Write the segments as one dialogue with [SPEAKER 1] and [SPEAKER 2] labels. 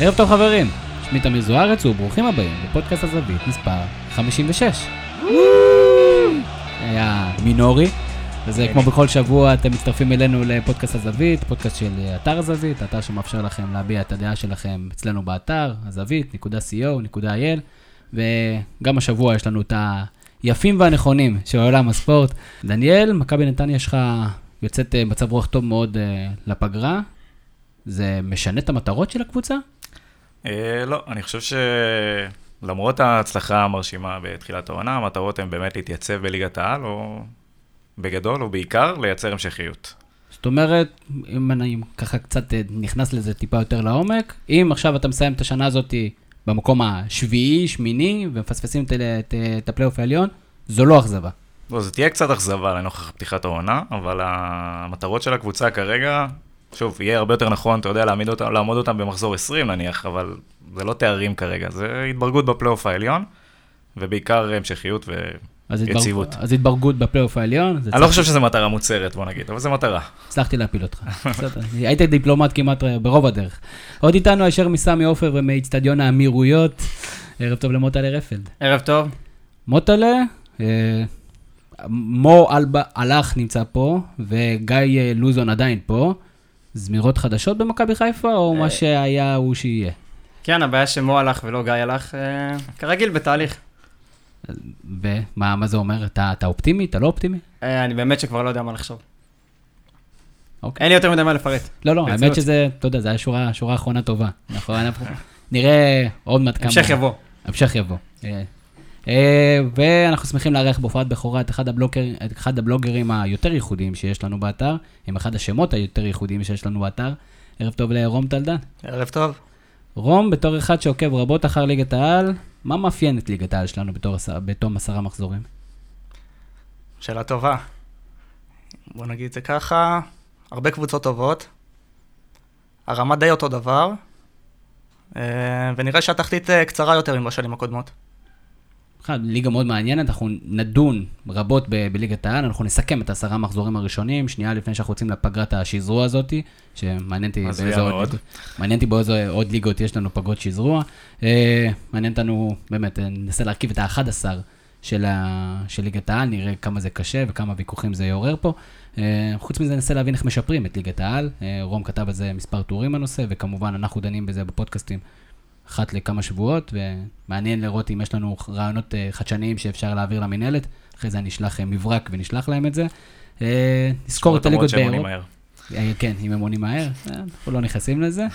[SPEAKER 1] ערב טוב חברים, שמי תמיר זוארץ וברוכים הבאים לפודקאסט הזווית מספר 56. היה מינורי, וזה
[SPEAKER 2] כן.
[SPEAKER 1] כמו בכל שבוע אתם מצטרפים אלינו לפודקאסט הזווית, פודקאסט של אתר הזווית, אתר שמאפשר לכם להביע את הדעה שלכם אצלנו באתר, הזווית.co.il, וגם השבוע יש לנו את היפים והנכונים של עולם הספורט. דניאל, מכבי נתניה שלך יוצאת אה, מצב רוח טוב מאוד אה, לפגרה. זה משנה את המטרות של הקבוצה?
[SPEAKER 2] אה, לא, אני חושב שלמרות ההצלחה המרשימה בתחילת העונה, המטרות הן באמת להתייצב בליגת העל, או בגדול, או בעיקר, לייצר המשכיות.
[SPEAKER 1] זאת אומרת, אם אני ככה קצת אה, נכנס לזה טיפה יותר לעומק, אם עכשיו אתה מסיים את השנה הזאת במקום השביעי, שמיני, ומפספסים את, את, אה, את הפלייאוף העליון, זו לא אכזבה.
[SPEAKER 2] לא, זו תהיה קצת אכזבה לנוכח פתיחת העונה, אבל המטרות של הקבוצה כרגע, שוב, יהיה הרבה יותר נכון, אתה יודע, להעמיד אותם, לעמוד אותם במחזור 20 נניח, אבל זה לא תארים כרגע, זה התברגות בפלייאוף העליון, ובעיקר המשכיות ו...
[SPEAKER 1] אז
[SPEAKER 2] יציבות.
[SPEAKER 1] אז התברגות בפלייאוף העליון, זה
[SPEAKER 2] אני לא חושב שזו מטרה מוצהרת, בוא נגיד, אבל זו מטרה.
[SPEAKER 1] הצלחתי להפיל אותך. בסדר, היית דיפלומט כמעט ברוב הדרך. עוד איתנו הישר מסמי עופר ומאיצטדיון האמירויות. ערב טוב למוטלה רפלד.
[SPEAKER 3] ערב טוב.
[SPEAKER 1] מוטלה, אה, מו אלבה הלך נמצא פה, וגיא אה, לוזון עדיין פה. זמירות חדשות במכבי חיפה, או
[SPEAKER 3] אה.
[SPEAKER 1] מה שהיה הוא שיהיה?
[SPEAKER 3] כן, הבעיה שמו הלך ולא גיא הלך, אה, כרגיל בתהליך.
[SPEAKER 1] ומה מה זה אומר? אתה אתה אופטימי? אתה לא אופטימי?
[SPEAKER 3] אה, אני באמת שכבר לא יודע מה לחשוב.
[SPEAKER 1] אוקיי.
[SPEAKER 3] אין לי יותר מדי מה לפרט.
[SPEAKER 1] לא, לא, האמת
[SPEAKER 3] ברצינות.
[SPEAKER 1] שזה, אתה יודע, זו הייתה שורה אחרונה טובה. נכון, אנחנו נראה עוד מעט כמה...
[SPEAKER 3] המשך יבוא.
[SPEAKER 1] המשך יבוא. אה, אה, ואנחנו שמחים לארח בהופעת בכורה את אחד, הבלוקר, את אחד הבלוגרים היותר ייחודיים שיש לנו באתר, עם אחד השמות היותר ייחודיים שיש לנו באתר. ערב טוב לרום טלדן.
[SPEAKER 4] ערב טוב.
[SPEAKER 1] רום, בתור אחד שעוקב רבות אחר ליגת העל, מה מאפיין את ליגת העל שלנו בתור, עשר- בתום עשרה מחזורים?
[SPEAKER 4] שאלה טובה. בוא נגיד את זה ככה, הרבה קבוצות טובות, הרמה די אותו דבר, אה, ונראה שהתחתית אה, קצרה יותר מבשנים הקודמות.
[SPEAKER 1] בכלל, ליגה מאוד מעניינת, אנחנו נדון רבות ב- בליגת העל, אנחנו נסכם את עשרה המחזורים הראשונים, שנייה לפני שאנחנו יוצאים לפגרת השזרוע הזאת, שמעניין אותי
[SPEAKER 2] הזויה
[SPEAKER 1] באיזה עוד,
[SPEAKER 2] מאוד.
[SPEAKER 1] מעניין אותי באיזה עוד ליגות יש לנו פגרות שזרוע. אה, מעניין אותנו, באמת, אה, ננסה להרכיב את ה-11 של, ה- של ליגת העל, נראה כמה זה קשה וכמה ויכוחים זה יעורר פה. אה, חוץ מזה, ננסה להבין איך משפרים את ליגת העל. אה, רום כתב על זה מספר טורים בנושא, וכמובן, אנחנו דנים בזה בפודקאסטים אחת לכמה שבועות, ומעניין לראות אם יש לנו רעיונות אה, חדשניים שאפשר להעביר למינהלת. אחרי זה אני אשלח אה, מברק ונשלח להם את זה. אה, נזכור את הליגות
[SPEAKER 2] למרות שהם עונים
[SPEAKER 1] באירופה.
[SPEAKER 2] מהר.
[SPEAKER 1] אה, כן, אם הם עונים מהר, אה, אנחנו לא נכנסים לזה.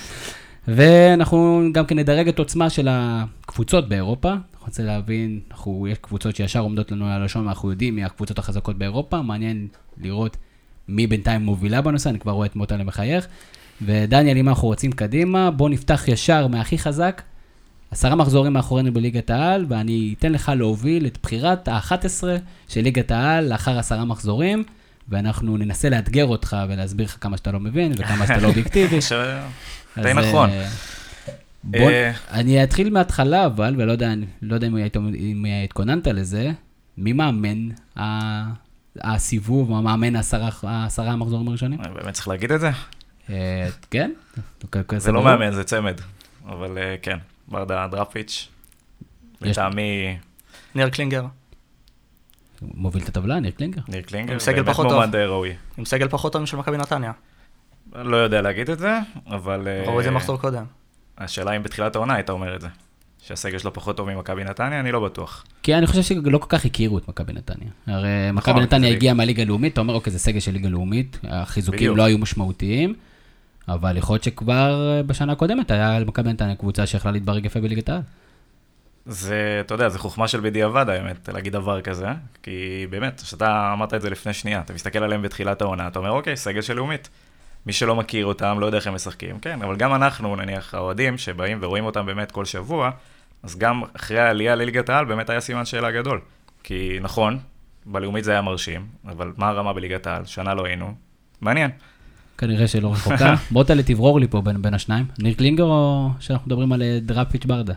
[SPEAKER 1] ואנחנו גם כן נדרג את עוצמה של הקבוצות באירופה. אנחנו נרצה להבין, אנחנו, יש קבוצות שישר עומדות לנו על הלשון, ואנחנו יודעים מי הקבוצות החזקות באירופה. מעניין לראות מי בינתיים מובילה בנושא, אני כבר רואה את מוטלה מחייך. ודניאל, אם אנחנו רוצים קדימה, בוא נפתח ישר מהכי חזק. עשרה מחזורים מאחורינו בליגת העל, ואני אתן לך להוביל את בחירת ה-11 של ליגת העל לאחר עשרה מחזורים, ואנחנו ננסה לאתגר אותך ולהסביר לך כמה שאתה לא מבין וכמה שאתה לא אובייקטיבי.
[SPEAKER 2] ש-
[SPEAKER 1] אז,
[SPEAKER 2] די נכון.
[SPEAKER 1] אה, בוא,
[SPEAKER 2] אה,
[SPEAKER 1] אני אתחיל מההתחלה, אבל, ולא יודע, אני לא יודע אם היית- אם התכוננת לזה, מי מאמן ה- הסיבוב, או מאמן העשרה העשרה המחזורים הראשונים?
[SPEAKER 2] אני באמת צריך להגיד את זה?
[SPEAKER 1] אה, כן?
[SPEAKER 2] זה לא
[SPEAKER 1] ברור.
[SPEAKER 2] מאמן, זה צמד. אבל אה, כן, ברדה דראפיץ',
[SPEAKER 1] יש-
[SPEAKER 2] לטעמי
[SPEAKER 4] ניר קלינגר,
[SPEAKER 1] מוביל את הטבלה, ניר קלינגר.
[SPEAKER 2] ניר קלינגר,
[SPEAKER 4] עם סגל
[SPEAKER 2] באמת
[SPEAKER 4] פחות טוב.
[SPEAKER 2] מועמד אה, ראוי.
[SPEAKER 4] עם סגל פחות טוב משל מכבי נתניה.
[SPEAKER 2] לא יודע להגיד את זה, אבל... אה,
[SPEAKER 4] ראו את זה מחזור קודם.
[SPEAKER 2] השאלה אם בתחילת העונה היית אומר את זה. שהסגל שלו פחות טוב ממכבי נתניה, אני לא בטוח.
[SPEAKER 1] כי אני חושב שלא כל כך הכירו את מכבי נתניה. הרי מכבי
[SPEAKER 2] נכון, זה
[SPEAKER 1] נתניה
[SPEAKER 2] ליגה.
[SPEAKER 1] הגיעה מהליגה הלאומית, אתה אומר, אוקיי, זה סגל של ליגה לאומית, החיזוקים
[SPEAKER 2] בדיוק.
[SPEAKER 1] לא היו משמעותיים, אבל יכול להיות שכבר אה, בשנה הקודמת היה למכבי נתניה קבוצה שיכלה להתברג יפה בליגת העל.
[SPEAKER 2] זה, אתה יודע, זה חוכמה של בדיעבד האמת, להגיד דבר כזה, כי באמת, שאתה אמרת את זה לפני שנייה, אתה מסתכל עליהם בתחילת העונה, אתה אומר, אוקיי, סגל של לאומית. מי שלא מכיר אותם, לא יודע איך הם משחקים, כן, אבל גם אנחנו, נניח, האוהדים, שבאים ורואים אותם באמת כל שבוע, אז גם אחרי העלייה לליגת העל, באמת היה סימן שאלה גדול. כי נכון, בלאומית זה היה מרשים, אבל מה הרמה בליגת העל? שנה לא היינו. מעניין.
[SPEAKER 1] כנראה שלא רחוקה. מוטלה תברור לי פה בין, בין השניים. ניר קלינגר או שאנחנו מדברים על אה, דראפיץ' ברדה?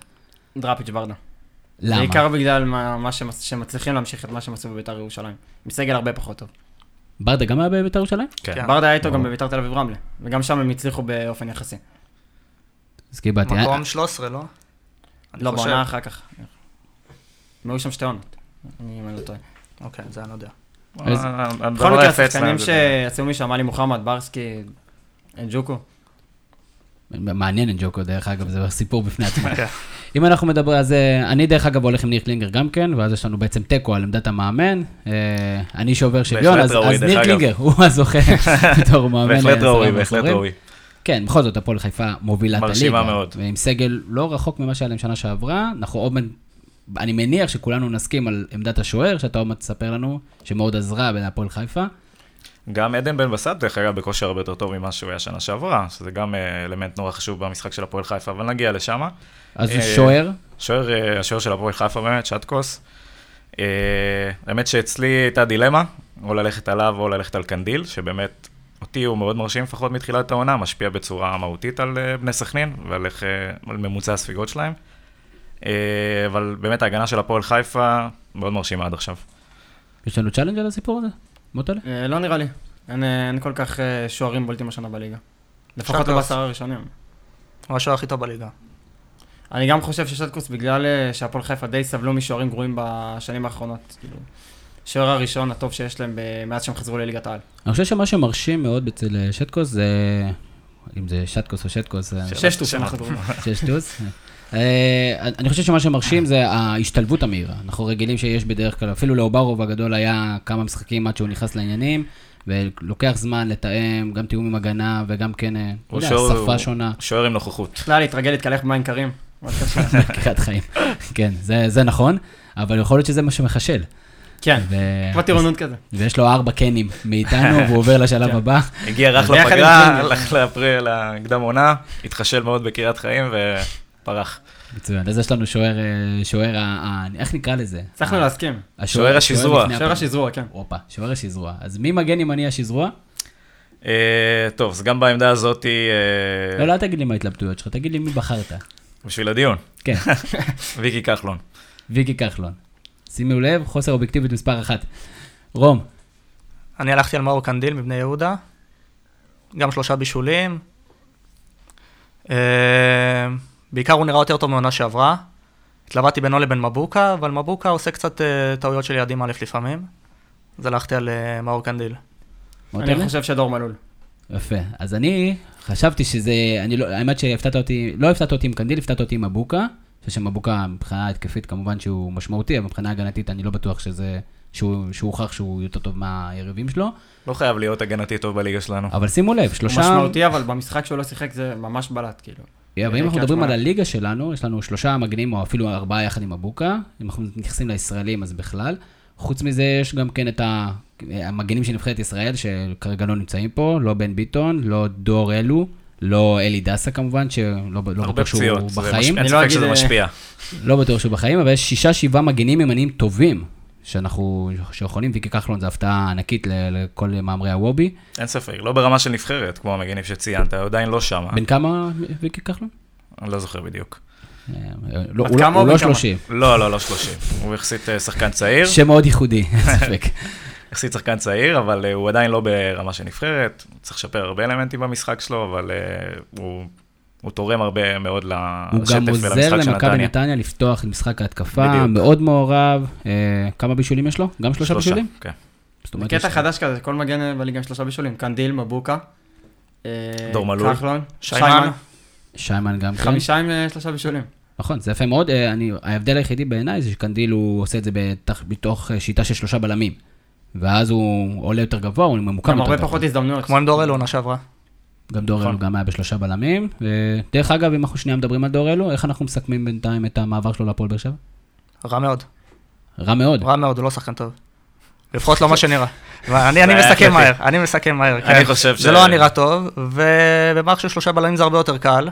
[SPEAKER 3] דראפיץ' ברדה.
[SPEAKER 1] למה?
[SPEAKER 3] בעיקר בגלל מה, מה שמצ... שמצליחים להמשיך את מה שהם עשו בביתר ירושלים. עם סגל הרבה פחות טוב.
[SPEAKER 1] ברדה גם היה בבית"ר ירושלים?
[SPEAKER 2] כן.
[SPEAKER 4] כן.
[SPEAKER 3] ברדה היה איתו
[SPEAKER 2] ברור.
[SPEAKER 3] גם בביתר תל אביב רמלה, וגם שם הם הצליחו באופן יחסי.
[SPEAKER 1] אז כאילו, קיבלתי.
[SPEAKER 4] מקום 13, לא? אני
[SPEAKER 3] לא,
[SPEAKER 4] חושב.
[SPEAKER 3] בעונה אחר כך. הם היו שם שתי עונות, אני- אם אני לא טועה.
[SPEAKER 4] אוקיי, זה אני לא יודע.
[SPEAKER 1] אז-
[SPEAKER 3] בכל מקרה,
[SPEAKER 2] היפה
[SPEAKER 3] השחקנים
[SPEAKER 2] לא אצלם זה-
[SPEAKER 3] שיצאו משם, עלי מוחמד, ברסקי, ג'וקו.
[SPEAKER 1] אה, מעניין את ג'וקו, דרך אגב, זה סיפור בפני עצמו.
[SPEAKER 4] כן.
[SPEAKER 1] אם אנחנו מדברים, אז אה, אני דרך אגב הולך עם ניר קלינגר גם כן, ואז יש לנו בעצם תיקו על עמדת המאמן. אה, אני שובר שוויון, אז
[SPEAKER 2] ראוי,
[SPEAKER 1] אז
[SPEAKER 2] דרך
[SPEAKER 1] ניר
[SPEAKER 2] אגב.
[SPEAKER 1] קלינגר, הוא הזוכה בתור מאמן. אה,
[SPEAKER 2] בהחלט
[SPEAKER 1] לעשרה
[SPEAKER 2] ראוי, בהחלט
[SPEAKER 1] מחזורים.
[SPEAKER 2] ראוי.
[SPEAKER 1] כן, בכל זאת, הפועל חיפה מובילה את הליגה.
[SPEAKER 2] מרשימה מאוד.
[SPEAKER 1] ועם סגל לא רחוק ממה שהיה להם שנה שעברה. אנחנו עוד מעט, אני מניח שכולנו נסכים על עמדת השוער, שאתה עוד מעט תספר לנו, שמאוד עזרה להפועל חיפה.
[SPEAKER 2] גם עדן בן בסט, דרך אגב, בכושר הרבה יותר טוב ממה שהוא היה שנה שעברה, שזה גם אה, אלמנט נורא חשוב במשחק של הפועל חיפה, אבל נגיע לשם.
[SPEAKER 1] אז הוא
[SPEAKER 2] אה,
[SPEAKER 1] שוער,
[SPEAKER 2] שוער, אה, השוער של הפועל חיפה באמת, שטקוס. אה, האמת שאצלי הייתה דילמה, או ללכת עליו או ללכת על קנדיל, שבאמת אותי הוא מאוד מרשים, לפחות מתחילת העונה, משפיע בצורה מהותית על אה, בני סכנין ועל איך, אה, על ממוצע הספיגות שלהם. אה, אבל באמת ההגנה של הפועל חיפה מאוד מרשימה עד עכשיו.
[SPEAKER 1] יש לנו צ'אלנג' על הסיפור הזה? מוטלה?
[SPEAKER 3] אה, לא נראה לי. אין, אה, אין כל כך אה, שוערים בולטים השנה בליגה. לפחות לא
[SPEAKER 4] שטקוס.
[SPEAKER 3] בעשרה הראשונים.
[SPEAKER 4] הוא השוער הכי טוב בליגה.
[SPEAKER 3] אני גם חושב ששטקוס, בגלל אה, שהפועל חיפה די סבלו משוערים גרועים בשנים האחרונות, כאילו, השוער הראשון הטוב שיש להם ב- מאז שהם חזרו לליגת העל.
[SPEAKER 1] אני חושב שמה שמרשים מאוד אצל אה, שטקוס זה, אם זה שטקוס או שטקוס, זה-
[SPEAKER 2] שאלה
[SPEAKER 3] שש טוס,
[SPEAKER 2] שאלה
[SPEAKER 3] אנחנו קוראים.
[SPEAKER 1] שיש טוס. אה, אני חושב שמה שמרשים זה ההשתלבות המהירה. אנחנו רגילים שיש בדרך כלל, אפילו לאוברוב הגדול היה כמה משחקים עד שהוא נכנס לעניינים, ולוקח זמן לתאם, גם תיאום עם הגנה וגם כן, אה, אתה
[SPEAKER 2] הוא
[SPEAKER 1] יודע,
[SPEAKER 2] שוער-
[SPEAKER 1] שפה
[SPEAKER 2] הוא-
[SPEAKER 1] שונה,
[SPEAKER 2] שוער עם נוכחות.
[SPEAKER 3] בכלל להתרגל להתקלח במים קרים. מאוד קשה.
[SPEAKER 1] קריאת חיים. כן, זה זה נכון, אבל יכול להיות שזה מה שמחשל.
[SPEAKER 3] כן,
[SPEAKER 1] ו-
[SPEAKER 3] כמו טירונות כזה.
[SPEAKER 1] ויש לו ארבע קנים מאיתנו, והוא עובר לשלב
[SPEAKER 3] כן.
[SPEAKER 1] הבא.
[SPEAKER 2] הגיע רך
[SPEAKER 3] אז ביחד
[SPEAKER 2] לפגרה,
[SPEAKER 3] עם קלינגר.
[SPEAKER 2] הלך לאפריל, לקדם עונה, התחשל מאוד בקריית חיים ופרח.
[SPEAKER 1] מצוין, אז יש לנו שוער, אה, שוער, ה- ה- איך נקרא לזה?
[SPEAKER 3] הצלחנו להסכים.
[SPEAKER 1] אה,
[SPEAKER 2] שוער השזרוע.
[SPEAKER 1] לפני
[SPEAKER 3] שוער
[SPEAKER 1] הפנים.
[SPEAKER 3] השזרוע, כן.
[SPEAKER 1] הופה, שוער השזרוע. אז מי מגן ימני השזרוע?
[SPEAKER 2] אה, טוב, אז גם בעמדה הזאת, אה,
[SPEAKER 1] לא, לא תגיד לי מה ההתלבטויות שלך, תגיד לי מי בחרת.
[SPEAKER 2] בשביל הדיון,
[SPEAKER 1] כן,
[SPEAKER 2] ויקי כחלון.
[SPEAKER 1] ויקי כחלון. שימו לב, חוסר אובייקטיבית מספר אחת. רום,
[SPEAKER 4] אני הלכתי על מאור קנדיל מבני יהודה, גם שלושה בישולים. אה, בעיקר הוא נראה יותר טוב מעונה שעברה. התלבטתי בינו לבין מבוקה, אבל מבוקה עושה קצת אה, טעויות של יעדים א' לפעמים. אז הלכתי על אה, מאור קנדיל.
[SPEAKER 1] מוטלה?
[SPEAKER 3] אני חושב שדור מלול.
[SPEAKER 1] יפה. אז אני חשבתי שזה, אני לא, האמת שהפתעת אותי, לא הפתעת אותי עם קנדיל, הפתעת אותי עם מבוקה. אני חושב שמבוקה מבחינה התקפית כמובן שהוא משמעותי, אבל מבחינה הגנתית אני לא בטוח שזה, שהוא שהוא הוכח שהוא יותר טוב מהיריבים שלו.
[SPEAKER 2] לא חייב להיות הגנתי טוב בליגה שלנו.
[SPEAKER 1] אבל שימו לב,
[SPEAKER 3] הוא
[SPEAKER 1] שלושה...
[SPEAKER 3] משמעותי, אבל במשחק שהוא לא שיחק זה ממש בלט, כאילו.
[SPEAKER 1] אבל אם
[SPEAKER 3] קריית
[SPEAKER 1] אנחנו מדברים
[SPEAKER 3] שמונה.
[SPEAKER 1] על הליגה שלנו, יש לנו שלושה מגנים, או אפילו ארבעה יחד עם מבוקה. אם אנחנו נכנסים לישראלים, אז בכלל. חוץ מזה, יש גם כן את ה- המגנים של נבחרת ישראל, שכרגע לא נמצאים פה, לא בן ביטון, לא דור אלו, לא אלי דסה כמובן, שלא ב- לא
[SPEAKER 2] הרבה
[SPEAKER 1] בטוח שהוא
[SPEAKER 2] פציעות, זה משפיע-
[SPEAKER 1] בחיים.
[SPEAKER 2] אין
[SPEAKER 3] אני לא
[SPEAKER 2] ספק
[SPEAKER 3] אגיד,
[SPEAKER 2] שזה
[SPEAKER 3] אה,
[SPEAKER 2] משפיע.
[SPEAKER 1] לא בטוח שהוא בחיים, אבל יש שישה, שבעה מגנים ימניים טובים, שאנחנו, שיכולים, ויקי כחלון זו הפתעה ענקית ל- לכל מאמרי הוובי.
[SPEAKER 2] אין ספק, לא ברמה של נבחרת, כמו המגנים שציינת, עדיין לא
[SPEAKER 3] אה.
[SPEAKER 2] שמה.
[SPEAKER 1] בן כמה ויקי כחלון?
[SPEAKER 2] אני לא זוכר בדיוק.
[SPEAKER 1] אה, לא,
[SPEAKER 3] בת
[SPEAKER 1] הוא לא-
[SPEAKER 3] כמה או
[SPEAKER 1] הוא
[SPEAKER 3] בן
[SPEAKER 1] לא
[SPEAKER 3] כמה?
[SPEAKER 1] 30.
[SPEAKER 2] לא, לא, לא 30. הוא יחסית אה, שחקן צעיר,
[SPEAKER 1] שם מאוד ייחודי, אין ספק.
[SPEAKER 2] יחסית שחקן צעיר, אבל אה, הוא עדיין לא ברמה של נבחרת. צריך לשפר הרבה אלמנטים במשחק שלו, אבל אה, הוא- הוא תורם הרבה מאוד לשטף
[SPEAKER 1] הוא
[SPEAKER 2] ולמשחק של
[SPEAKER 1] גם
[SPEAKER 2] נתניה.
[SPEAKER 1] עוזר למכבי נתניה לפתוח את משחק ההתקפה,
[SPEAKER 2] בדיוק.
[SPEAKER 1] מאוד מעורב. אה, כמה בישולים יש לו? גם שלושה בישולים?
[SPEAKER 2] כן.
[SPEAKER 1] זאת
[SPEAKER 3] זה
[SPEAKER 1] אומרת, יש
[SPEAKER 3] קטע
[SPEAKER 1] לו-
[SPEAKER 3] חדש כזה, כל מגן אה, בליגה עם שלושה בישולים. קנדיל, מבוקה. אה,
[SPEAKER 2] דור מלול.
[SPEAKER 3] כחלון.
[SPEAKER 4] שיימן.
[SPEAKER 3] שיימן.
[SPEAKER 1] שיימן גם כן.
[SPEAKER 3] חמישה עם אה, שלושה בישולים.
[SPEAKER 1] נכון, זה יפה מאוד. אה, אני- ההבדל היחידי בעיניי זה שקנדיל הוא עושה את זה בתח- בתוך אה, שיטה של שלושה בלמים. ואז הוא עולה יותר גבוה, הוא ממוקם
[SPEAKER 3] גם הרבה
[SPEAKER 1] יותר גבוה.
[SPEAKER 3] פחות הזדמנויות.
[SPEAKER 4] כמו עם דורל עונה שעברה.
[SPEAKER 1] גם דור
[SPEAKER 2] נכון.
[SPEAKER 1] אלו גם היה בשלושה בלמים. ודרך אגב, אם אנחנו שנייה מדברים על דור אלו, איך אנחנו מסכמים בינתיים את המעבר שלו להפועל באר שבע?
[SPEAKER 4] רע מאוד.
[SPEAKER 1] רע מאוד.
[SPEAKER 4] רע מאוד, הוא לא שחקן טוב. לפחות לא מה שנראה. ואני אני
[SPEAKER 2] זה היה
[SPEAKER 4] מסכם
[SPEAKER 2] הקלטי.
[SPEAKER 4] מהר, אני מסכם מהר.
[SPEAKER 2] אני
[SPEAKER 4] כן.
[SPEAKER 2] חושב ש-
[SPEAKER 4] זה לא היה נראה טוב, ובמערכת של שלושה בלמים זה הרבה יותר קל.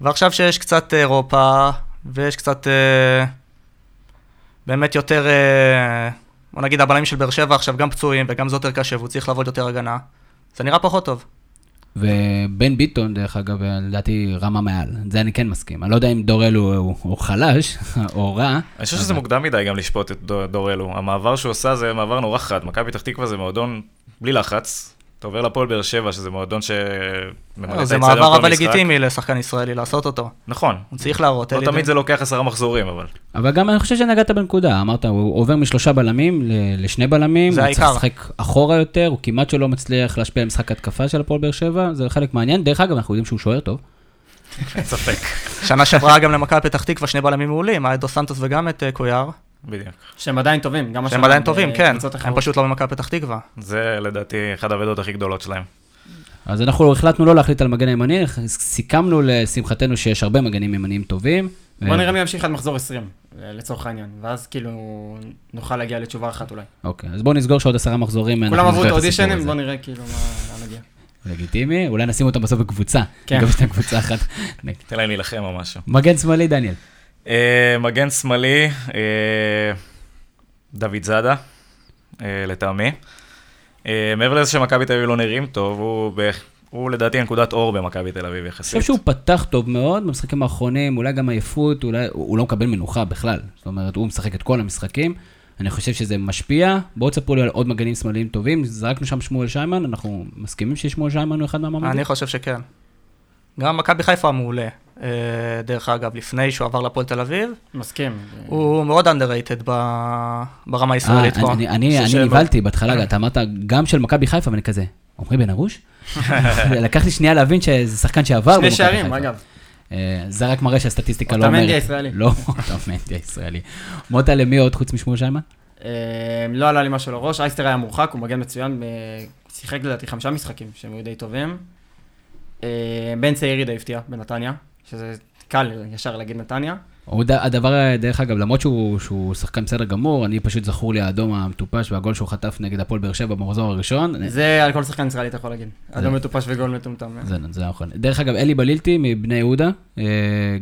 [SPEAKER 4] ועכשיו שיש קצת אירופה, ויש קצת אה, באמת יותר, אה, בוא נגיד הבלמים של באר שבע עכשיו גם פצועים, וגם זה יותר קשה, והוא צריך לעבוד יותר הגנה. זה נראה פחות טוב.
[SPEAKER 1] ובן ביטון, דרך אגב, לדעתי רמה מעל. זה אני כן מסכים. אני לא יודע אם דורל הוא, הוא, הוא חלש או רע.
[SPEAKER 2] אני חושב שזה
[SPEAKER 1] אבל-
[SPEAKER 2] מוקדם מדי גם לשפוט את דו- דור אלו. המעבר שהוא עשה זה מעבר נורא חד. מכבי פתח תקווה זה מועדון בלי לחץ. אתה עובר לפועל באר שבע, שזה מועדון שממלא
[SPEAKER 4] לא,
[SPEAKER 2] את
[SPEAKER 4] זה
[SPEAKER 2] האצטדיון
[SPEAKER 4] מעבר
[SPEAKER 2] כל
[SPEAKER 4] אבל
[SPEAKER 2] משחק.
[SPEAKER 4] לגיטימי לשחקן ישראלי לעשות אותו.
[SPEAKER 2] נכון.
[SPEAKER 4] הוא צריך להראות.
[SPEAKER 2] לא
[SPEAKER 4] אלי
[SPEAKER 2] תמיד
[SPEAKER 4] די-
[SPEAKER 2] זה לוקח עשרה מחזורים, אבל.
[SPEAKER 1] אבל גם אני חושב שנגעת בנקודה, אמרת, הוא עובר משלושה בלמים ל- לשני בלמים,
[SPEAKER 4] זה
[SPEAKER 1] הוא צריך
[SPEAKER 4] העיקר.
[SPEAKER 1] לשחק אחורה יותר, הוא כמעט שלא מצליח להשפיע על משחק התקפה של הפועל באר שבע, זה חלק מעניין. דרך אגב, אנחנו יודעים שהוא שוער טוב.
[SPEAKER 2] אין ספק.
[SPEAKER 4] שנה שעברה גם למכבי פתח תקווה שני בלמים מעולים, היה את דו סנטוס וגם את אה, קויאר,
[SPEAKER 2] בדיוק.
[SPEAKER 3] שהם עדיין טובים, גם
[SPEAKER 4] שהם עדיין טובים, כן,
[SPEAKER 3] בקבוצות
[SPEAKER 4] הם
[SPEAKER 3] אחרות.
[SPEAKER 4] פשוט לא במכבי פתח תקווה.
[SPEAKER 2] זה לדעתי אחת האבדות הכי גדולות שלהם.
[SPEAKER 1] אז אנחנו החלטנו לא להחליט על מגן הימני, סיכמנו לשמחתנו שיש הרבה מגנים ימניים טובים.
[SPEAKER 3] בוא
[SPEAKER 1] ו-
[SPEAKER 3] נראה מי ימשיך עד מחזור 20, אה, לצורך העניין, ואז כאילו נוכל להגיע לתשובה אחת אולי.
[SPEAKER 1] אוקיי, אז בואו נסגור שעוד עשרה מחזורים. אנחנו
[SPEAKER 3] כולם עברו את
[SPEAKER 1] נסגור הסיפור
[SPEAKER 3] האודישנים,
[SPEAKER 1] הזה.
[SPEAKER 3] בוא נראה כאילו מה לאן נגיע.
[SPEAKER 1] לגיטימי, אולי נשים אותם בסוף בקבוצה.
[SPEAKER 3] כן.
[SPEAKER 1] נגבש את הקבוצה אחת.
[SPEAKER 2] תן להם להילחם או משהו.
[SPEAKER 1] מגן שמאלי, דניאל.
[SPEAKER 2] אה, מגן שמאלי, אה, דוד זאדה, אה, לטעמי. אה, מעבר לזה שמכבי תל אביב לא נראים טוב, הוא, בערך- הוא לדעתי נקודת אור במכבי תל אביב
[SPEAKER 1] אני חושב
[SPEAKER 2] יחסית.
[SPEAKER 1] שהוא פתח טוב מאוד במשחקים האחרונים, אולי גם עייפות, אולי הוא הוא לא מקבל מנוחה בכלל. זאת אומרת, הוא משחק את כל המשחקים. אני חושב שזה משפיע. בואו תספרו לי על עוד מגנים שמאליים טובים. זרקנו שם שמואל שיימן, אנחנו מסכימים ששמואל שיימן הוא אחד מהמועמדים?
[SPEAKER 4] אני חושב שכן. גם מכבי חיפה מעולה, אה, דרך אגב, לפני שהוא עבר לפועל תל אביב,
[SPEAKER 3] מסכים.
[SPEAKER 4] הוא מאוד underrated ב- ברמה
[SPEAKER 3] לא
[SPEAKER 1] אה,
[SPEAKER 4] הישראלית פה.
[SPEAKER 1] אני- אני אני
[SPEAKER 2] ששיימן-
[SPEAKER 1] נבהלתי בהתחלה, אתה אמרת גם של מכבי חיפה, ואני כזה, עמרי בן ארוש? לקח לי שנייה להבין שזה שחקן שעבר
[SPEAKER 3] שני
[SPEAKER 1] במכבי
[SPEAKER 3] שערים,
[SPEAKER 1] חיפה.
[SPEAKER 3] אגב.
[SPEAKER 1] אה, זה רק מראה שהסטטיסטיקה לא אומרת.
[SPEAKER 3] אוטמנדי הישראלי.
[SPEAKER 1] לא, אוטמנדי הישראלי. מוטה, למי עוד חוץ משמואל שיימן?
[SPEAKER 3] אה, לא עלה לי משהו לראש, אייסטר היה מורחק, הוא מגן מצוין, אה, שיחק לדעתי חמישה משחקים שהם היו די טובים. אה, בן צעירי די הפתיע בנתניה, שזה קל ישר להגיד נתניה.
[SPEAKER 1] הוא ד- הדבר, דרך אגב, למרות שהוא, שהוא שחקן בסדר גמור, אני פשוט זכור לי האדום המטופש והגול שהוא חטף נגד הפועל באר שבע במחזור הראשון.
[SPEAKER 3] זה על כל שחקן ישראלי אתה יכול להגיד. אדום מטופש וגול מטומטם.
[SPEAKER 1] זה, זה נכון. דרך אגב, אלי בלילטי מבני יהודה, אה,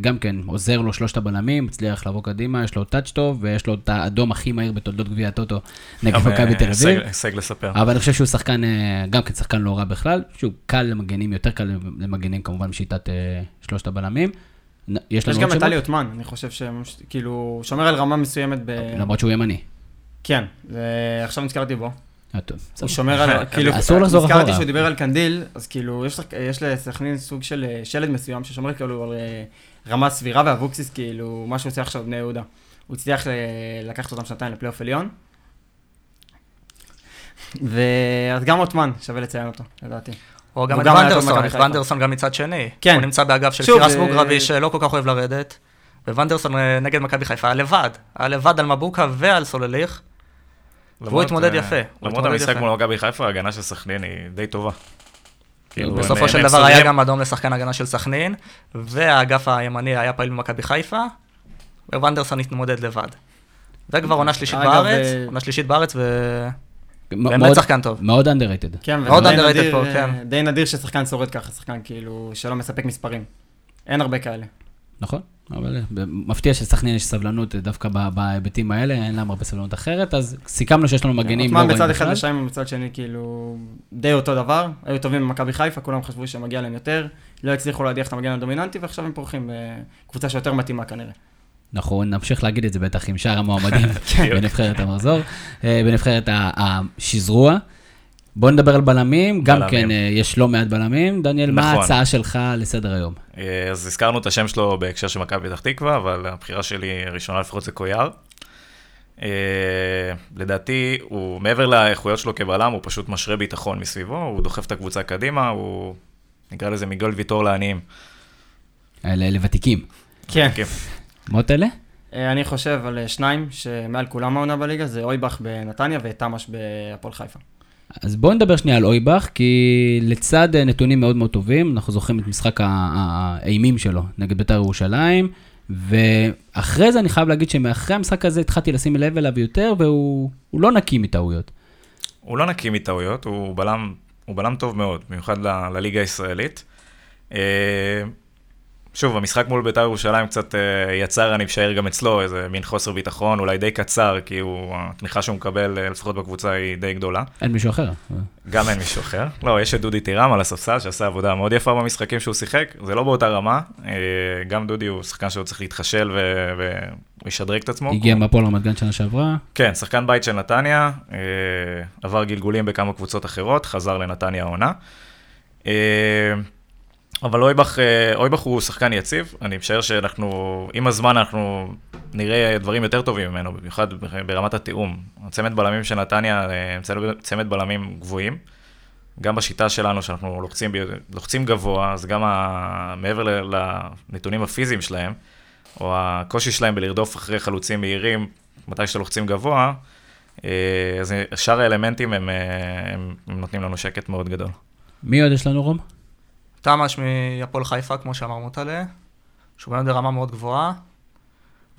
[SPEAKER 1] גם כן עוזר לו שלושת הבלמים, מצליח לבוא קדימה, יש לו טאץ' טוב, ויש לו את האדום הכי מהיר בתולדות גביע הטוטו נגד
[SPEAKER 2] גם,
[SPEAKER 1] מכבי
[SPEAKER 2] אה,
[SPEAKER 1] תל אביב.
[SPEAKER 2] הישג- הישג לספר.
[SPEAKER 1] אבל אני חושב שהוא שחקן, אה, גם כן שחקן לא רע בכלל, שהוא קל למגנים, יותר קל למגנים כמובן בשיטת אה, שלושת הבלמים. נ- יש
[SPEAKER 3] יש
[SPEAKER 1] לנו
[SPEAKER 3] גם
[SPEAKER 1] עוד
[SPEAKER 3] את טלי
[SPEAKER 1] שמות?
[SPEAKER 3] עותמן, אני חושב שהם, ש- כאילו, שומר על רמה מסוימת ב...
[SPEAKER 1] אוקיי, למרות שהוא ימני.
[SPEAKER 3] כן, זה- עכשיו נזכרתי בו.
[SPEAKER 1] אה, טוב, בסדר.
[SPEAKER 3] הוא שומר על... כאילו,
[SPEAKER 1] אסור לחזור
[SPEAKER 3] נזכרתי
[SPEAKER 1] אחורה.
[SPEAKER 3] שהוא דיבר על קנדיל, אז כאילו, יש לך- יש לסכנין סוג של אה, שלד מסוים ששומר כאילו על אה, רמה סבירה, ואבוקסיס, כאילו, מה שהוא עושה עכשיו בני יהודה. הוא הצליח ל- לקחת אותם שנתיים לפלייאוף עליון. ואז גם עותמן, שווה לציין אותו, לדעתי.
[SPEAKER 4] או גם
[SPEAKER 3] הוא
[SPEAKER 4] את
[SPEAKER 3] גם היה טוב
[SPEAKER 4] ונדרסון,
[SPEAKER 3] במכבי
[SPEAKER 4] את
[SPEAKER 3] חיפה.
[SPEAKER 4] ונדרסון גם מצד שני.
[SPEAKER 3] כן.
[SPEAKER 4] הוא נמצא באגף של
[SPEAKER 3] שוב,
[SPEAKER 4] פירס
[SPEAKER 3] אה,
[SPEAKER 4] מוגרבי שלא כל כך אוהב לרדת, וונדרסון אה, נגד מכבי חיפה היה לבד, היה לבד על מבוקה ועל סולליך. והוא
[SPEAKER 2] למרות,
[SPEAKER 4] התמודד
[SPEAKER 2] אה,
[SPEAKER 4] יפה. הוא
[SPEAKER 2] למרות
[SPEAKER 4] התמודד
[SPEAKER 2] המשחק
[SPEAKER 4] יפה. כן,
[SPEAKER 2] מול מכבי חיפה, ההגנה של סכנין היא די טובה. כאילו, הם-
[SPEAKER 4] בסופו
[SPEAKER 2] הם
[SPEAKER 4] של דבר היה
[SPEAKER 2] סוגרים-
[SPEAKER 4] גם אדום לשחקן הגנה של סכנין, והאגף הימני היה פעיל במכבי חיפה, וונדרסון התמודד לבד. זה כבר עונה שלישית
[SPEAKER 3] אגב,
[SPEAKER 4] בארץ,
[SPEAKER 3] אה,
[SPEAKER 4] עונה שלישית בארץ, ומאוד
[SPEAKER 1] מאוד-
[SPEAKER 4] באמת שחקן טוב.
[SPEAKER 1] מאוד underrated.
[SPEAKER 3] כן,
[SPEAKER 4] מאוד
[SPEAKER 3] וזה די
[SPEAKER 4] underrated
[SPEAKER 3] נדיר,
[SPEAKER 4] פה,
[SPEAKER 3] אה,
[SPEAKER 4] כן.
[SPEAKER 3] די נדיר ששחקן שורד ככה, שחקן כאילו, שלא מספק מספרים. אין הרבה כאלה.
[SPEAKER 1] נכון, אבל אה, ב- מפתיע שלסכנין יש סבלנות אה, דווקא ב- בהיבטים האלה, אין להם הרבה סבלנות אחרת, אז סיכמנו שיש לנו מגנים לא
[SPEAKER 3] עותמן
[SPEAKER 1] רעים
[SPEAKER 3] כן, בצד אחד
[SPEAKER 1] בכלל.
[SPEAKER 3] ושיימן בצד שני, כאילו, די אותו דבר. היו טובים במכבי חיפה, כולם חשבו שמגיע להם יותר, לא הצליחו להדיח את המגן הדומיננטי, ועכשיו הם פורחים בקבוצה שיותר מתאימה כנראה.
[SPEAKER 1] אנחנו נכון, נמשיך להגיד את זה בטח עם שאר המועמדים
[SPEAKER 2] כן.
[SPEAKER 1] בנבחרת המחזור, אה, בנבחרת ה- השזרוע. בואו נדבר על בלמים, גם
[SPEAKER 2] בלמים.
[SPEAKER 1] כן אה, יש לא מעט בלמים. דניאל, מה
[SPEAKER 2] נכון.
[SPEAKER 1] ההצעה שלך לסדר היום?
[SPEAKER 2] אה, אז הזכרנו את השם שלו בהקשר של מכבי פתח תקווה, אבל הבחירה שלי הראשונה לפחות זה קויאר. אה, לדעתי, הוא, מעבר לאיכויות שלו כבלם, הוא פשוט משרה ביטחון מסביבו, הוא דוחף את הקבוצה קדימה, הוא נקרא לזה מגול ויטור לעניים.
[SPEAKER 1] אלה אלה ותיקים.
[SPEAKER 3] כן.
[SPEAKER 2] כן.
[SPEAKER 1] מוטלה?
[SPEAKER 3] אני חושב על אה, שניים שמעל כולם העונה בליגה, זה אויבך בנתניה ותמ"ש בהפועל חיפה.
[SPEAKER 1] אז בואו נדבר שנייה על אויבך, כי לצד אה, נתונים מאוד מאוד טובים, אנחנו זוכרים את משחק ה- ה- האימים שלו נגד בית"ר ירושלים, ואחרי זה אני חייב להגיד שמאחרי המשחק הזה התחלתי לשים לב אליו יותר, והוא הוא לא נקי מטעויות.
[SPEAKER 2] הוא לא נקי מטעויות, הוא בלם, הוא בלם טוב מאוד, במיוחד ל, לליגה הישראלית. אה, שוב, המשחק מול בית"ר ירושלים קצת אה, יצר, אני משער גם אצלו, איזה מין חוסר ביטחון, אולי די קצר, כי הוא, התמיכה שהוא מקבל, אה, לפחות בקבוצה, היא די גדולה.
[SPEAKER 1] אין מישהו אחר.
[SPEAKER 2] גם אין מישהו אחר. לא, יש את דודי טירם על הספסל, שעשה עבודה מאוד יפה במשחקים שהוא שיחק, זה לא באותה רמה. אה, גם דודי הוא שחקן שהוא צריך להתחשל ו- והוא ישדרג את עצמו.
[SPEAKER 1] הגיע מהפועל רמת גן שנה שעברה,
[SPEAKER 2] כן, שחקן בית של נתניה, אה, עבר גלגולים בכמה קבוצות אחרות, חזר לנתניה העונה. אה, אבל אויבך, אה, אויבך הוא שחקן יציב, אני משער שאנחנו, עם הזמן אנחנו נראה דברים יותר טובים ממנו, במיוחד ברמת התיאום. הצמד בלמים של נתניה, אה, הם צמד- צמד בלמים גבוהים. גם בשיטה שלנו, שאנחנו לוחצים, ב- לוחצים גבוה, אז גם ה, מעבר ל- לנתונים הפיזיים שלהם, או הקושי שלהם בלרדוף אחרי חלוצים מהירים, מתי שלוחצים גבוה, אה, אז שאר האלמנטים הם, אה, הם, הם נותנים לנו שקט מאוד גדול.
[SPEAKER 1] מי עוד יש לנו רום?
[SPEAKER 4] תמ"ש מהפועל חיפה, כמו שאמר מוטלה, שהוא באמת ברמה מאוד גבוהה,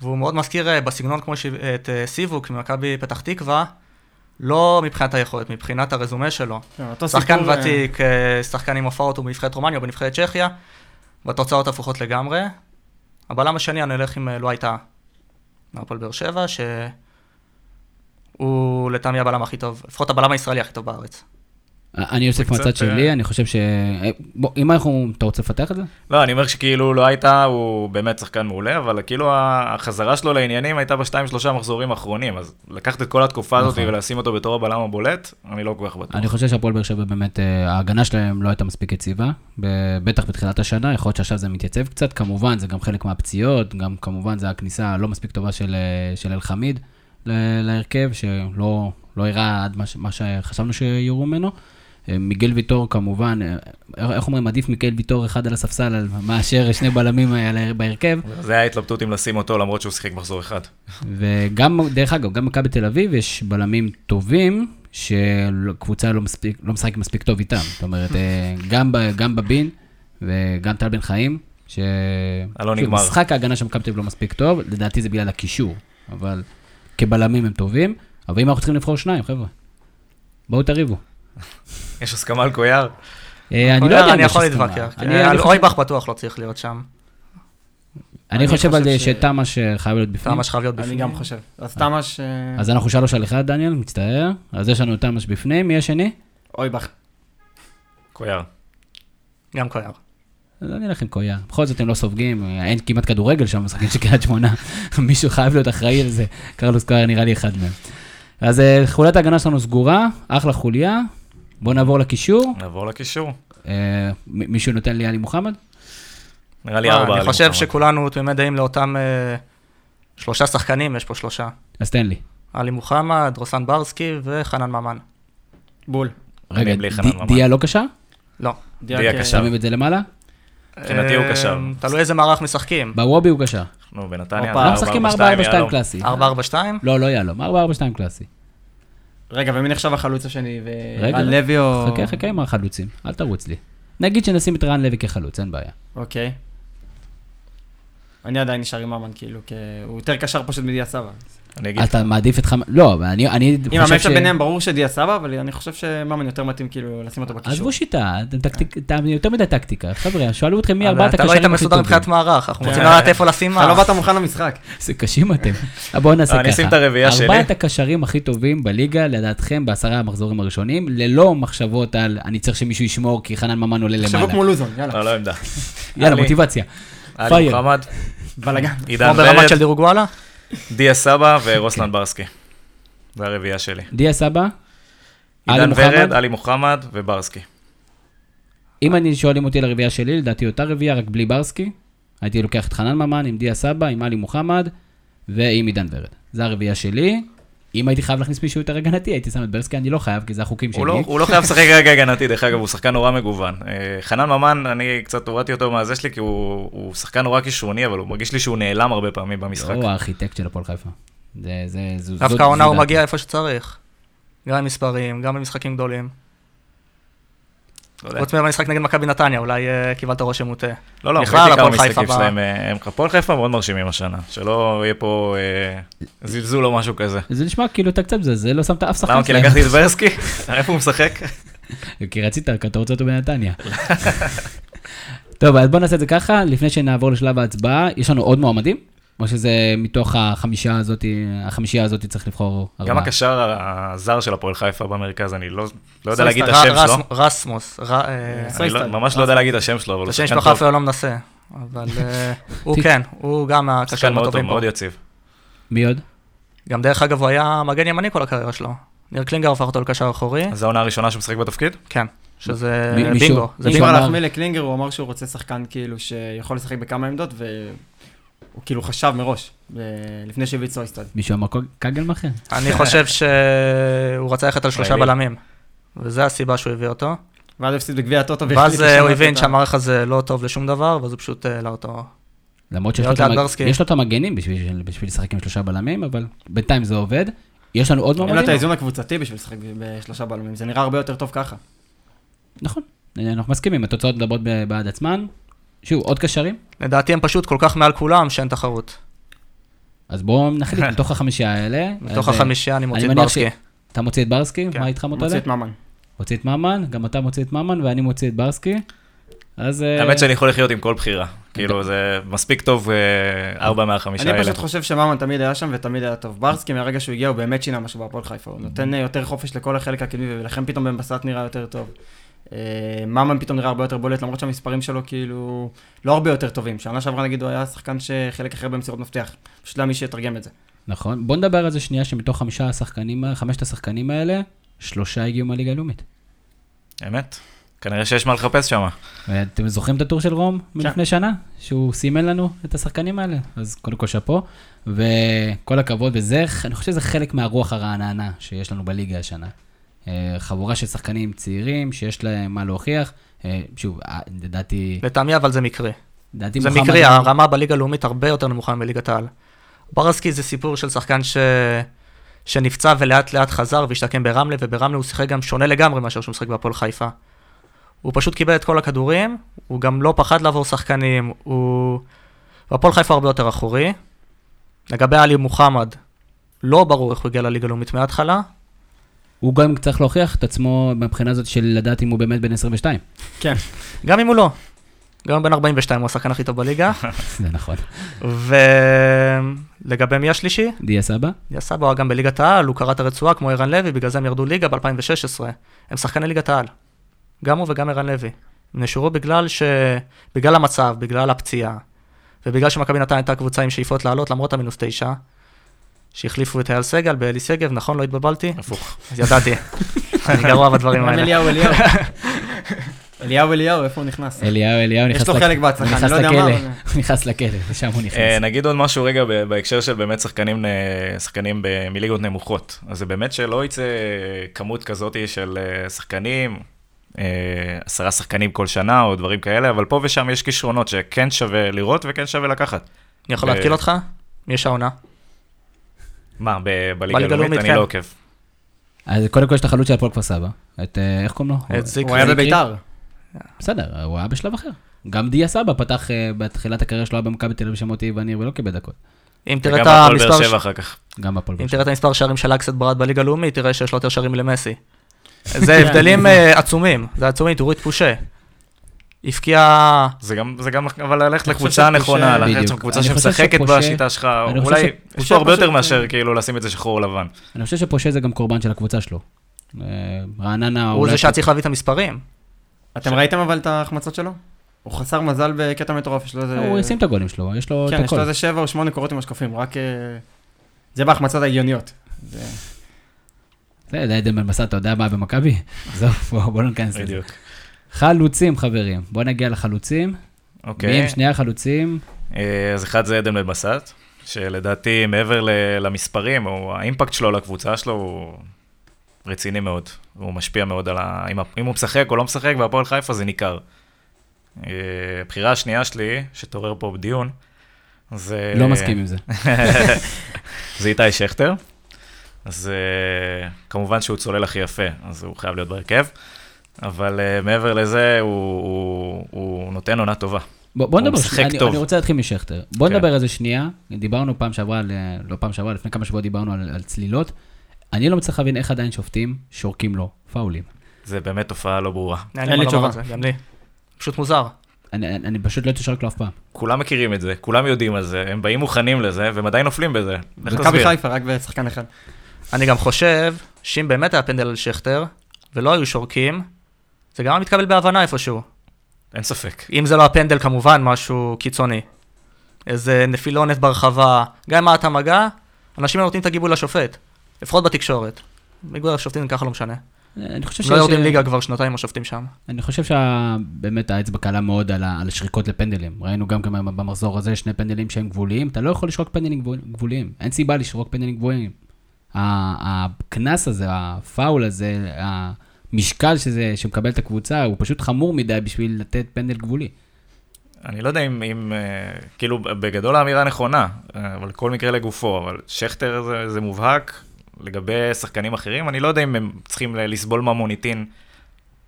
[SPEAKER 4] והוא מאוד מזכיר אה, בסגנון כמו ש... את אה, סיבוק ממכבי פתח תקווה, לא מבחינת היכולת, מבחינת הרזומה שלו.
[SPEAKER 3] כן, אותו
[SPEAKER 4] שחקן
[SPEAKER 3] סיפור, אה,
[SPEAKER 4] ותיק, אה, שחקן עם הופעות הוא בנבחרת רומניה או בנבחרת צ'כיה, והתוצאות הפוכות לגמרי. הבלם השני, אני אלך עם אה, לא הייתה מהפועל באר שבע, שהוא לטעמי הבלם הכי טוב, לפחות הבלם הישראלי הכי טוב בארץ.
[SPEAKER 1] אני אוסיף
[SPEAKER 2] קצת,
[SPEAKER 1] מהצד שלי,
[SPEAKER 2] אה,
[SPEAKER 1] אני חושב ש... אה, בוא, אם אנחנו... אתה רוצה לפתח את זה?
[SPEAKER 2] לא, אני אומר שכאילו לא הייתה, הוא באמת שחקן מעולה, אבל כאילו ה- החזרה שלו לעניינים הייתה בשתיים שלושה מחזורים האחרונים, אז לקחת את כל התקופה הזאת
[SPEAKER 1] נכון.
[SPEAKER 2] ולשים אותו בתור הבלם הבולט, אני לא כל כך בטוח.
[SPEAKER 1] אני חושב שהפועל באר שבע באמת, אה, ההגנה שלהם לא הייתה מספיק יציבה, ב- בטח בתחילת השנה, יכול להיות שעכשיו זה מתייצב קצת, כמובן זה גם חלק מהפציעות, גם כמובן זה הכניסה הלא מספיק טובה של אה, של אלחמיד ל- להרכב, שלא לא הראה עד מה ש- מה שחשבנו שיראו ממנו. אה, מיגל ויטור כמובן, אה, איך איך אומרים, עדיף מיגל ויטור אחד על הספסל על- מאשר שני בלמים אה, על ה- בהרכב.
[SPEAKER 2] זה היה התלבטות אם לשים אותו, למרות שהוא שיחק מחזור אחד.
[SPEAKER 1] וגם, דרך אגב, גם מכבי תל אביב יש בלמים טובים, שקבוצה לא, מספיק, לא משחקת מספיק טוב איתם. זאת אומרת, אה, גם, ב, גם בבין וגם טל בן חיים, ש...
[SPEAKER 2] הלא
[SPEAKER 1] פשוט
[SPEAKER 2] נגמר.
[SPEAKER 1] משחק ההגנה של מכבי תל אביב לא מספיק טוב, לדעתי זה בגלל הקישור, אבל כבלמים הם טובים, אבל אם אנחנו צריכים לבחור שניים, חבר'ה, בואו תריבו.
[SPEAKER 2] יש הסכמה על קויאר?
[SPEAKER 1] אה, אני לא יודע אם
[SPEAKER 4] אוקיי, אני
[SPEAKER 1] יש
[SPEAKER 4] יכול
[SPEAKER 1] הסכמה.
[SPEAKER 4] להתווכח.
[SPEAKER 1] אני- אני
[SPEAKER 4] אה, על
[SPEAKER 1] חושב-
[SPEAKER 4] אויבך בטוח לא צריך להיות שם.
[SPEAKER 1] אני
[SPEAKER 3] אני
[SPEAKER 1] חושב על
[SPEAKER 3] חושב
[SPEAKER 1] זה
[SPEAKER 3] ש-
[SPEAKER 1] שתמ"ש אה, חייב להיות בפנים.
[SPEAKER 4] כמה שחייב להיות בפנים.
[SPEAKER 3] אני גם חושב. אז תמ"ש, אה,
[SPEAKER 1] אז אנחנו שלוש על אחד, דניאל, מצטער. אז יש לנו תמ"ש בפנים, מי השני?
[SPEAKER 3] אויבך.
[SPEAKER 2] קויאר.
[SPEAKER 4] גם קויאר.
[SPEAKER 1] אז אני אלך עם קויה. בכל זאת הם לא סופגים, אין כמעט כדורגל שם במשחקים של קריית שמונה. מישהו חייב להיות אחראי על זה. קרלוס קויה נראה לי אחד מהם. אז אה, חוליית ההגנה שלנו סגורה, אחלה חוליה. בואו נעבור לקישור.
[SPEAKER 2] נעבור לקישור.
[SPEAKER 1] אה, מ- מישהו נותן לי עלי מוחמד?
[SPEAKER 2] נראה לי
[SPEAKER 4] וואי,
[SPEAKER 2] ארבע.
[SPEAKER 4] לא, אה,
[SPEAKER 2] על
[SPEAKER 4] אני
[SPEAKER 2] נכון.
[SPEAKER 4] חושב
[SPEAKER 2] מוחמד.
[SPEAKER 4] שכולנו תמימי דעים לאותם אה, שלושה שחקנים, יש פה שלושה.
[SPEAKER 1] אז תן לי.
[SPEAKER 4] עלי מוחמד, רוסן ברסקי וחנן ממן.
[SPEAKER 3] בול.
[SPEAKER 1] רגע,
[SPEAKER 2] בלי
[SPEAKER 1] ד-
[SPEAKER 2] חנן ממש.
[SPEAKER 1] דיה לא קשר?
[SPEAKER 4] לא.
[SPEAKER 2] דיה
[SPEAKER 3] אה,
[SPEAKER 2] קשר.
[SPEAKER 1] שמים את זה למעלה?
[SPEAKER 2] מבחינתי הוא
[SPEAKER 4] אה,
[SPEAKER 2] קשר.
[SPEAKER 4] תלוי איזה מערך משחקים.
[SPEAKER 1] בוובי הוא קשר.
[SPEAKER 2] נו, בנתניה.
[SPEAKER 3] הופה.
[SPEAKER 2] ארבע,
[SPEAKER 1] לא משחקים
[SPEAKER 2] ארבע, שתיים,
[SPEAKER 1] 4-4-2
[SPEAKER 2] יהלום.
[SPEAKER 1] קלאסי.
[SPEAKER 4] 4-4-2?
[SPEAKER 1] לא, לא יהלום, 4-4-2 קלאסי.
[SPEAKER 3] רגע, ומי נחשב החלוץ השני?
[SPEAKER 1] רגע,
[SPEAKER 3] ורן לוי או...
[SPEAKER 1] חכה, חכה עם החלוצים, אל תרוץ לי. נגיד שנשים את רן לוי כחלוץ, אין בעיה.
[SPEAKER 3] אוקיי. אני עדיין נשאר עם אמן, כאילו, כ... הוא יותר קשר פשוט מדיה סבא.
[SPEAKER 2] אני אגיד,
[SPEAKER 1] אתה מעדיף את חמ... לא, אבל אני אני חושב ש...
[SPEAKER 3] אם המצ'אפ ביניהם ברור שדיה סבא, אבל אני חושב שממן יותר מתאים כאילו לשים אותו בקישור.
[SPEAKER 1] עזבו שיטה, אתם טקטיק- אתם יותר מדי טקטיקה. חבר'ה, שאלו אתכם מי
[SPEAKER 2] אה,
[SPEAKER 4] אבל
[SPEAKER 1] ארבעת
[SPEAKER 4] אתה לא היית
[SPEAKER 1] הקשרים הכי
[SPEAKER 4] מסודר
[SPEAKER 1] טובים.
[SPEAKER 4] מבחינת מערך, אנחנו רוצים
[SPEAKER 3] כן.
[SPEAKER 4] לדעת איפה לשים
[SPEAKER 3] אתה לא
[SPEAKER 4] מערך.
[SPEAKER 3] באת מוכן למשחק.
[SPEAKER 1] זה קשים אתם. אבל בואו נעשה
[SPEAKER 2] לא,
[SPEAKER 1] ככה.
[SPEAKER 2] אני אשים את הרביעייה שלי.
[SPEAKER 1] ארבעת הקשרים הכי טובים בליגה, לדעתכם, בעשרה המחזורים הראשונים, ללא מחשבות על אני צריך שמישהו ישמור כי חנן ממן עולה למעלה.
[SPEAKER 3] תחשבו כמו לוזון,
[SPEAKER 2] לא,
[SPEAKER 1] אה,
[SPEAKER 3] יאללה.
[SPEAKER 2] לא עמדה.
[SPEAKER 1] יאללה,
[SPEAKER 2] עלי.
[SPEAKER 1] מוטיבציה.
[SPEAKER 2] עלי
[SPEAKER 1] פייר.
[SPEAKER 2] מוחמד,
[SPEAKER 3] בלאגן.
[SPEAKER 2] עידן
[SPEAKER 4] כמו ברמת של
[SPEAKER 2] ורד,
[SPEAKER 4] דירוג וואלה?
[SPEAKER 2] דיה סבא
[SPEAKER 1] כן.
[SPEAKER 2] ורוסלן ברסקי. זה הרביעייה שלי.
[SPEAKER 1] דיה סבא, עלי
[SPEAKER 2] עידן ורד,
[SPEAKER 1] מוחמד,
[SPEAKER 2] עלי מוחמד וברסקי.
[SPEAKER 1] אם אני שואלים אותי על הרביעייה שלי, לדעתי אותה רביעייה, רק בלי ברסקי. הייתי לוקח את חנן ממן עם דיה סבא, עם עלי מוחמד ועם עידן ורד. זה הרביעייה שלי. אם הייתי חייב להכניס מישהו יותר הגנתי, הייתי שם את ברסקי, אני לא חייב, כי זה החוקים שלי.
[SPEAKER 2] הוא לא- הוא לא חייב לשחק רגע הגנתי, דרך אגב, הוא שחקן נורא מגוון. אה, חנן ממן, אני קצת הורדתי אותו מהזה שלי, כי הוא הוא שחקן נורא כישרוני, אבל הוא מרגיש לי שהוא נעלם הרבה פעמים במשחק.
[SPEAKER 1] הוא הארכיטקט של הפועל חיפה. זה, זה, זו,
[SPEAKER 4] דווקא
[SPEAKER 1] זאת-
[SPEAKER 4] העונה
[SPEAKER 1] זו
[SPEAKER 4] הוא
[SPEAKER 1] דעתי.
[SPEAKER 4] מגיע איפה שצריך. גם עם מספרים, גם במשחקים גדולים.
[SPEAKER 2] לא יודע.
[SPEAKER 4] חוץ מהמשחק נגד מכבי נתניה, אולי אה, קיבלת רושם מוטה.
[SPEAKER 2] לא, לא,
[SPEAKER 4] בכלל,
[SPEAKER 2] ראיתי כמה
[SPEAKER 4] הפועל חיפה
[SPEAKER 2] משחקים
[SPEAKER 4] ב-
[SPEAKER 2] שלהם, אה, הם הפועל חיפה מאוד מרשימים השנה, שלא יהיה פה אה, זלזול או משהו כזה.
[SPEAKER 1] זה נשמע כאילו אתה קצת מזלזל, לא שמת אף שחקן
[SPEAKER 2] למה? כי
[SPEAKER 1] שלהם.
[SPEAKER 2] לקחתי את ורסקי? איפה הוא משחק?
[SPEAKER 1] כי רצית, כי אתה רוצה אותו בנתניה. טוב, אז בוא נעשה את זה ככה, לפני שנעבור לשלב ההצבעה, יש לנו עוד מועמדים? או שזה מתוך החמישה הזאת, החמישייה הזאת צריך לבחור
[SPEAKER 2] גם
[SPEAKER 1] ארבעה?
[SPEAKER 2] הקשר הזר של הפועל חיפה במרכז, אני לא לא יודע
[SPEAKER 4] סויסטה,
[SPEAKER 2] להגיד את
[SPEAKER 4] ר-
[SPEAKER 2] השם שלו.
[SPEAKER 4] רס- רסמוס, ר- אה,
[SPEAKER 3] סויסטה.
[SPEAKER 2] אני לא- ממש לא יודע להגיד את השם שלו, אבל
[SPEAKER 4] את
[SPEAKER 2] הוא
[SPEAKER 4] השם
[SPEAKER 2] שחקן
[SPEAKER 4] שלו
[SPEAKER 2] טוב.
[SPEAKER 4] חיפה לא מנסה, אבל אה, הוא כן, הוא גם הקשר
[SPEAKER 2] שחקן מאוד טוב,
[SPEAKER 4] מהטובים לא פה.
[SPEAKER 2] מאוד יציב.
[SPEAKER 1] מי עוד?
[SPEAKER 4] גם דרך אגב, הוא היה מגן ימני כל הקריירה שלו. ניר קלינגר הפך אותו לקשר אחורי,
[SPEAKER 2] אז זו העונה הראשונה שהוא משחק בתפקיד?
[SPEAKER 4] כן, שזה
[SPEAKER 1] מי- מישהו-
[SPEAKER 4] בינגו.
[SPEAKER 1] מישהו
[SPEAKER 4] זה
[SPEAKER 3] אם
[SPEAKER 4] בינגו.
[SPEAKER 3] כבר
[SPEAKER 1] אמר-
[SPEAKER 3] להחמיא לקלינגר, הוא אמר שהוא רוצה שחקן כאילו שיכול לשחק בכמה עמדות, והוא כאילו חשב מראש, ב- לפני שהביא את סויסטד.
[SPEAKER 1] מישהו אמר "קוג- קגלמאכר?
[SPEAKER 4] אני חושב שהוא רצה ללכת על שלושה
[SPEAKER 2] ישראלי.
[SPEAKER 4] בלמים, וזו הסיבה שהוא הביא אותו.
[SPEAKER 3] ואז הפסיד בגביע הטוטו,
[SPEAKER 4] ואז
[SPEAKER 3] והחליט
[SPEAKER 4] אה, הוא
[SPEAKER 3] לשנות
[SPEAKER 4] הבין
[SPEAKER 3] את ה-
[SPEAKER 4] שהמערך הזה לא טוב לשום דבר, ואז הוא פשוט אה, העלה אותו.
[SPEAKER 1] למרות שיש לו, את
[SPEAKER 4] יונתן
[SPEAKER 1] המג...
[SPEAKER 4] דרסקי.
[SPEAKER 1] יש לו את המגנים בשביל, בשביל לשחק עם שלושה בלמים, אבל בינתיים זה עובד. יש לנו עוד
[SPEAKER 3] אין לו את
[SPEAKER 1] מועמדים?
[SPEAKER 3] האיזון הקבוצתי בשביל לשחק בשלושה בלמים, זה נראה הרבה יותר טוב ככה.
[SPEAKER 1] נכון, אנחנו מסכימים, התוצאות מדברות ב- בעד עצמן. שוב, עוד קשרים?
[SPEAKER 4] לדעתי הם פשוט כל כך מעל כולם שאין תחרות.
[SPEAKER 1] אז בואו נחליט מתוך החמישייה האלה.
[SPEAKER 4] מתוך
[SPEAKER 1] אז, אה,
[SPEAKER 4] החמישייה אני מוציא את
[SPEAKER 1] מניח
[SPEAKER 4] ברסקי.
[SPEAKER 1] אתה מוציא את ברסקי?
[SPEAKER 4] כן,
[SPEAKER 1] מה איתך מוטלה?
[SPEAKER 3] מוציא את ממן.
[SPEAKER 1] מוציא את ממן, גם אתה מוציא את ממן ואני מוציא את ברסקי. אז... אה,
[SPEAKER 2] האמת שאני יכול לחיות עם כל בחירה. כאילו, זה מספיק טוב, אה, ארבע מהחמישה
[SPEAKER 3] אני
[SPEAKER 2] האלה.
[SPEAKER 3] פשוט חושב שממן תמיד היה שם ותמיד היה טוב. ברסקי מהרגע שהוא הגיע הוא באמת שינה משהו בהפועל חיפה. הוא נותן אה, יותר חופש לכל החלק הקדמי ולכן פתאום במבסט נראה יותר טוב. אה, ממן פתאום נראה הרבה יותר בולט למרות שהמספרים שלו כאילו לא הרבה יותר טובים. שנה שעברה נגיד הוא היה שחקן שחלק אחר במסירות מפתח. פשוט לא היה מי שיתרגם את זה.
[SPEAKER 1] נכון. בואו נדבר על זה שנייה, שמתוך חמישה השחקנים, ה- חמשת השחקנים האלה, שלושה הגיעו מהליגה הלאומית.
[SPEAKER 2] אמת. כנראה שיש מה לחפש שם.
[SPEAKER 1] אתם זוכרים את הטור של רום מלפני שנה? שהוא סימן לנו את השחקנים האלה. אז קודם כל שאפו, וכל הכבוד, וזה, אני חושב שזה חלק מהרוח הרעננה שיש לנו בליגה השנה. אה, חבורה של שחקנים צעירים, שיש להם מה להוכיח. אה, שוב, אה, לדעתי,
[SPEAKER 4] לטעמי אבל זה מקרי.
[SPEAKER 1] לדעתי
[SPEAKER 4] זה
[SPEAKER 1] מוחמד-
[SPEAKER 4] מקרי, הרמה בליגה הלאומית הרבה יותר נמוכה מליגת העל. ברסקי זה סיפור של שחקן ש... שנפצע ולאט לאט חזר והשתקם ברמלה, וברמלה הוא שיחק גם שונה לגמרי מאשר שהוא משחק בהפועל חיפה. הוא פשוט קיבל את כל הכדורים, הוא גם לא פחד לעבור שחקנים, הוא... והפועל חיפה הרבה יותר אחורי. לגבי עלי מוחמד, לא ברור איך הוא הגיע לליגה הלאומית מההתחלה.
[SPEAKER 1] הוא גם צריך להוכיח את עצמו מבחינה זאת של לדעת אם הוא באמת בן 22.
[SPEAKER 4] גם אם הוא לא. גם אם בן 42 הוא השחקן הכי טוב בליגה.
[SPEAKER 1] זה נכון.
[SPEAKER 4] ולגבי מי השלישי?
[SPEAKER 1] דיה סבא?
[SPEAKER 4] דיה סבא היה גם בליגת העל, הוא קרע את הרצועה כמו ערן לוי, בגלל זה הם ירדו ליגה ב-2016. הם שחקני ליגת העל. גם הוא וגם ערן לוי. הם נשארו בגלל ש... בגלל המצב, בגלל הפציעה, ובגלל שמכבי נתניה הייתה קבוצה עם שאיפות לעלות למרות המינוס תשע, שהחליפו את אייל סגל באלי שגב, נכון? לא התבלבלתי?
[SPEAKER 2] הפוך.
[SPEAKER 4] אז ידעתי. אני גרוע בדברים
[SPEAKER 3] גם
[SPEAKER 4] האלה.
[SPEAKER 3] אליהו אליהו. אליהו אליהו, איפה הוא נכנס?
[SPEAKER 1] אליהו, אליהו נכנס
[SPEAKER 3] יש לו
[SPEAKER 1] לכ-
[SPEAKER 3] חלק בהצלחה, אני
[SPEAKER 1] נכנס
[SPEAKER 3] לא יודע מה.
[SPEAKER 1] לכלא.
[SPEAKER 3] אבל-
[SPEAKER 1] הוא נכנס לכלא, לשם הוא
[SPEAKER 2] אה,
[SPEAKER 1] נכנס.
[SPEAKER 2] נגיד עוד משהו רגע ב- בהקשר של באמת שחקנים אה, שחקנים ב- מליגות נמוכות. אז זה באמת שלא יצא אה, כמות כזאת של אה, שחקנים, אה, עשרה שחקנים כל שנה או דברים כאלה, אבל פה ושם יש כישרונות שכן שווה לראות וכן שווה לקחת.
[SPEAKER 4] אני יכול
[SPEAKER 2] אה,
[SPEAKER 4] להתקיל אותך? מי יש העונה?
[SPEAKER 2] מה, ב- בליגה
[SPEAKER 4] בליגה
[SPEAKER 2] הלאומית?
[SPEAKER 4] הלאומית,
[SPEAKER 2] אני
[SPEAKER 4] כן.
[SPEAKER 2] לא עוקב.
[SPEAKER 1] אז קודם כל יש את החלוץ של הפועל כפר סבא. את, אה, איך קוראים לו?
[SPEAKER 4] את זיק
[SPEAKER 3] הוא היה
[SPEAKER 4] זיקי.
[SPEAKER 3] בביתר.
[SPEAKER 1] בסדר, הוא היה בשלב אחר. גם דיה סבא פתח אה, בתחילת הקריירה שלו היה במכבי תל אביב שמוטי וניר ולא קיבל דקות.
[SPEAKER 4] אם תראה
[SPEAKER 2] וגם
[SPEAKER 4] את
[SPEAKER 2] הפועל באר
[SPEAKER 4] המספר
[SPEAKER 2] שבע אחר כך.
[SPEAKER 1] גם בפועל באר
[SPEAKER 4] אם
[SPEAKER 1] שבע.
[SPEAKER 4] תראה את המספר שערים של אקסט ברד בליגה הלאומית, תראה שיש לו יותר שערים מלמסי. זה הבדלים אה, עצומים, זה עצומים, תראו את פושה. הבקיע...
[SPEAKER 2] זה גם, זה גם, אבל ללכת
[SPEAKER 3] אני חושב
[SPEAKER 2] לקבוצה הנכונה,
[SPEAKER 3] שפושה-
[SPEAKER 2] ללכת
[SPEAKER 1] בדיוק.
[SPEAKER 2] לקבוצה
[SPEAKER 1] אני חושב
[SPEAKER 2] שמשחקת
[SPEAKER 1] שפושה-
[SPEAKER 2] בשיטה שלך,
[SPEAKER 1] אני חושב
[SPEAKER 2] אולי
[SPEAKER 1] שפושה
[SPEAKER 2] יש פה הרבה
[SPEAKER 3] פשוט-
[SPEAKER 2] יותר מאשר כאילו לשים את זה שחור או לבן.
[SPEAKER 1] אני חושב שפושה זה גם קורבן של הקבוצה שלו. אה, רעננה
[SPEAKER 4] הוא
[SPEAKER 1] אולי...
[SPEAKER 4] זה שהיה צריך להביא את המספרים.
[SPEAKER 3] אתם ראיתם אבל את ההחמצות שלו? הוא חסר מזל בקטע מטורף, יש לו איזה...
[SPEAKER 1] הוא ישים את הגולים שלו, יש לו את
[SPEAKER 3] כן, יש לו
[SPEAKER 1] הכל.
[SPEAKER 3] איזה שבע או שמונה קורות עם השקפים, רק... אה, זה בהחמצות ההגיוניות. זה-
[SPEAKER 1] זה זה עדן בן מסע, אתה יודע מה היה במכבי? עזוב, בוא- בוא לא ניכנס לזה.
[SPEAKER 2] בדיוק.
[SPEAKER 1] חלוצים, חברים. בוא נגיע לחלוצים. מי
[SPEAKER 2] אוקיי.
[SPEAKER 1] הם שני החלוצים?
[SPEAKER 2] אה, אז אחד זה עדן בן בסט, שלדעתי מעבר ל- למספרים, הוא, האימפקט שלו על הקבוצה שלו הוא רציני מאוד. הוא משפיע מאוד על ה... אם, ה- אם הוא משחק או לא משחק, והפועל חיפה זה ניכר. אה, הבחירה השנייה שלי, שתעורר פה בדיון, זה...
[SPEAKER 1] לא מסכים עם זה.
[SPEAKER 2] זה איתי שכטר. אז אה, כמובן שהוא צולל הכי יפה, אז הוא חייב להיות בהרכב. אבל אה, מעבר לזה, הוא, הוא, הוא נותן עונה טובה.
[SPEAKER 1] בוא, בוא
[SPEAKER 2] הוא
[SPEAKER 1] נדבר,
[SPEAKER 2] משחק
[SPEAKER 1] אני,
[SPEAKER 2] טוב.
[SPEAKER 1] אני רוצה להתחיל משכטר. בוא
[SPEAKER 2] כן.
[SPEAKER 1] נדבר על זה שנייה, דיברנו פעם שעברה, על, לא פעם שעברה, לפני כמה שבועות דיברנו על, על צלילות. אני לא מצליח להבין איך עדיין שופטים שורקים לו פאולים.
[SPEAKER 2] זה באמת תופעה לא ברורה.
[SPEAKER 4] אין
[SPEAKER 3] לי
[SPEAKER 4] מה לומר
[SPEAKER 3] תשובה.
[SPEAKER 4] על זה, גם לי. פשוט מוזר.
[SPEAKER 1] אני, אני, אני פשוט לא הייתי שורק לו אף פעם.
[SPEAKER 2] כולם מכירים את זה, כולם יודעים על זה, הם באים מוכנים לזה, והם עדיין נופלים בזה. לך
[SPEAKER 3] מכבי
[SPEAKER 2] תסביר.
[SPEAKER 3] חיפה, רק בשחקן אחד.
[SPEAKER 4] אני גם חושב שאם באמת היה פנדל על שכטר, ולא היו שורקים, זה גם היה מתקבל בהבנה איפשהו.
[SPEAKER 2] אין ספק.
[SPEAKER 4] אם זה לא הפנדל כמובן, משהו קיצוני. איזה נפילונת ברחבה, גם אם היה את המגע, אנשים לא נותנים את הגיבוי לשופט, לפחות בתקשורת. איגוד השופטים ככה לא משנה.
[SPEAKER 1] אני חושב אה,
[SPEAKER 4] לא יורדים ליגה כבר שנתיים השופטים שם.
[SPEAKER 1] אני חושב שבאמת האצבע קלה מאוד על, ה- על השריקות לפנדלים. ראינו גם כמה במחזור הזה שני פנדלים שהם גבוליים. אתה לא יכול לשרוק פנדלים גבול- גבוליים. אין סיבה לשרוק פנדלים גבוליים. ה- הקנס הזה, הפאול הזה, המשקל שזה, שמקבלת הקבוצה, הוא פשוט חמור מדי בשביל לתת פנדל גבולי.
[SPEAKER 2] אני לא יודע אם, אם אה, כאילו, בגדול האמירה נכונה, אה, אבל כל מקרה לגופו, אבל שכטר זה, זה מובהק, לגבי שחקנים אחרים, אני לא יודע אם הם צריכים ל- לסבול מהמוניטין,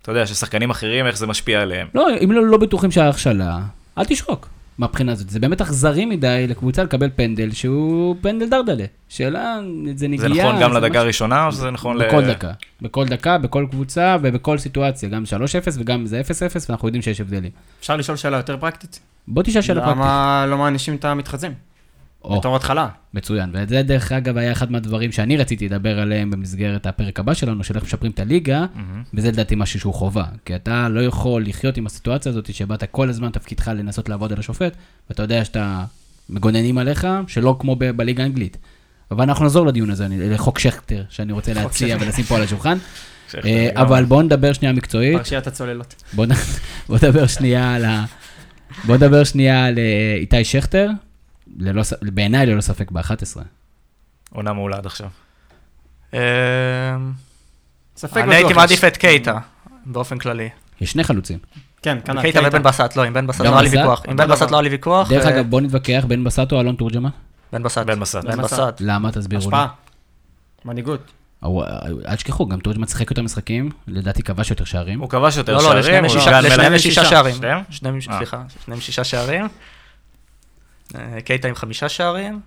[SPEAKER 2] אתה יודע, ששחקנים אחרים, איך זה משפיע עליהם.
[SPEAKER 1] לא, אם לא, לא בטוחים שההכשלה, אל תשרוק מהבחינה הזאת. זה באמת אכזרי מדי לקבוצה לקבל פנדל שהוא פנדל דרדלה. שאלה, זה
[SPEAKER 2] זה
[SPEAKER 1] נגיעה.
[SPEAKER 2] נכון גם
[SPEAKER 1] משהו.
[SPEAKER 2] לדקה הראשונה, או שזה נכון ל...
[SPEAKER 1] בכל דקה. בכל דקה, בכל קבוצה ובכל סיטואציה. גם 3-0 וגם זה 0-0, ואנחנו יודעים שיש הבדלים.
[SPEAKER 3] אפשר לשאול שאלה יותר פרקטית?
[SPEAKER 1] בוא תשאל כן, שאלה פרקטית. אוקיי.
[SPEAKER 3] למה לא מענישים את המתחזים?
[SPEAKER 1] או,
[SPEAKER 3] בתור התחלה.
[SPEAKER 1] מצוין. וזה דרך אגב היה אחד מהדברים שאני רציתי לדבר עליהם במסגרת הפרק הבא שלנו, של איך משפרים את הליגה,
[SPEAKER 2] מהמם.
[SPEAKER 1] וזה לדעתי משהו שהוא חובה. כי אתה לא יכול לחיות עם הסיטואציה הזאת שבאת כל הזמן תפקידך לנסות לעבוד על השופט, ואתה יודע שאתה מגוננים עליך, שלא כמו ב- בליגה האנגלית. אבל אנחנו נחזור לדיון הזה, אני- לחוק שכטר, שאני רוצה להציע ולשים פה על השולחן.
[SPEAKER 2] שכטר,
[SPEAKER 1] אה,
[SPEAKER 2] גם.
[SPEAKER 1] אבל בואו נדבר שנייה מקצועית.
[SPEAKER 3] פרשיית הצוללות.
[SPEAKER 1] בוא, נ... בוא נדבר שנייה על ה... בוא נדבר שנייה על אה, איתי שכטר, ללא... ס- בעיניי ללא ספק ב-11.
[SPEAKER 2] עונה מעולה עד עכשיו.
[SPEAKER 4] אמ,
[SPEAKER 3] ספק לא בטוח.
[SPEAKER 4] אני הייתי
[SPEAKER 3] יש.
[SPEAKER 4] מעדיף את קייטה, באופן כללי.
[SPEAKER 1] יש שני חלוצים.
[SPEAKER 3] כן, כנ"ל.
[SPEAKER 4] קייטה ובן בסט, לא, עם בן בסט
[SPEAKER 1] גם
[SPEAKER 4] לא היה לי
[SPEAKER 1] בסט?
[SPEAKER 4] ויכוח. עם
[SPEAKER 3] אותו
[SPEAKER 4] בן בסט
[SPEAKER 3] דבר.
[SPEAKER 4] לא היה לי ויכוח.
[SPEAKER 1] דרך
[SPEAKER 4] אה,
[SPEAKER 1] אגב, בוא נתווכח בין בסט או אלון תורג'מן.
[SPEAKER 4] בן בסט.
[SPEAKER 2] בן בסט.
[SPEAKER 4] בן
[SPEAKER 3] בן בסט.
[SPEAKER 4] בסט.
[SPEAKER 1] למה? תסבירו לי.
[SPEAKER 3] השפעה. מנהיגות.
[SPEAKER 1] או, אה, אל תשכחו, גם תורג'מן שיחק יותר משחקים, לדעתי כבש יותר שערים.
[SPEAKER 2] הוא כבש יותר
[SPEAKER 4] לא, לא,
[SPEAKER 2] שערים,
[SPEAKER 4] לשניהם
[SPEAKER 2] הוא
[SPEAKER 4] יש שישה-
[SPEAKER 2] גם
[SPEAKER 4] לשניהם
[SPEAKER 2] מלמד-
[SPEAKER 4] יש שישה שערים.
[SPEAKER 2] שניהם?
[SPEAKER 4] שניהם,
[SPEAKER 2] אה.
[SPEAKER 4] סליחה, שניהם שישה שערים. אה, קייטה עם חמישה שערים.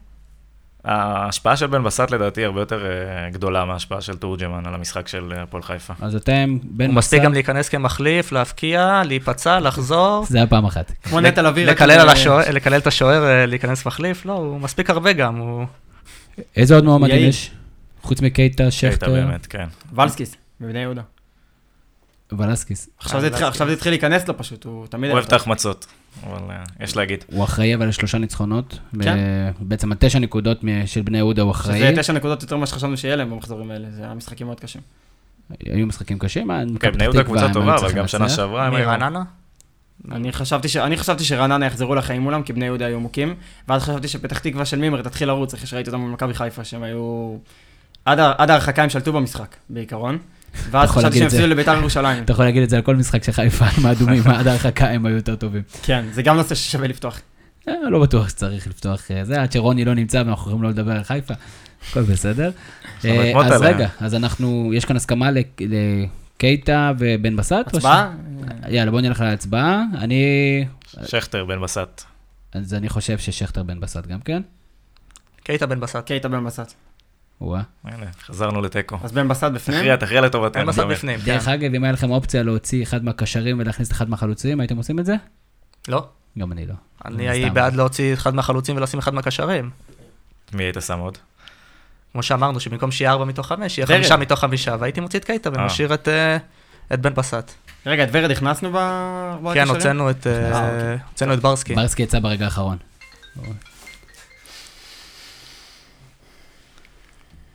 [SPEAKER 2] ההשפעה של בן בסט לדעתי הרבה יותר אה, גדולה מההשפעה של תורג'מן על המשחק של אה, הפועל חיפה.
[SPEAKER 1] אז אתם, בן
[SPEAKER 4] הוא
[SPEAKER 1] בסט,
[SPEAKER 4] מספיק גם להיכנס כמחליף, להבקיע, להיפצע, לחזור.
[SPEAKER 1] זה היה פעם אחת.
[SPEAKER 3] כמו נטע לביא. רק
[SPEAKER 4] לקלל
[SPEAKER 3] עם- אה,
[SPEAKER 4] על השוער- לקלל את השוער, אה, להיכנס מחליף, לא, הוא מספיק הרבה גם, הוא...
[SPEAKER 1] איזה עוד מועמדים
[SPEAKER 3] יאיר.
[SPEAKER 1] יש? חוץ מקייטה,
[SPEAKER 2] שכטר.
[SPEAKER 1] שכטר,
[SPEAKER 2] באמת, כן.
[SPEAKER 3] ולסקיס, מבני יהודה.
[SPEAKER 4] אה,
[SPEAKER 1] ולסקיס.
[SPEAKER 3] עכשיו זה התחיל-
[SPEAKER 4] לא-
[SPEAKER 3] עכשיו זה התחיל להיכנס לו פשוט, הוא תמיד...
[SPEAKER 2] הוא אוהב את ההחמצות, אבל אה, יש להגיד.
[SPEAKER 1] הוא אחראי אבל לשלושה ניצחונות.
[SPEAKER 3] כן.
[SPEAKER 1] ב- בעצם התשע נקודות מ- של בני יהודה הוא אחראי.
[SPEAKER 3] שזה תשע נקודות יותר ממה שחשבנו שיהיה להם במחזורים האלה, זה היה משחקים מאוד קשים.
[SPEAKER 1] היו משחקים קשים, אה, מכבי
[SPEAKER 2] כן,
[SPEAKER 1] פתח
[SPEAKER 2] בני יהודה
[SPEAKER 1] תקווה,
[SPEAKER 2] קבוצה
[SPEAKER 1] הם
[SPEAKER 2] טובה,
[SPEAKER 1] היו
[SPEAKER 2] אבל
[SPEAKER 1] צריכים
[SPEAKER 2] גם שנה
[SPEAKER 1] לנצח.
[SPEAKER 2] שעברה הם היו...
[SPEAKER 4] מרעננה?
[SPEAKER 3] אני חשבתי, ש... אני חשבתי שרעננה יחזרו לחיים מולם, כי בני יהודה היו עמוקים, ואז חשבתי שפתח תקווה של מימר תתחיל לרוץ, אחרי שראיתי אותם במכבי חיפה, שהם היו... עד, ה... עד ההרחקה הם שלטו במשחק, בעיקרון. ואז
[SPEAKER 1] יכול
[SPEAKER 3] חשבתי
[SPEAKER 1] להגיד
[SPEAKER 3] שהם
[SPEAKER 1] את זה.
[SPEAKER 3] הפסידו לביתר ירושלים.
[SPEAKER 1] אתה יכול להגיד את זה על כל משחק של חיפה, עם האדומים, עד ההרחקה הם היו יותר טובים.
[SPEAKER 3] כן, זה גם נושא ששווה לפתוח.
[SPEAKER 1] אה, לא בטוח שצריך לפתוח אה, זה, עד שרוני לא נמצא ואנחנו יכולים לא לדבר על חיפה, הכל בסדר.
[SPEAKER 2] לנו
[SPEAKER 1] אה,
[SPEAKER 2] את מוטה
[SPEAKER 1] אז
[SPEAKER 2] עליה.
[SPEAKER 1] רגע, אז אנחנו, יש כאן הסכמה לק- לקייטה ובן בסט? או ש-
[SPEAKER 3] הצבעה?
[SPEAKER 1] יאללה, בוא נלך להצבעה. אני,
[SPEAKER 2] שכטר, בן בסט.
[SPEAKER 1] אז אני חושב ששכטר בן בסט גם כן.
[SPEAKER 4] קייטה בן בסט.
[SPEAKER 3] קייטה בן בסט.
[SPEAKER 1] וואה.
[SPEAKER 2] הנה, חזרנו לתיקו.
[SPEAKER 3] אוקיי, אז בן בסט בפנים?
[SPEAKER 2] תכריע, תכריע לטובתנו.
[SPEAKER 4] בן בסט
[SPEAKER 2] באמת.
[SPEAKER 4] בפנים, כן.
[SPEAKER 1] דרך אגב, אם היה לכם אופציה להוציא אחד מהקשרים ולהכניס את אחד מהחלוצים, הייתם עושים את זה?
[SPEAKER 4] לא.
[SPEAKER 1] גם אני לא.
[SPEAKER 4] אני
[SPEAKER 1] מן
[SPEAKER 4] הייתי
[SPEAKER 1] הסתם.
[SPEAKER 4] בעד להוציא אחד מהחלוצים ולשים אחד מהקשרים.
[SPEAKER 2] מי היית שם עוד?
[SPEAKER 4] כמו שאמרנו, שבמקום שיהיה ארבע מתוך חמש, יהיה
[SPEAKER 3] ורד.
[SPEAKER 4] חמישה מתוך חמישה, והייתי מוציא את קייטה
[SPEAKER 2] אה.
[SPEAKER 4] ומשאיר את, אה, את בן בסט.
[SPEAKER 3] רגע, את ורד הכנסנו בארבעה
[SPEAKER 4] כן,
[SPEAKER 3] הקשרים?
[SPEAKER 4] הוצאנו את, אה,
[SPEAKER 3] אה, אוקיי.
[SPEAKER 4] הוצאנו את
[SPEAKER 2] כן.
[SPEAKER 4] ברסקי.
[SPEAKER 1] ברסקי יצא ברגע האחרון.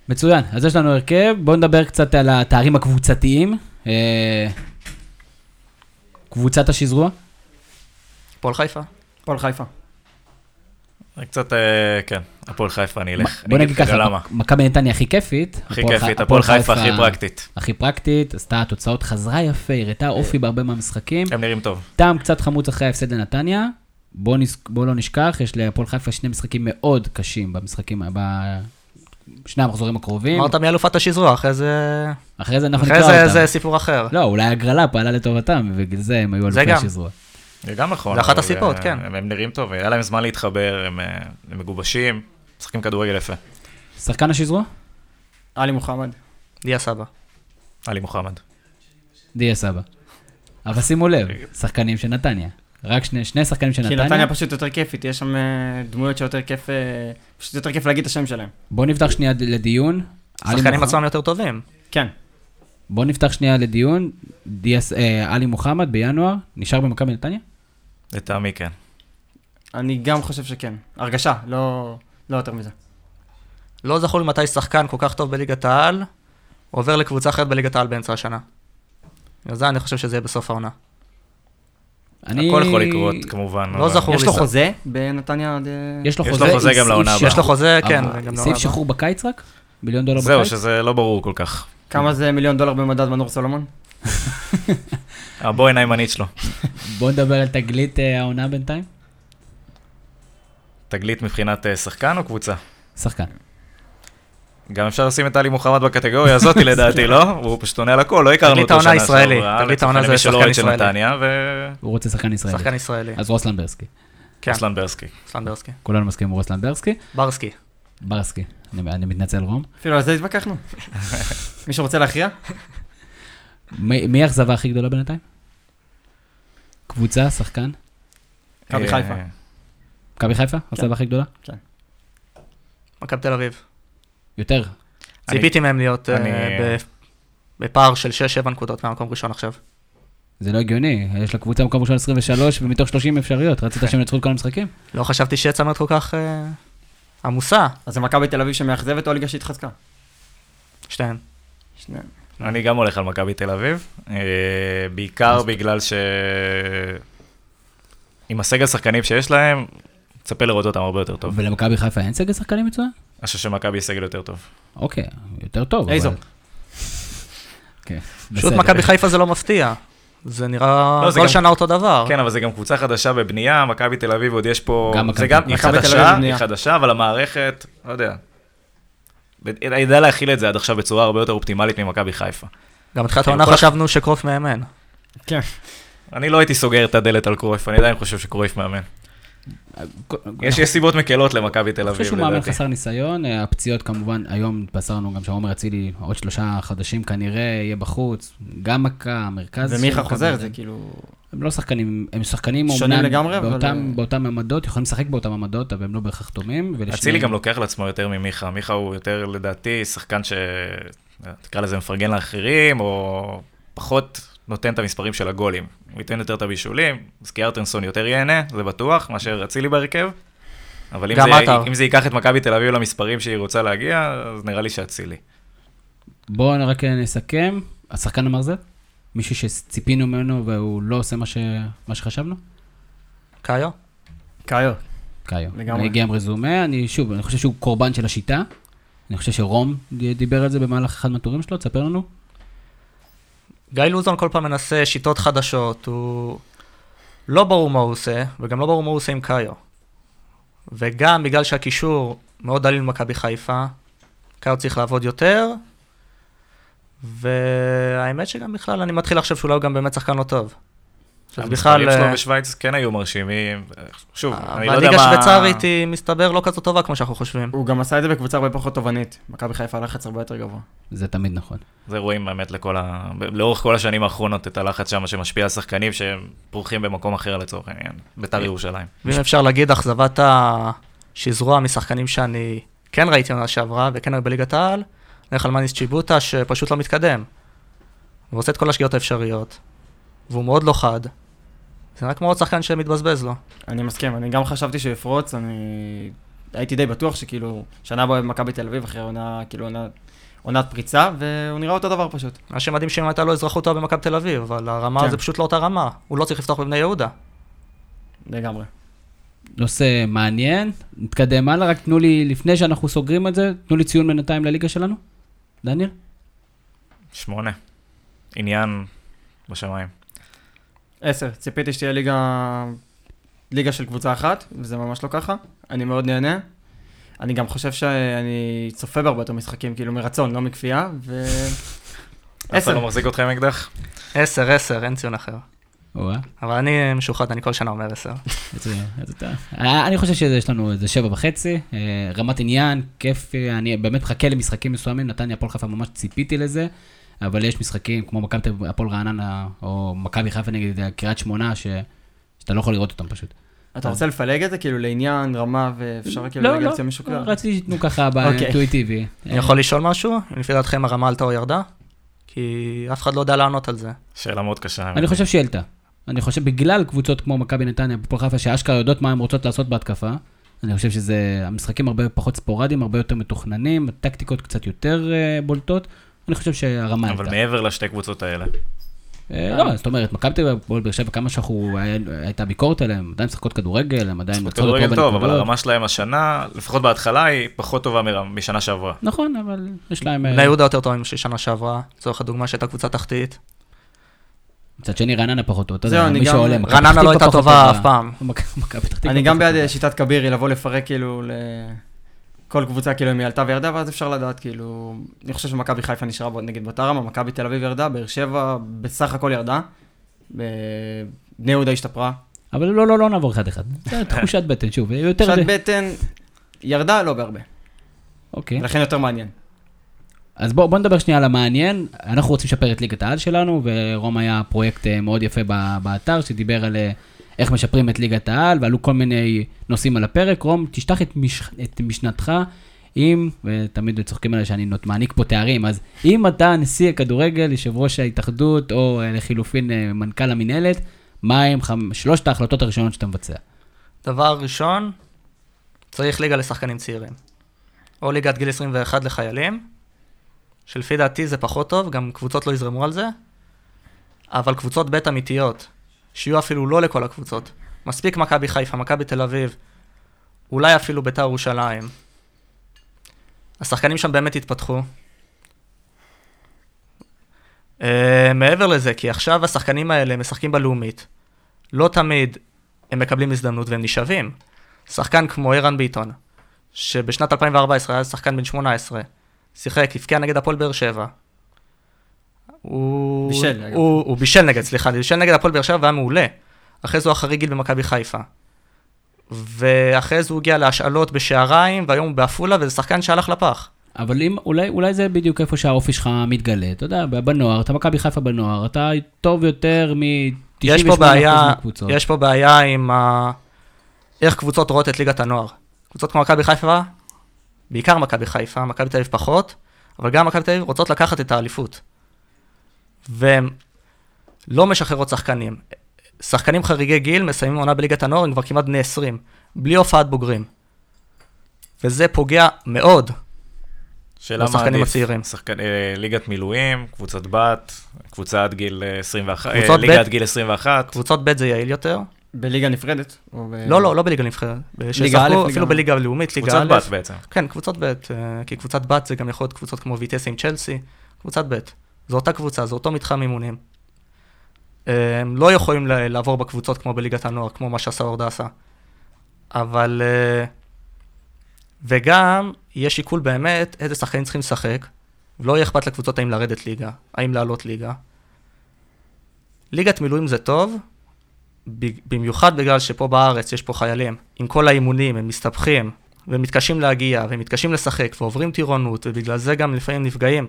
[SPEAKER 1] מצוין, אז יש לנו הרכב, בואו נדבר קצת על התארים הקבוצתיים. אה, קבוצת השזרוע,
[SPEAKER 4] פועל חיפה.
[SPEAKER 3] הפועל חיפה.
[SPEAKER 2] קצת, אה, כן, הפועל חיפה אני אלך.
[SPEAKER 1] בוא
[SPEAKER 2] אני
[SPEAKER 1] נגיד
[SPEAKER 2] אגיד לך
[SPEAKER 1] ככה,
[SPEAKER 2] למה.
[SPEAKER 1] מכבי נתניה הכי כיפית.
[SPEAKER 2] הכי
[SPEAKER 1] הפועל חי-
[SPEAKER 2] כיפית, הפועל חיפה הכי פרקטית.
[SPEAKER 1] הכי פרקטית, עשתה תוצאות, חזרה יפה, הראתה אופי בהרבה מהמשחקים.
[SPEAKER 2] הם נראים טוב.
[SPEAKER 1] טעם קצת חמוץ אחרי ההפסד לנתניה. בואו נז... בוא לא נשכח, יש להפועל חיפה שני משחקים מאוד קשים במשחקים, בשני המחזורים הקרובים.
[SPEAKER 4] אמרת מי אלופת השזרוע, אחרי זה...
[SPEAKER 1] אחרי זה אנחנו
[SPEAKER 4] אחרי
[SPEAKER 1] נקרא
[SPEAKER 4] זה
[SPEAKER 1] אותם.
[SPEAKER 4] זה סיפור אחר.
[SPEAKER 1] לא, אולי הגרלה פעלה לטובתם, ובגלל זה הם היו
[SPEAKER 4] זה
[SPEAKER 1] אלופי
[SPEAKER 4] גם.
[SPEAKER 1] שזרוע.
[SPEAKER 2] זה גם נכון.
[SPEAKER 4] זה אחת
[SPEAKER 2] אבל,
[SPEAKER 4] הסיבות,
[SPEAKER 2] אה,
[SPEAKER 4] כן.
[SPEAKER 2] הם הם נראים טוב, היה להם זמן להתחבר, הם אה, הם מגובשים, משחקים כדורגל יפה.
[SPEAKER 1] שחקן השזרוע?
[SPEAKER 3] עלי מוחמד.
[SPEAKER 4] דיה סבא.
[SPEAKER 2] עלי מוחמד.
[SPEAKER 1] דיה סבא. אבל שימו לב, שחקנים של נתניה. רק שני, שני שחקנים של
[SPEAKER 3] כי
[SPEAKER 1] נתניה.
[SPEAKER 3] נתניה פשוט יותר כיפית, יש שם אה, דמויות שיותר כיף, אה, פשוט יותר כיף להגיד את השם שלהם.
[SPEAKER 1] בואו נפתח שנייה לדיון. עלי
[SPEAKER 4] השחקנים
[SPEAKER 1] מוחמד-
[SPEAKER 4] עצמם יותר טובים.
[SPEAKER 3] כן,
[SPEAKER 1] בואו נפתח שנייה לדיון. DS, אה, עלי מוחמד בינואר, נשאר במכבי נתניה?
[SPEAKER 2] לטעמי כן.
[SPEAKER 3] אני גם חושב שכן. הרגשה, לא לא יותר מזה.
[SPEAKER 4] לא זכור לי מתי שחקן כל כך טוב בליגת העל, עובר לקבוצה אחרת בליגת העל באמצע השנה. בגלל זה אני חושב שזה יהיה בסוף העונה.
[SPEAKER 1] אני-
[SPEAKER 2] הכל יכול לקרות, כמובן.
[SPEAKER 4] לא
[SPEAKER 2] אבל-
[SPEAKER 4] זכור לי
[SPEAKER 3] יש לו
[SPEAKER 4] שר.
[SPEAKER 3] חוזה בנתניה עד... אה,
[SPEAKER 1] יש לו
[SPEAKER 2] יש לו
[SPEAKER 1] חוזה,
[SPEAKER 2] חוזה
[SPEAKER 1] עם
[SPEAKER 2] גם לעונה
[SPEAKER 1] סעיף
[SPEAKER 2] הבאה.
[SPEAKER 4] יש לו חוזה, כן,
[SPEAKER 1] אבל-
[SPEAKER 4] וגם לא
[SPEAKER 1] סעיף
[SPEAKER 4] רע.
[SPEAKER 1] שחרור בקיץ רק? מיליון דולר
[SPEAKER 2] זהו,
[SPEAKER 1] בקיץ?
[SPEAKER 2] שזה לא ברור כל כך.
[SPEAKER 3] כמה זה מיליון דולר במדד מנור סולומון?
[SPEAKER 2] הבוא עיני ימנית שלו.
[SPEAKER 1] בואו נדבר על תגלית אה, העונה בינתיים.
[SPEAKER 2] תגלית מבחינת אה, שחקן או קבוצה?
[SPEAKER 1] שחקן.
[SPEAKER 2] גם אפשר לשים את עלי מוחמד בקטגוריה הזאתי לדעתי, לא? הוא פשוט עונה על הכל, לא הכרנו
[SPEAKER 4] תגלית
[SPEAKER 2] אותו
[SPEAKER 4] העונה
[SPEAKER 2] שנה
[SPEAKER 4] ישראלי,
[SPEAKER 2] שעברה.
[SPEAKER 4] תגלית העונה זה
[SPEAKER 2] למי שלא אוהד
[SPEAKER 4] שחקן
[SPEAKER 2] של
[SPEAKER 4] ישראלי.
[SPEAKER 2] נתניה
[SPEAKER 1] הוא רוצה שחקן ישראלי.
[SPEAKER 4] שחקן ישראלי.
[SPEAKER 1] אז לא. רוסלן ברסקי.
[SPEAKER 4] כן,
[SPEAKER 2] ורוסלן ברסקי.
[SPEAKER 4] סלנדרסקי.
[SPEAKER 1] כולנו מסכימים עם רוסלן ברסקי.
[SPEAKER 4] ברסקי.
[SPEAKER 1] ברסקי. אני אני מתנצל, רום.
[SPEAKER 3] אפילו על זה התווכחנו. מישהו רוצה להכריע?
[SPEAKER 1] מי מי האכזבה הכי גדולה בינתיים? קבוצה, שחקן?
[SPEAKER 3] מכבי
[SPEAKER 2] אה,
[SPEAKER 3] חיפה.
[SPEAKER 1] מכבי חיפה?
[SPEAKER 4] כן.
[SPEAKER 1] האכזבה הכי גדולה?
[SPEAKER 4] מכבי תל אביב.
[SPEAKER 1] יותר.
[SPEAKER 2] אני-
[SPEAKER 4] ציפיתי מהם להיות אה,
[SPEAKER 2] אני-
[SPEAKER 4] ב- בפער של 6-7 נקודות מהמקום הראשון עכשיו.
[SPEAKER 1] זה לא הגיוני. יש לקבוצה מקום ראשון 23 ומתוך 30 אפשריות. רצית שהם ינצחו את כל המשחקים?
[SPEAKER 4] לא חשבתי שיהיה צמרת כל כך אה, עמוסה,
[SPEAKER 3] אז זה מכבי תל אביב שמאכזבת או הליגה שהתחזקה?
[SPEAKER 4] שתיהן.
[SPEAKER 3] שניהם.
[SPEAKER 2] אני גם הולך על מכבי תל אביב, אה, בעיקר בגלל ש... עם הסגל שחקנים שיש להם, מצפה לראות אותם הרבה יותר טוב.
[SPEAKER 1] ולמכבי חיפה אין סגל שחקנים מצוין?
[SPEAKER 2] אני חושב שמכבי היא סגל יותר טוב.
[SPEAKER 1] אוקיי, יותר טוב.
[SPEAKER 3] איזו.
[SPEAKER 1] אבל- אוקיי,
[SPEAKER 4] פשוט
[SPEAKER 1] בסדר.
[SPEAKER 4] מכבי חיפה זה לא מפתיע. זה נראה
[SPEAKER 2] לא, זה
[SPEAKER 4] כל
[SPEAKER 2] גם-
[SPEAKER 4] שנה אותו דבר.
[SPEAKER 2] כן, אבל זה גם קבוצה חדשה בבנייה, מכבי תל אביב עוד יש פה...
[SPEAKER 1] אה. גם
[SPEAKER 2] זה
[SPEAKER 1] מכבי-
[SPEAKER 2] גם, היא
[SPEAKER 3] מכבי תל אביב
[SPEAKER 2] חדשה, היא
[SPEAKER 3] בבנייה.
[SPEAKER 2] חדשה, אבל המערכת, לא יודע. היא ידעה להכיל את זה עד עכשיו בצורה הרבה יותר אופטימלית ממכבי חיפה.
[SPEAKER 4] גם בתחילת
[SPEAKER 2] כן,
[SPEAKER 4] העונה
[SPEAKER 2] כל-
[SPEAKER 4] חשבנו שקרוף מאמן.
[SPEAKER 2] אני לא הייתי סוגר את הדלת על קרויף, אני עדיין חושב שקרויף מאמן. יש יש סיבות מקלות למכבי תל
[SPEAKER 1] אה, אני חושב
[SPEAKER 2] אביב,
[SPEAKER 1] שהוא מאמן
[SPEAKER 2] לדעתי.
[SPEAKER 1] חסר ניסיון, אה, הפציעות כמובן, היום התבשרנו גם שעומר אצילי, עוד שלושה חדשים כנראה, יהיה בחוץ, גם מכה, מרכז.
[SPEAKER 3] ומיכה
[SPEAKER 1] של
[SPEAKER 3] חוזר,
[SPEAKER 1] מכבי.
[SPEAKER 3] זה כאילו...
[SPEAKER 1] הם לא שחקנים, הם שחקנים
[SPEAKER 3] שונים
[SPEAKER 1] אומנם
[SPEAKER 3] לגמרי, אבל-
[SPEAKER 1] באותם- באותם עמדות, יכולים לשחק באותם עמדות, אבל הם לא בהכרח תומים. ולשניהם-
[SPEAKER 2] אצילי גם לא- לוקח לעצמו יותר ממיכה, מיכה הוא יותר לדעתי שחקן ש... תקרא לזה מפרגן לאחרים, או פחות נותן את המספרים של הגולים. הוא ייתן יותר את הבישולים, אז קיארטנסון יותר ייהנה, זה בטוח, מאשר אצילי בהרכב. אבל אם
[SPEAKER 4] גם
[SPEAKER 2] זה,
[SPEAKER 4] עטר.
[SPEAKER 2] אם זה ייקח את מכבי תל אביב למספרים שהיא רוצה להגיע, אז נראה לי שאצילי.
[SPEAKER 1] בואו רק נסכם, השחקן המרזב, מישהו שציפינו ממנו והוא לא עושה מה ש- מה שחשבנו?
[SPEAKER 4] קאיו?
[SPEAKER 3] קאיו.
[SPEAKER 1] קאיו.
[SPEAKER 3] לגמרי.
[SPEAKER 1] לגמרי. הגיע עם רזומה, אני שוב, אני חושב שהוא קורבן של השיטה. אני חושב שרום ד- דיבר על זה במהלך אחד מהטורים שלו, תספר לנו.
[SPEAKER 4] גיא לוזון כל פעם מנסה שיטות חדשות, הוא לא ברור מה הוא עושה, וגם לא ברור מה הוא עושה עם קאיו. וגם בגלל שהקישור מאוד דליל במכבי חיפה, קאיו צריך לעבוד יותר, והאמת שגם בכלל אני מתחיל לחשוב שאולי הוא גם באמת שחקן לא טוב. אז
[SPEAKER 2] המספרים
[SPEAKER 4] בכלל,
[SPEAKER 2] שלו
[SPEAKER 4] אה,
[SPEAKER 2] בשוויץ כן היו מרשימים. שוב, אני לא יודע
[SPEAKER 4] הליגה
[SPEAKER 2] מה...
[SPEAKER 4] השוויצרית היא מסתבר לא כזאת טובה כמו שאנחנו חושבים.
[SPEAKER 3] הוא גם עשה את זה בקבוצה הרבה פחות תובענית. מכבי חיפה לחץ הרבה יותר גבוה.
[SPEAKER 1] זה תמיד נכון.
[SPEAKER 2] זה רואים באמת לכל ה... ב- לאורך כל השנים האחרונות את הלחץ שם שמשפיע על שחקנים שהם פורחים במקום אחר לצורך העניין, בית"ר ירושלים.
[SPEAKER 4] ואם אפשר להגיד, אכזבת השזרוע משחקנים שאני כן ראיתי עונה שעברה, וכן היו בליגת העל, הולך על מניס צ'יבוטה, שפשוט לא מתקדם. הוא עושה את כל השגיאות האפשריות, והוא מאוד לא חד. זה נראה כמו עוד שחקן שמתבזבז לו.
[SPEAKER 3] אני מסכים, אני גם חשבתי שהוא יפרוץ, אני הייתי די בטוח שכאילו, שנה הבאה במכבי תל אביב, אחרי עונה, כאילו עונה, עונת פריצה, והוא נראה אותו דבר פשוט.
[SPEAKER 4] מה שמדהים שאם הייתה לו אזרחות טובה במכבי תל אביב, אבל הרמה
[SPEAKER 3] כן.
[SPEAKER 4] זה פשוט לא אותה רמה. הוא לא צריך לפתוח בבני יהודה.
[SPEAKER 3] לגמרי.
[SPEAKER 1] נושא מעניין, נתקדם הלאה, רק תנו לי, לפני שאנחנו סוגרים את זה, תנו לי ציון בינתיים לליגה שלנו. דניאל?
[SPEAKER 2] שמונה. עניין בשמיים.
[SPEAKER 3] עשר, ציפיתי שתהיה ליגה, ליגה של קבוצה אחת, וזה ממש לא ככה. אני מאוד נהנה. אני גם חושב שאני צופה בהרבה יותר משחקים, כאילו מרצון, לא מכפייה, ו...
[SPEAKER 2] אף אחד
[SPEAKER 3] עשר.
[SPEAKER 2] לא מחזיק אותך עם אקדח?
[SPEAKER 4] עשר, עשר, אין ציון אחר.
[SPEAKER 1] או-אה,
[SPEAKER 4] אבל אני משוחד, אני כל שנה אומר עשר.
[SPEAKER 1] איזה- איזה טעם. אה, אני חושב שיש לנו איזה שבע וחצי, אה, רמת עניין, כיף, אה, אני באמת מחכה למשחקים מסוימים, נתניה, הפועל חיפה, ממש ציפיתי לזה, אבל יש משחקים כמו מכבי תל אביב, הפועל רעננה, או מכבי חיפה נגד אה, קריית שמונה, ש... שאתה לא יכול לראות אותם פשוט.
[SPEAKER 3] אתה רוצה לפלג את זה כאילו לעניין, רמה, ואפשר
[SPEAKER 4] כן,
[SPEAKER 3] כאילו
[SPEAKER 1] לא,
[SPEAKER 3] להגיע
[SPEAKER 1] לא,
[SPEAKER 3] לציון משוקלל?
[SPEAKER 1] רציתי שתיתנו ככה באינטואיטיבי.
[SPEAKER 4] אוקיי. אני יכול לשאול משהו? לפי דעתכם הרמה עלתה או ירדה? כי אף אחד לא יודע לענות על זה.
[SPEAKER 2] שאלה מאוד קשה. האמת.
[SPEAKER 1] אני חושב שהיא עלתה. אני חושב בגלל קבוצות כמו מכבי נתניה, הפועל חיפה, שאשכרה יודעות מה הן רוצות לעשות בהתקפה, אני חושב שזה, המשחקים הרבה פחות ספורדיים, הרבה יותר מתוכננים, הטקטיקות קצת יותר אה, בולטות. אני חושב שהרמה
[SPEAKER 2] אבל
[SPEAKER 1] עלתה.
[SPEAKER 2] מעבר לשתי קבוצות האלה.
[SPEAKER 1] אה, לא, זאת אומרת, מכבי תל אביב, הפועל באר שבע, כמה שאנחנו, היה- הייתה ביקורת עליהם, עדיין משחקות כדורגל, הם עדיין
[SPEAKER 2] זאת
[SPEAKER 1] מצאו אותו
[SPEAKER 2] כדורגל טוב, אבל
[SPEAKER 1] בנקודות.
[SPEAKER 2] הרמה שלהם השנה, לפחות בהתחלה, היא פחות טובה מרמה- משנה שעברה.
[SPEAKER 1] נכון, אבל יש להם... אה,
[SPEAKER 4] בני יהודה יותר טובים משנה שעברה, לצורך הדוגמה שהייתה קבוצה תחתית.
[SPEAKER 1] אה, מצד שני, רעננה פחות טוב, אתה
[SPEAKER 3] זהו,
[SPEAKER 1] יודע,
[SPEAKER 3] אני
[SPEAKER 1] מי
[SPEAKER 3] גם-
[SPEAKER 1] שעולה, מכבי פתח
[SPEAKER 4] רעננה לא
[SPEAKER 1] תקווה
[SPEAKER 4] הייתה
[SPEAKER 1] פחות
[SPEAKER 4] טובה
[SPEAKER 1] טובה.
[SPEAKER 4] אף פעם.
[SPEAKER 1] מכבי פתח תקווה
[SPEAKER 3] אני גם
[SPEAKER 1] פחות
[SPEAKER 3] בעד
[SPEAKER 1] טובה.
[SPEAKER 3] אה, שיטת כבירי, לבוא לפרק כאילו לכל קבוצה כאילו אם היא עלתה וירדה, ואז אפשר לדעת כאילו, אני חושב שמכבי חיפה נשארה בו- נגיד באותה רמה, מכבי תל אביב ירדה, באר שבע בסך הכל ירדה, ב- בני יהודה השתפרה,
[SPEAKER 1] אבל לא, לא, לא נעבור אחד-אחד. זה תחושת בטן, שוב, יותר...
[SPEAKER 3] שעת בטן ירדה לא בהרבה,
[SPEAKER 1] אוקיי.
[SPEAKER 3] לכן יותר מעניין.
[SPEAKER 1] אז בואו בוא נדבר שנייה על המעניין. אנחנו רוצים לשפר את ליגת העל שלנו, ורום היה פרויקט אה, מאוד יפה ב- באתר, שדיבר על אה, איך משפרים את ליגת העל, ועלו כל מיני נושאים על הפרק. רום, תשטח את, מש, את משנתך אם, ותמיד צוחקים עליי שאני נות, מעניק פה תארים, אז אם אתה נשיא הכדורגל, יושב ראש ההתאחדות, או אה, לחילופין אה, מנכ"ל המינהלת, מה הם חמ... שלושת ההחלטות הראשונות שאתה מבצע?
[SPEAKER 4] דבר ראשון, צריך ליגה לשחקנים צעירים. או ליגת גיל 21 לחיילים, שלפי דעתי זה פחות טוב, גם קבוצות לא יזרמו על זה, אבל קבוצות ב' אמיתיות, שיהיו אפילו לא לכל הקבוצות. מספיק מכבי חיפה, מכבי תל אביב, אולי אפילו ביתר ירושלים. השחקנים שם באמת התפתחו. Uh, מעבר לזה, כי עכשיו השחקנים האלה משחקים בלאומית. לא תמיד הם מקבלים הזדמנות והם נשאבים. שחקן כמו ערן ביטון, שבשנת 2014 היה שחקן בן 18, שיחק, הבקיע נגד הפועל באר שבע. הוא...
[SPEAKER 3] בישל, אגב.
[SPEAKER 4] הוא, הוא בישל נגד, סליחה, בישל נגד הפועל באר שבע והיה מעולה. אחרי זה הוא אחרי גיל במכבי חיפה. ואחרי זה הוא הגיע להשאלות בשעריים, והיום הוא בעפולה, וזה שחקן שהלך לפח.
[SPEAKER 1] אבל אם, אולי, אולי זה בדיוק איפה שהאופי שלך מתגלה, אתה יודע, בנוער, אתה מכבי חיפה בנוער, אתה טוב יותר
[SPEAKER 4] יש פה
[SPEAKER 1] מ-98%
[SPEAKER 4] בעיה,
[SPEAKER 1] מהקבוצות.
[SPEAKER 4] יש פה בעיה עם ה... איך קבוצות רואות את ליגת הנוער. קבוצות כמו מכבי חיפה, בעיקר מכבי חיפה, מכבי תל אביב פחות, אבל גם מכבי תל אביב רוצות לקחת את האליפות. והן לא משחררות שחקנים. שחקנים חריגי גיל מסיימים עונה בליגת הנוער, הם כבר כמעט בני 20, בלי הופעת בוגרים. וזה פוגע מאוד.
[SPEAKER 2] שאלה מה
[SPEAKER 4] לשחקנים
[SPEAKER 2] עדיף?
[SPEAKER 4] הצעירים.
[SPEAKER 2] שחקן- אה, ליגת מילואים, קבוצת בת, קבוצה עד גיל אה, 21, אה,
[SPEAKER 4] קבוצות ב'.
[SPEAKER 2] ליגה עד גיל 21.
[SPEAKER 4] קבוצות ב' זה יעיל יותר.
[SPEAKER 3] בליגה נפרדת? או ב-
[SPEAKER 4] לא, לא, לא בליגה נבחרת.
[SPEAKER 3] כן. ליגה א',
[SPEAKER 4] שישחקו אפילו
[SPEAKER 3] ליגה-
[SPEAKER 4] בליגה לאומית, ליגה
[SPEAKER 2] קבוצת
[SPEAKER 4] א'.
[SPEAKER 2] בת בעצם.
[SPEAKER 4] כן, קבוצת ב', אה, כי קבוצת בת זה גם יכול להיות קבוצות כמו ויטס עם צ'לסי, קבוצת ב', זו אותה קבוצה, זה אותו מתחם אימונים. אה, הם לא יכולים ל- לעבור בקבוצות כמו בליגת הנוער, כמו מה שעשה אורדסה. אבל... אה, וגם, יש שיקול באמת איזה שחקנים צריכים לשחק, ולא יהיה אכפת לקבוצות האם לרדת ליגה, האם לעלות ליגה. ליגת מילואים זה טוב, ב- במיוחד בגלל שפה בארץ יש פה חיילים, עם כל האימונים, הם מסתבכים, והם מתקשים להגיע, והם מתקשים לשחק, ועוברים טירונות, ובגלל זה גם לפעמים נפגעים.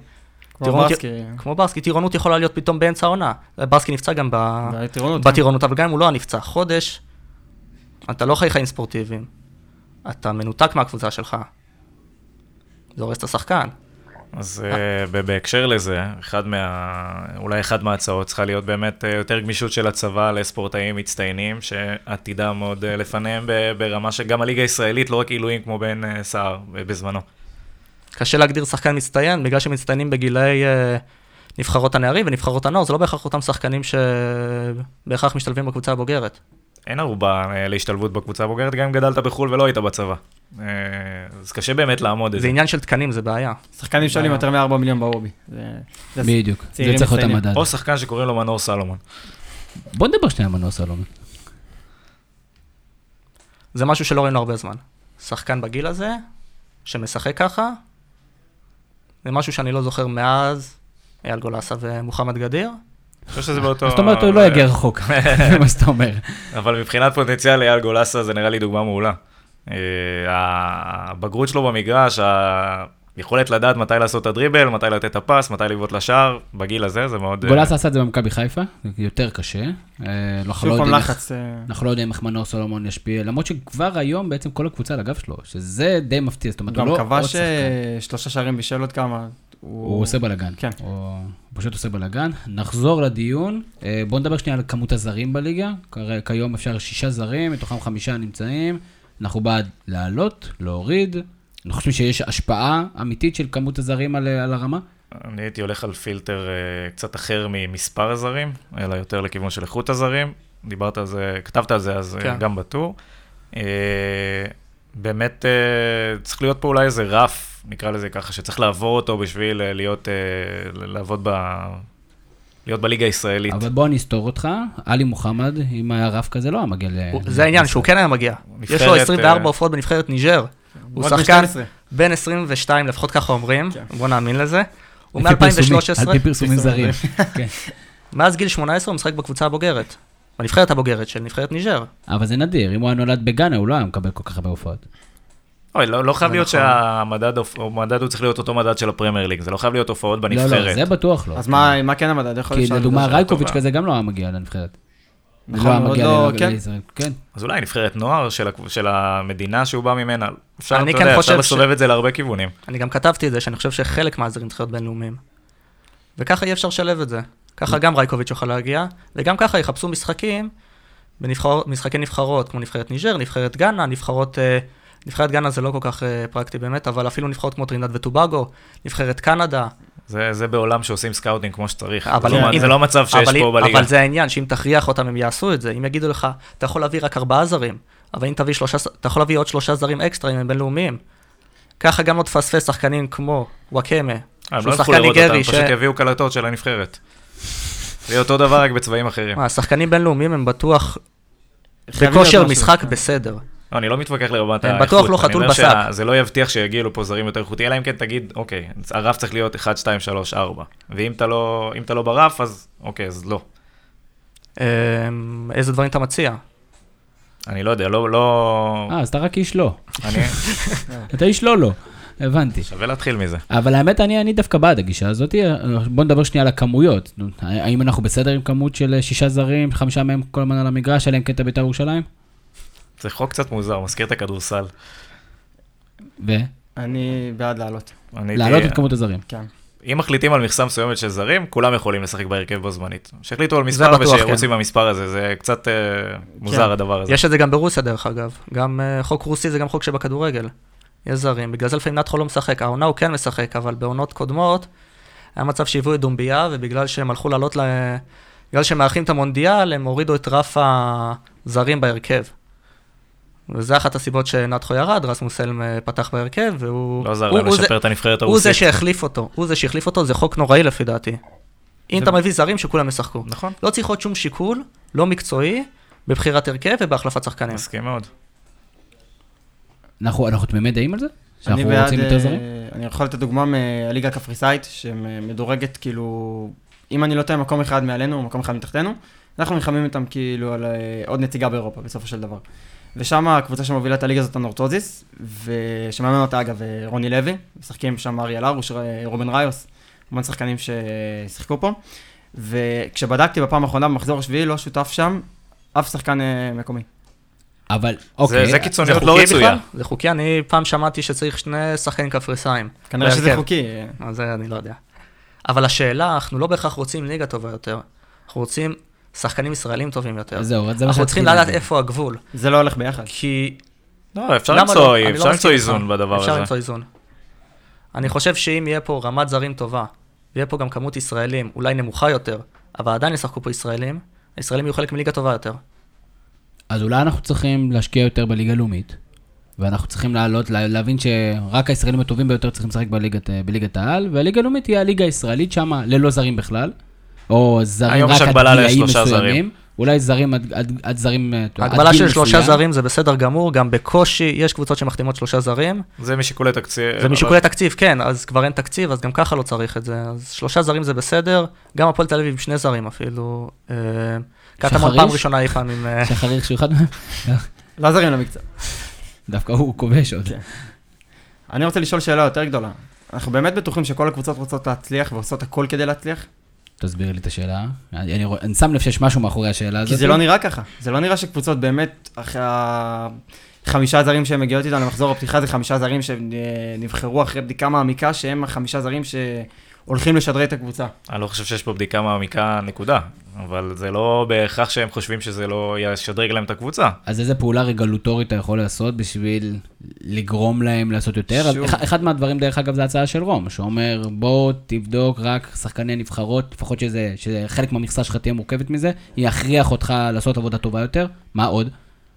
[SPEAKER 3] כמו
[SPEAKER 4] טירונות-
[SPEAKER 3] ברסקי,
[SPEAKER 4] כמו ברסקי, טירונות יכולה להיות פתאום באמצע העונה. ברסקי נפצע גם ב...
[SPEAKER 3] טירונות.
[SPEAKER 4] בטירונות, אבל גם אם הוא לא היה נפצע חודש, אתה לא חי חיים ספורטיביים. אתה מנותק מהקבוצה שלך. זה הורס את השחקן.
[SPEAKER 2] אז אה, ב- בהקשר לזה, אחד מה... אולי אחד מההצעות צריכה להיות באמת אה, יותר גמישות של הצבא לספורטאים מצטיינים, שעתידם עוד אה, לפניהם ב- ברמה שגם הליגה הישראלית, לא רק עילויים כמו בן אה, סער אה, בזמנו.
[SPEAKER 4] קשה להגדיר שחקן מצטיין, בגלל שמצטיינים בגילאי אה, נבחרות הנערים ונבחרות הנוער, זה לא בהכרח אותם שחקנים שבהכרח משתלבים בקבוצה הבוגרת.
[SPEAKER 2] אין ערובה אה, להשתלבות בקבוצה הבוגרת, גם אם גדלת בחו"ל ולא היית בצבא. אה, אז קשה באמת לעמוד את
[SPEAKER 4] זה
[SPEAKER 2] זה.
[SPEAKER 4] עניין של תקנים, זה בעיה.
[SPEAKER 3] כן. שחקנים שואלים יותר מ-4 מיליון בהובי. זה- זה-
[SPEAKER 1] בדיוק, זה
[SPEAKER 3] צעירים
[SPEAKER 1] צריך להיות
[SPEAKER 3] מצטיינים.
[SPEAKER 1] המדד.
[SPEAKER 2] או שחקן שקוראים לו מנור סלומון.
[SPEAKER 1] בוא נדבר שנייה על מנור סלומון.
[SPEAKER 4] זה משהו שלא ראינו הרבה זמן. שחקן בגיל הזה, שמשחק ככה, זה משהו שאני לא זוכר מאז אייל גולסה ומוחמד גדיר.
[SPEAKER 2] אני חושב שזה באותו... אה,
[SPEAKER 1] זאת אומרת,
[SPEAKER 3] אה,
[SPEAKER 1] הוא לא יגיע רחוק, זה מה שאתה אומר.
[SPEAKER 2] אבל מבחינת פוטנציאל אייל גולסה זה נראה לי דוגמה מעולה. אה, הבגרות שלו במגרש, ה- יכולת לדעת מתי לעשות את הדריבל, מתי לתת את הפס, מתי לבעוט לשער, בגיל הזה זה מאוד... אה,
[SPEAKER 1] גולס עשה את זה במכבי חיפה, זה יותר קשה. אה, אנחנו לא
[SPEAKER 3] שוב פעם
[SPEAKER 1] יודעים איך-
[SPEAKER 3] לחץ. אה,
[SPEAKER 1] אנחנו לא יודעים איך מנור סולומון ישפיע, למרות שכבר היום בעצם כל הקבוצה על הגב שלו, שזה די מפתיע, זאת אומרת, הוא
[SPEAKER 3] גם
[SPEAKER 1] לא עוד
[SPEAKER 3] כבש
[SPEAKER 1] שחקן.
[SPEAKER 3] אה, שלושה שערים בישל עוד כמה.
[SPEAKER 1] הוא עושה בלאגן.
[SPEAKER 3] כן.
[SPEAKER 1] הוא פשוט עושה בלאגן. נחזור לדיון. אה, בואו נדבר שנייה על כמות הזרים בליגה. כרי- כיום אפשר שישה זרים, מתוכם חמישה נמצאים. אנחנו בעד להעלות, להוריד. אנחנו חושבים שיש השפעה אמיתית של כמות הזרים על, על הרמה.
[SPEAKER 2] אני הייתי הולך על פילטר אה, קצת אחר ממספר הזרים, אלא יותר לכיוון של איכות הזרים. דיברת על זה, כתבת על זה אז אה,
[SPEAKER 4] כן.
[SPEAKER 2] גם בטור. אה, באמת אה, צריך להיות פה אולי איזה רף, נקרא לזה ככה, שצריך לעבור אותו בשביל אה, להיות, אה, לעבוד ב... להיות בליגה הישראלית.
[SPEAKER 1] אבל בוא אני אסתור אותך. עלי מוחמד, אם היה רף כזה, לא היה מגיע ל...
[SPEAKER 4] הוא- זה העניין, שהוא כן היה מגיע. יש לו
[SPEAKER 2] נבחרת,
[SPEAKER 4] 24
[SPEAKER 2] אה,
[SPEAKER 4] הופעות בנבחרת ניג'ר. הוא
[SPEAKER 3] עוד
[SPEAKER 4] שחקן
[SPEAKER 3] ב-12.
[SPEAKER 4] בין 22, לפחות ככה אומרים,
[SPEAKER 3] כן.
[SPEAKER 4] בוא נאמין לזה. הוא
[SPEAKER 1] לפי פרסומים-
[SPEAKER 4] מ-2013,
[SPEAKER 1] על פי פרסומים זרים.
[SPEAKER 3] פרסומים
[SPEAKER 1] כן.
[SPEAKER 4] מאז גיל 18 הוא משחק בקבוצה הבוגרת. בנבחרת הבוגרת של נבחרת ניג'ר.
[SPEAKER 1] אבל זה נדיר, אם הוא היה נולד בגאנה, הוא לא היה מקבל כל כך הרבה הופעות.
[SPEAKER 2] אוי, לא, לא חייב
[SPEAKER 4] זה
[SPEAKER 2] להיות
[SPEAKER 4] נכון.
[SPEAKER 2] שהמדד הופ- המדד הוא צריך להיות אותו מדד של הפרמייר ליג, זה לא חייב להיות הופעות
[SPEAKER 1] לא,
[SPEAKER 2] בנבחרת.
[SPEAKER 1] לא, זה בטוח לא.
[SPEAKER 3] אז מה מה כן המדד? איך
[SPEAKER 1] כי
[SPEAKER 3] אפשר
[SPEAKER 1] לדוגמה,
[SPEAKER 3] לדעת?
[SPEAKER 1] רייקוביץ'
[SPEAKER 2] טובה.
[SPEAKER 1] כזה גם לא היה מגיע לנבחרת.
[SPEAKER 3] נכון,
[SPEAKER 1] הוא היה
[SPEAKER 3] עוד
[SPEAKER 1] מגיע
[SPEAKER 3] לא-
[SPEAKER 1] ל-
[SPEAKER 3] כן.
[SPEAKER 1] לישראל, כן.
[SPEAKER 2] אז אולי נבחרת נוער של, הקב- של המדינה שהוא בא ממנה. אפשר,
[SPEAKER 4] אני
[SPEAKER 2] אתה
[SPEAKER 4] כן
[SPEAKER 2] יודע,
[SPEAKER 4] חושב
[SPEAKER 2] אפשר
[SPEAKER 4] ש-
[SPEAKER 2] לסובב את זה להרבה כיוונים.
[SPEAKER 4] אני גם כתבתי את זה, שאני חושב שחלק מהזרים צריכים להיות בינלאומיים. וככה יהיה אפשר לשלב את זה. ככה גם רייקוביץ' יוכל להגיע, וגם ככה יחפשו משחקים, בנבחר... משחקי נבחרות, כמו נבחרת ניג'ר, נבחרת גאנה, נבחרות... אה, נבחרת גאנה זה לא כל כך אה, פרקטי באמת, אבל אפילו נבחרות כמו טרינדד וטובגו, נבחרת קנדה,
[SPEAKER 2] זה, זה בעולם שעושים סקאוטינג כמו שצריך.
[SPEAKER 4] אבל
[SPEAKER 2] זה,
[SPEAKER 4] אם-
[SPEAKER 2] לא,
[SPEAKER 4] אם-
[SPEAKER 2] זה לא מצב שיש
[SPEAKER 4] אבל,
[SPEAKER 2] פה
[SPEAKER 4] אם-
[SPEAKER 2] בליגה.
[SPEAKER 4] אבל זה העניין, שאם תכריח אותם הם יעשו את זה. אם יגידו לך, אתה יכול להביא רק ארבעה זרים, אבל אם תביא שלושה, אתה יכול להביא עוד שלושה זרים אקסטרה אם הם בינלאומיים. ככה גם לא תפספס שחקנים כמו וואקמה.
[SPEAKER 2] אה, הם
[SPEAKER 4] שהוא
[SPEAKER 2] לא ילכו
[SPEAKER 4] שחקן
[SPEAKER 2] לראות אותם,
[SPEAKER 4] ניגרי ש-
[SPEAKER 2] פשוט יביאו קלטות של הנבחרת. זה יהיה אותו דבר רק בצבעים אחרים.
[SPEAKER 4] מה, שחקנים בינלאומיים הם בטוח
[SPEAKER 3] חייבים להיות
[SPEAKER 4] בכושר
[SPEAKER 3] משהו,
[SPEAKER 4] משחק
[SPEAKER 3] כן.
[SPEAKER 4] בסדר.
[SPEAKER 2] לא, אני לא מתווכח לרמת
[SPEAKER 4] הם
[SPEAKER 2] האיכות.
[SPEAKER 4] בטוח לא חתול בשק.
[SPEAKER 2] אני אומר שזה לא יבטיח שיגיעו לפה זרים יותר איכותי, אלא אם כן תגיד, אוקיי, הרף צריך להיות 1, 2, 3, 4. ואם אתה לא, אם אתה לא ברף, אז אוקיי, אז לא.
[SPEAKER 4] אמ, איזה דברים אתה מציע?
[SPEAKER 2] אני לא יודע, לא, לא...
[SPEAKER 1] אה, אז אתה רק איש לא.
[SPEAKER 2] אני...
[SPEAKER 1] אתה איש לא לא. הבנתי.
[SPEAKER 2] שווה להתחיל מזה.
[SPEAKER 1] אבל האמת, אני, אני דווקא בעד הגישה הזאת. אה, בוא נדבר שנייה על הכמויות. נו, האם אנחנו בסדר עם כמות של אה, שישה זרים, חמישה מהם כל הזמן על המגרש, אלא אם כן אתה בית"ר ירושלים?
[SPEAKER 2] זה חוק קצת מוזר, מזכיר את הכדורסל.
[SPEAKER 1] ו?
[SPEAKER 3] אני בעד לעלות,
[SPEAKER 2] אני
[SPEAKER 1] להעלות
[SPEAKER 2] הייתי-
[SPEAKER 1] את כמות הזרים.
[SPEAKER 3] כן.
[SPEAKER 2] אם מחליטים על מכסה מסוימת של זרים, כולם יכולים לשחק בהרכב בו זמנית. שיחליטו על
[SPEAKER 4] זה
[SPEAKER 2] מספר
[SPEAKER 4] בטוח,
[SPEAKER 2] ושירוצו
[SPEAKER 4] כן.
[SPEAKER 2] עם המספר הזה, זה קצת אה, מוזר
[SPEAKER 3] כן.
[SPEAKER 2] הדבר הזה.
[SPEAKER 4] יש את זה גם ברוסיה דרך אגב. גם אה, חוק רוסי זה גם חוק שבכדורגל. יש זרים. בגלל זה לפעמים נתחו לא משחק. העונה הוא כן משחק, אבל בעונות קודמות היה מצב שהביאו את דומביה, ובגלל שהם הלכו לעלות ל... בגלל שהם מארחים את המונדיאל, הם הורידו את רף הזרים בהרכב. וזה אחת הסיבות שנתחו ירד, רסמוסלם אה, פתח בהרכב, והוא...
[SPEAKER 2] לא עזר
[SPEAKER 4] הוא-
[SPEAKER 2] להם
[SPEAKER 4] הוא זה-
[SPEAKER 2] לשפר את הנבחרת
[SPEAKER 4] הוא זה
[SPEAKER 2] הרוסית.
[SPEAKER 4] שהחליף אותו, הוא זה שהחליף אותו, זה חוק נוראי לפי דעתי. אם
[SPEAKER 2] זה-
[SPEAKER 4] אתה מביא זרים, שכולם ישחקו.
[SPEAKER 2] נכון,
[SPEAKER 4] לא צריך עוד שום שיקול, לא מקצועי, בבחירת הרכב ובהחלפת שחקנים.
[SPEAKER 2] מסכים מאוד.
[SPEAKER 1] אנחנו, אנחנו תמימי דעים על זה?
[SPEAKER 3] אני
[SPEAKER 1] שאנחנו
[SPEAKER 3] בעד,
[SPEAKER 1] רוצים יותר זרים?
[SPEAKER 3] אה, אני יכול לתת דוגמה מהליגה הקפריסאית, שמדורגת כאילו, אם אני לא טועה, מקום אחד מעלינו, מקום אחד מתחתנו, אנחנו נלחמים איתם כאילו על אה, עוד נציגה באירופה, בסופו של דבר. ושם הקבוצה שמובילה את הליגה הזאת הנורטוזיס, ושמענו אותה אגב אה, רוני לוי, משחקים שם אריה לרוש, אה, רובן ראיוס, המון שחקנים ששיחקו פה. וכשבדקתי בפעם האחרונה במחזור השביעי, לא שותף שם אף שחקן אה, מקומי.
[SPEAKER 1] אבל, אוקיי.
[SPEAKER 2] זה- זה קיצוניות לא
[SPEAKER 4] חוקי
[SPEAKER 2] רצויה.
[SPEAKER 4] בכלל? זה חוקי, אני פעם שמעתי שצריך שני שחקנים קפריסאים.
[SPEAKER 3] כנראה שזה
[SPEAKER 4] בהרכב.
[SPEAKER 3] חוקי. אה,
[SPEAKER 4] אז זה אני לא יודע. אבל השאלה, אנחנו לא בהכרח רוצים ליגה טובה יותר, אנחנו רוצים שחקנים ישראלים טובים יותר.
[SPEAKER 1] אז זהו, אז זה מה
[SPEAKER 4] אנחנו צריכים
[SPEAKER 1] שרציתי
[SPEAKER 4] לדעת
[SPEAKER 1] להגיד.
[SPEAKER 4] איפה הגבול,
[SPEAKER 3] זה לא הולך ביחד.
[SPEAKER 4] כי...
[SPEAKER 2] לא, אפשר
[SPEAKER 4] למה
[SPEAKER 2] למצוא
[SPEAKER 4] אני
[SPEAKER 2] אפשר למצוא
[SPEAKER 4] מסכים איתך.
[SPEAKER 2] איזון בדבר
[SPEAKER 4] אפשר
[SPEAKER 2] הזה.
[SPEAKER 4] למצוא איזון. אני חושב שאם יהיה פה רמת זרים טובה, ויהיה פה גם כמות ישראלים, אולי נמוכה יותר, אבל עדיין ישחקו פה ישראלים, הישראלים יהיו חלק מליגה טובה יותר.
[SPEAKER 1] אז אולי אנחנו צריכים להשקיע יותר בליגה לאומית, ואנחנו צריכים לעלות, לה- להבין שרק הישראלים הטובים ביותר צריכים לשחק בליגת, אה, בליגת העל, והליגה הלאומית היא הליגה הישראלית שם, ללא זרים בכלל, או זרים
[SPEAKER 2] היום
[SPEAKER 1] רק
[SPEAKER 2] יש
[SPEAKER 1] עד
[SPEAKER 2] הגבלה
[SPEAKER 1] גילאים
[SPEAKER 2] לשלושה
[SPEAKER 1] מסוימים. אולי זרים עד, עד, עד זרים... אה, טוב, עד
[SPEAKER 4] הגבלה
[SPEAKER 1] גיל
[SPEAKER 4] של שלושה
[SPEAKER 1] מסוים.
[SPEAKER 4] זרים זה בסדר גמור, גם בקושי יש קבוצות שמחתימות שלושה זרים,
[SPEAKER 2] זה משיקולי תקציב.
[SPEAKER 4] זה משיקולי תקציב, כן, אז כבר אין תקציב, אז גם ככה לא צריך את זה. אז שלושה זרים זה בסדר, גם הפועל תל אביב עם שני זרים אפילו. אה, קטמון
[SPEAKER 1] שחריש?
[SPEAKER 4] פעם ראשונה אי פעם עם... אה,
[SPEAKER 1] שחריך שהוא אחד מהם,
[SPEAKER 3] לא זרים למקצוע.
[SPEAKER 1] דווקא הוא כובש עוד.
[SPEAKER 3] כן. אני רוצה לשאול שאלה יותר גדולה. אנחנו באמת בטוחים שכל הקבוצות רוצות להצליח ועושות הכל כדי להצליח,
[SPEAKER 1] תסביר לי את השאלה. אני, אני, רוא- אני שם לב שיש משהו מאחורי השאלה הזאת.
[SPEAKER 3] כי זה
[SPEAKER 4] אוקיי.
[SPEAKER 3] לא נראה ככה. זה לא נראה שקבוצות באמת, אחרי החמישה זרים שהן מגיעות איתן למחזור הפתיחה, זה חמישה זרים שהם אה, נבחרו אחרי בדיקה מעמיקה, שהם החמישה זרים שהולכים לשדרג את הקבוצה.
[SPEAKER 2] אני לא חושב שיש פה בדיקה מעמיקה, נקודה. אבל זה לא בהכרח שהם חושבים שזה לא ישדרג להם את הקבוצה.
[SPEAKER 1] אז איזה פעולה רגולטורית אתה יכול לעשות בשביל לגרום להם לעשות יותר? אז
[SPEAKER 3] שוב.
[SPEAKER 1] אח, אחד מהדברים, דרך אגב, זה הצעה של רום, שאומר, בוא תבדוק רק שחקני נבחרות, לפחות שזה, שחלק מהמכסה שלך תהיה מורכבת מזה, יכריח אותך לעשות עבודה טובה יותר, מה עוד?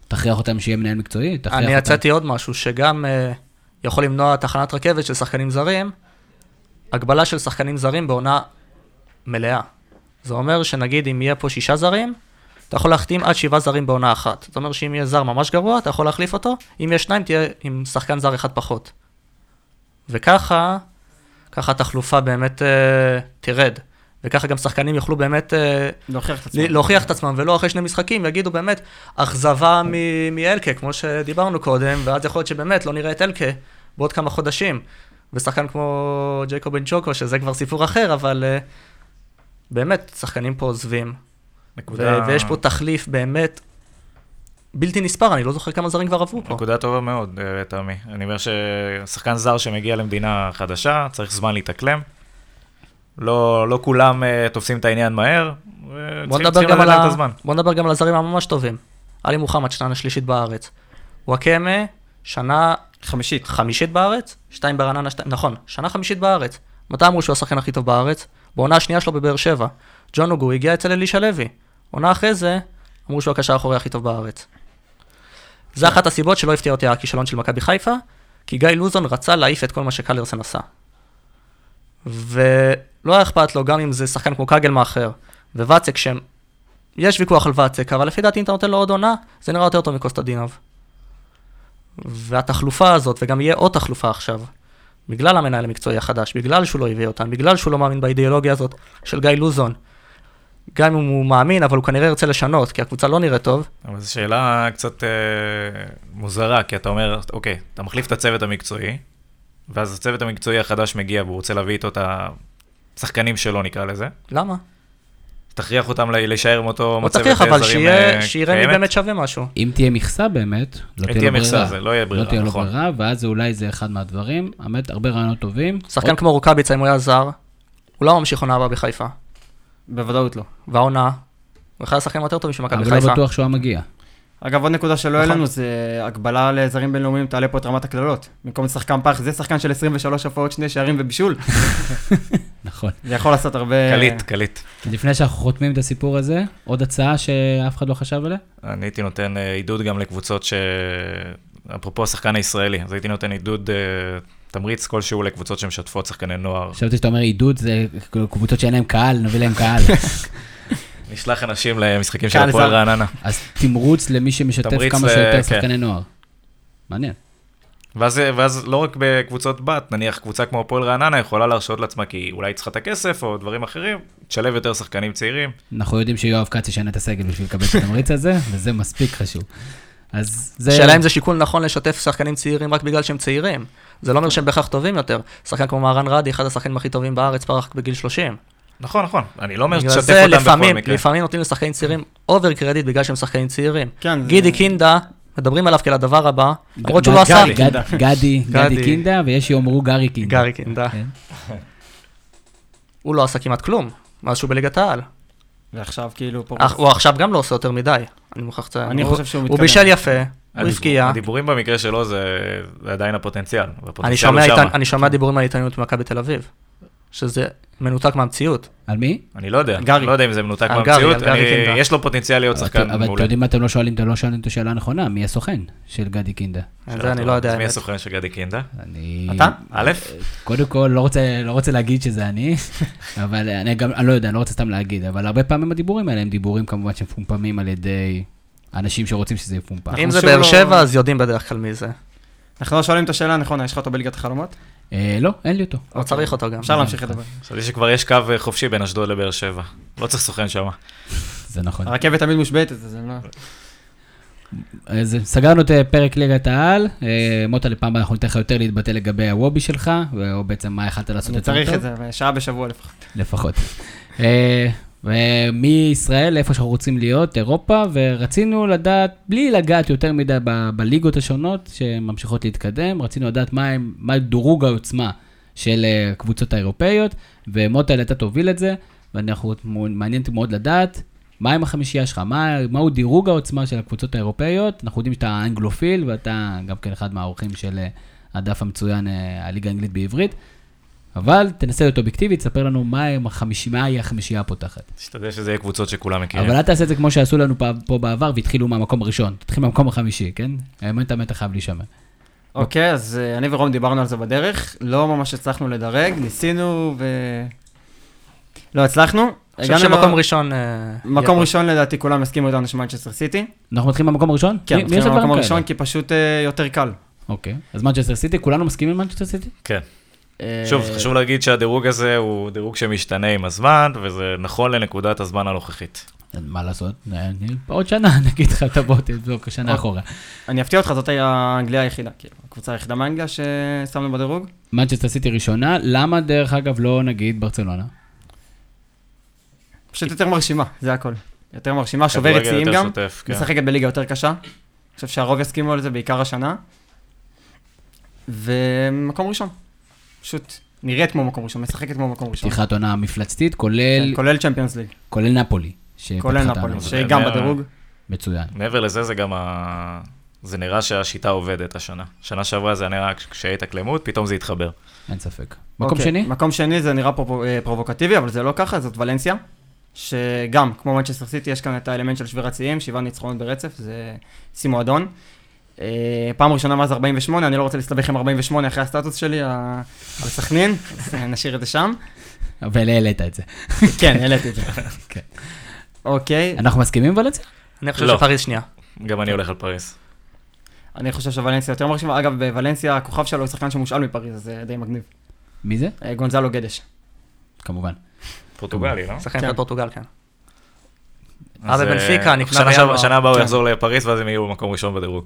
[SPEAKER 1] תכריח אותם שיהיה מנהל מקצועי? תכריח
[SPEAKER 4] אני
[SPEAKER 1] אותם-
[SPEAKER 4] יצאתי עוד משהו, שגם אה, יכול למנוע תחנת רכבת של שחקנים זרים, הגבלה של שחקנים זרים בעונה מלאה. זה אומר שנגיד אם יהיה פה שישה זרים, אתה יכול להחתים עד שבעה זרים בעונה אחת. זאת אומרת שאם יהיה זר ממש גרוע, אתה יכול להחליף אותו, אם יש שניים, תהיה עם שחקן זר אחד פחות. וככה, ככה התחלופה באמת אה, תרד. וככה גם שחקנים יוכלו באמת אה,
[SPEAKER 3] להוכיח את עצמם.
[SPEAKER 4] להוכיח את עצמם, ולא אחרי שני משחקים יגידו באמת, אכזבה מ- מאלקה, כמו שדיברנו קודם, ואז יכול להיות שבאמת לא נראה את אלקה בעוד כמה חודשים. ושחקן כמו ג'ייקוב בן צ'וקו, שזה כבר סיפור אחר, אבל אה, באמת, שחקנים פה עוזבים.
[SPEAKER 2] נקודה...
[SPEAKER 4] ו- ויש פה תחליף באמת בלתי נספר, אני לא זוכר כמה זרים כבר עברו פה.
[SPEAKER 2] נקודה טובה מאוד, אה, תמי. אני אומר ששחקן זר שמגיע למדינה חדשה, צריך זמן להתאקלם. לא, לא כולם אה, תופסים את העניין מהר. וצריכים-
[SPEAKER 4] בוא נדבר,
[SPEAKER 2] צריכים
[SPEAKER 4] גם
[SPEAKER 2] לתת
[SPEAKER 4] על
[SPEAKER 2] להם את
[SPEAKER 4] ה...
[SPEAKER 2] הזמן.
[SPEAKER 4] בוא נדבר גם על הזרים הממש טובים. עלי מוחמד, שנה שלישית בארץ. וואקמה, שנה
[SPEAKER 3] חמישית.
[SPEAKER 4] חמישית בארץ, שתיים ברעננה, שתיים, נכון, שנה חמישית בארץ. מתי אמרו שהוא השחקן הכי טוב בארץ? בעונה השנייה שלו בבאר שבע. ג'ון הוגו הגיע אצל אלישע לוי. עונה אחרי זה, אמרו שהוא הקשר האחורי הכי טוב בארץ. זה אחת הסיבות שלא הפתיע אותי הכישלון של מכבי חיפה, כי גיא לוזון רצה להעיף את כל מה שקלרסן עשה. ולא היה אכפת לו, גם אם זה שחקן כמו קגלמאכר וואצק, שהם... יש ויכוח על ואצק, אבל לפי דעתי אם אתה נותן לו עוד עונה, זה נראה יותר טוב מקוסטדינוב. והתחלופה הזאת, וגם יהיה עוד תחלופה עכשיו, בגלל המנהל המקצועי החדש, בגלל שהוא לא הביא אותם, בגלל שהוא לא מאמין באידיאולוגיה הזאת של גיא לוזון. גם אם הוא מאמין, אבל הוא כנראה ירצה לשנות, כי הקבוצה לא נראית טוב.
[SPEAKER 2] אבל זו שאלה קצת אה, מוזרה, כי אתה אומר, אוקיי, אתה מחליף את הצוות המקצועי, ואז הצוות המקצועי החדש מגיע והוא רוצה להביא איתו את השחקנים שלו, נקרא לזה.
[SPEAKER 4] למה?
[SPEAKER 2] תכריח אותם ל- להישאר עם אותו
[SPEAKER 4] לא
[SPEAKER 2] לא מצבת
[SPEAKER 4] תכריח,
[SPEAKER 2] אה,
[SPEAKER 4] אבל
[SPEAKER 2] זרים,
[SPEAKER 4] שיהיה-
[SPEAKER 2] אה,
[SPEAKER 4] שיראה מי
[SPEAKER 2] קיימת.
[SPEAKER 4] באמת שווה משהו.
[SPEAKER 1] אם תהיה מכסה באמת, לא
[SPEAKER 2] אם
[SPEAKER 1] תהיה
[SPEAKER 2] תהיה
[SPEAKER 1] לו
[SPEAKER 2] מכסה,
[SPEAKER 1] ברירה.
[SPEAKER 2] זה לא יהיה
[SPEAKER 1] לא
[SPEAKER 2] ברירה,
[SPEAKER 1] תהיה לו
[SPEAKER 2] נכון.
[SPEAKER 1] ברירה, ואז אולי זה אחד מהדברים. באמת, הרבה רעיונות טובים.
[SPEAKER 4] שחקן כמו רוקאביצה, אם הוא היה זר, הוא לא ממשיך עונה הבאה בחיפה.
[SPEAKER 3] בוודאות לא.
[SPEAKER 4] והעונה, הוא אחד השחקנים היותר טובים של מכבי
[SPEAKER 1] אבל לא
[SPEAKER 4] חיפה.
[SPEAKER 1] בטוח שהוא המגיע.
[SPEAKER 3] אגב, עוד נקודה שלא
[SPEAKER 4] נכון.
[SPEAKER 3] העלינו זה הגבלה לזרים בינלאומיים, תעלה פה את רמת הקללות. במקום שחקן פח, זה שחקן של 23 הפרעות, שני שערים ובישול.
[SPEAKER 1] נכון.
[SPEAKER 3] זה יכול לעשות הרבה...
[SPEAKER 2] קליט, קליט.
[SPEAKER 1] לפני שאנחנו חותמים את הסיפור הזה, עוד הצעה שאף אחד לא חשב עליה?
[SPEAKER 2] אני הייתי נותן אה, עידוד גם לקבוצות ש... אפרופו השחקן הישראלי, אז הייתי נותן עידוד, אה, תמריץ כלשהו לקבוצות שמשתפות שחקני נוער.
[SPEAKER 1] חשבתי שאתה אומר עידוד, זה כאילו קבוצות שאין להם קהל, נביא להם קהל.
[SPEAKER 2] נשלח אנשים למשחקים של
[SPEAKER 3] קהל
[SPEAKER 2] הפועל
[SPEAKER 3] זר.
[SPEAKER 2] רעננה.
[SPEAKER 1] אז תמרוץ למי שמשתף
[SPEAKER 2] תמריץ
[SPEAKER 1] כמה
[SPEAKER 2] ל-
[SPEAKER 1] שיותר
[SPEAKER 4] אה,
[SPEAKER 2] כן.
[SPEAKER 1] שחקני נוער. מעניין.
[SPEAKER 2] ואז, ואז לא רק בקבוצות בת, נניח קבוצה כמו הפועל רעננה יכולה להרשות לעצמה כי אולי היא צריכה את הכסף או דברים אחרים, תשלב יותר שחקנים צעירים.
[SPEAKER 1] אנחנו יודעים שיואב כץ ישנה את הסגל בשביל לקבל את התמריץ הזה, וזה מספיק חשוב. אז זה...
[SPEAKER 4] השאלה אם זה שיקול נכון לשתף שחקנים צעירים רק בגלל שהם צעירים. זה לא אומר שהם בהכרח טובים יותר. שחקן כמו מהרן רדי, אחד השחקנים הכי טובים בארץ, פרח בגיל 30.
[SPEAKER 2] נכון, נכון, אני לא אומר
[SPEAKER 4] בגלל
[SPEAKER 2] שתשתף
[SPEAKER 4] זה
[SPEAKER 2] אותם
[SPEAKER 4] לפעמים,
[SPEAKER 2] בכל מקרה.
[SPEAKER 4] לפעמים נותנים לשחקנים צעירים אובר קרדיט בגלל שהם שחקנים צעירים.
[SPEAKER 3] כן, זה-
[SPEAKER 4] גידי קינדה, מדברים עליו כעל הדבר הבא, למרות שהוא לא
[SPEAKER 1] גדי-
[SPEAKER 4] עשה...
[SPEAKER 1] גד- גדי, גדי
[SPEAKER 4] גדי.
[SPEAKER 1] קינדה, ויש שיאמרו גארי קינדה.
[SPEAKER 4] גארי קינדה.
[SPEAKER 1] כן.
[SPEAKER 4] הוא לא עשה כמעט כלום, מאז שהוא בליגת העל.
[SPEAKER 2] אוקיי.
[SPEAKER 3] ועכשיו כאילו פה...
[SPEAKER 4] אך- הוא עכשיו גם לא עושה יותר מדי, אני מוכרח לציין.
[SPEAKER 3] אני
[SPEAKER 4] הוא-
[SPEAKER 3] חושב שהוא
[SPEAKER 4] הוא
[SPEAKER 3] מתקדם.
[SPEAKER 4] בישל יפה, הוא
[SPEAKER 2] הדיבור-
[SPEAKER 4] הבקיע.
[SPEAKER 2] הדיבורים במקרה שלו זה, זה עדיין הפוטנציאל. והפוטנציאל
[SPEAKER 4] אני
[SPEAKER 2] הוא
[SPEAKER 4] שומע
[SPEAKER 2] שמה. כן.
[SPEAKER 4] איתן- אני שומע דיבורים על התעניינות במכבי תל אביב, שזה מנותק מהמציאות.
[SPEAKER 1] על מי?
[SPEAKER 2] אני לא יודע,
[SPEAKER 3] גרי.
[SPEAKER 2] לא יודע אם זה מנותק
[SPEAKER 4] על אה, גרי,
[SPEAKER 2] מהמציאות,
[SPEAKER 4] על גרי
[SPEAKER 2] אני-
[SPEAKER 4] קינדה.
[SPEAKER 2] יש לו פוטנציאל להיות שחקן
[SPEAKER 1] אבל- אבל אתה
[SPEAKER 2] מעולה.
[SPEAKER 1] יודעים מה אתם לא שואלים? אתם לא שואלים את השאלה הנכונה, מי הסוכן של גדי קינדה?
[SPEAKER 4] את זה
[SPEAKER 2] שאלה
[SPEAKER 4] אני לא
[SPEAKER 2] טובה.
[SPEAKER 4] יודע.
[SPEAKER 2] אז מי
[SPEAKER 4] האמת.
[SPEAKER 2] הסוכן של גדי קינדה?
[SPEAKER 1] אני...
[SPEAKER 3] אתה?
[SPEAKER 2] א',
[SPEAKER 1] קודם כל, לא רוצה, לא רוצה להגיד שזה אני, אבל אני גם, אני לא יודע, אני לא רוצה סתם להגיד, אבל הרבה פעמים הדיבורים האלה הם דיבורים כמובן שמפומפמים על ידי אנשים שרוצים שזה יפומפם.
[SPEAKER 3] אנחנו
[SPEAKER 4] אם זה
[SPEAKER 3] שוב
[SPEAKER 4] באר
[SPEAKER 3] לא-
[SPEAKER 4] שבע, אז יודעים בדרך כלל מי זה.
[SPEAKER 3] אנחנו לא שואלים את השאלה הנכונה, יש לך אותו בליגת החלומות?
[SPEAKER 1] אה, לא, אין לי אותו.
[SPEAKER 3] אוקיי.
[SPEAKER 4] לא צריך אותו גם.
[SPEAKER 3] אפשר להמשיך לדבר.
[SPEAKER 2] חשבתי שכבר יש קו אה, חופשי בין אשדוד לבאר שבע. לא צריך סוכן שם.
[SPEAKER 1] זה נכון.
[SPEAKER 3] אה, הרכבת תמיד מושבתת, אז אני לא...
[SPEAKER 1] אז סגרנו את אה, פרק ליגת העל. אה, מוטה, לפעם הבאה אנחנו ניתן לך יותר להתבטא לגבי הוובי שלך, או בעצם מה יכלת לעשות
[SPEAKER 3] אני
[SPEAKER 1] יותר
[SPEAKER 3] צריך
[SPEAKER 1] טוב.
[SPEAKER 3] את זה, אבל שעה בשבוע לפחות.
[SPEAKER 1] לפחות. אה, ומישראל, לאיפה שאנחנו רוצים להיות, אירופה, ורצינו לדעת, בלי לגעת יותר מדי ב- בליגות השונות שממשיכות להתקדם, רצינו לדעת מה, הם- מה דרוג העוצמה של אה, הקבוצות האירופאיות, ומוטל, אתה תוביל את זה, ואנחנו, מעניין אותי מאוד לדעת. מה עם החמישייה שלך? מה, מהו דירוג העוצמה של הקבוצות האירופאיות? אנחנו יודעים שאתה אנגלופיל ואתה גם כן אחד מהאורחים של אה, הדף המצוין, אה, הליגה האנגלית בעברית. אבל תנסה להיות אובייקטיבי, תספר לנו מה הם החמישי- מה היא החמישייה הפותחת.
[SPEAKER 2] תשתדל שזה יהיה קבוצות שכולם
[SPEAKER 3] כן.
[SPEAKER 2] מכירים.
[SPEAKER 1] אבל אל תעשה את זה כמו שעשו לנו פה- פה בעבר והתחילו מהמקום הראשון, תתחיל מהמקום החמישי, כן? האמת האמת חייב להישמע.
[SPEAKER 3] אוקיי, אז אה, אני ורום דיברנו על זה בדרך, לא ממש הצלחנו לדרג, ניסינו ו... לא הצלחנו.
[SPEAKER 4] אני חושב
[SPEAKER 3] הגענו ל-
[SPEAKER 4] שמקום ראשון... אה,
[SPEAKER 3] מקום
[SPEAKER 4] יכול.
[SPEAKER 3] ראשון לדעתי כולם הסכימו איתנו שמנצ'סטר סיטי.
[SPEAKER 1] אנחנו מתחילים מהמקום הראשון?
[SPEAKER 3] כן,
[SPEAKER 1] מי- מי יש
[SPEAKER 3] מתחילים במקום
[SPEAKER 1] לדברים
[SPEAKER 3] הראשון
[SPEAKER 1] כאלה?
[SPEAKER 3] כי פשוט אה, יותר קל.
[SPEAKER 1] אוקיי, אז מנצ'סטר סיטי, כולנו מסכימים עם מנצ'סטר סיטי?
[SPEAKER 2] כן.
[SPEAKER 3] אה,
[SPEAKER 2] שוב, זה חשוב להגיד שהדירוג הזה הוא דירוג שמשתנה עם הזמן, וזה נכון לנקודת הזמן הנוכחית.
[SPEAKER 1] מה לעשות, אה, אני- עוד שנה נגיד לך, תבוא, תבדוק, שנה
[SPEAKER 3] אוקיי.
[SPEAKER 1] אחורה.
[SPEAKER 3] אני אפתיע אותך, זאת האנגליה היחידה, כאילו, הקבוצה היחידה מאנגליה ששמנו בדירוג.
[SPEAKER 1] מנצ'סטר סיטי ראשונה, למה דרך אגב לא נגיד ברצלונה?
[SPEAKER 3] פשוט יותר מרשימה, זה הכל. יותר מרשימה, שוברת
[SPEAKER 2] כדורגל
[SPEAKER 3] שיאים
[SPEAKER 2] יותר
[SPEAKER 3] גם,
[SPEAKER 2] שוטף, כן.
[SPEAKER 3] משחקת בליגה יותר קשה. אני חושב שהרוב יסכימו על זה, בעיקר השנה. ומקום ראשון. פשוט נראית כמו מקום ראשון, משחקת כמו מקום ראשון.
[SPEAKER 1] פתיחת עונה מפלצתית, כולל
[SPEAKER 3] כן, כולל צ'מפיונס ליג,
[SPEAKER 1] כולל נפולי. שפתחה
[SPEAKER 3] כולל
[SPEAKER 1] את העונה אוקיי.
[SPEAKER 3] נפולי,
[SPEAKER 1] הזאת.
[SPEAKER 3] שהיא גם
[SPEAKER 2] זה-
[SPEAKER 3] בדירוג.
[SPEAKER 1] מצוין.
[SPEAKER 2] מעבר לזה, זה גם ה... זה נראה שהשיטה עובדת השנה. שנה שעברה זה נראה כש- כשהיית הקלמות, פתאום זה התחבר.
[SPEAKER 1] אין ספק. מקום
[SPEAKER 3] אוקיי,
[SPEAKER 1] שני?
[SPEAKER 3] מקום שני זה נראה פרו- אה, פרובוקטיבי, אבל זה לא ככה, זאת ולנסיה. שגם, כמו מנצ'סטר סיטי, יש כאן את האלמנט של שבירת שיאים, שבעה ניצחונות ברצף, זה שיא מועדון. אה, פעם ראשונה מאז 48, אני לא רוצה להסתבך עם 48 אחרי הסטטוס שלי ה- על סכנין, אז אה, נשאיר את זה שם.
[SPEAKER 1] אבל העלית את זה.
[SPEAKER 3] כן, העליתי את זה.
[SPEAKER 1] כן.
[SPEAKER 3] אוקיי,
[SPEAKER 1] אנחנו מסכימים עם ולנסיה?
[SPEAKER 4] אני חושב
[SPEAKER 2] לא.
[SPEAKER 4] שפריז שנייה.
[SPEAKER 3] כן.
[SPEAKER 2] גם אני הולך על פריז.
[SPEAKER 3] אני חושב שוולנסיה יותר מרשימה. אגב, בוולנסיה הכוכב שלו הוא שחקן שמושאל מפריז, אז זה די מגניב.
[SPEAKER 1] מי זה?
[SPEAKER 3] אה, גונזלו גדש.
[SPEAKER 1] כמובן.
[SPEAKER 2] פורטוגלי, לא?
[SPEAKER 4] שחקן
[SPEAKER 3] כן.
[SPEAKER 4] של פורטוגל, כן.
[SPEAKER 2] אז,
[SPEAKER 4] אה, בבנפיקה,
[SPEAKER 2] אה,
[SPEAKER 4] נקנה
[SPEAKER 2] שנה
[SPEAKER 4] בינואר.
[SPEAKER 2] שעברה- שנה הבאה הוא
[SPEAKER 3] כן.
[SPEAKER 2] יחזור לפריז, ואז הם יהיו במקום ראשון בדירוג.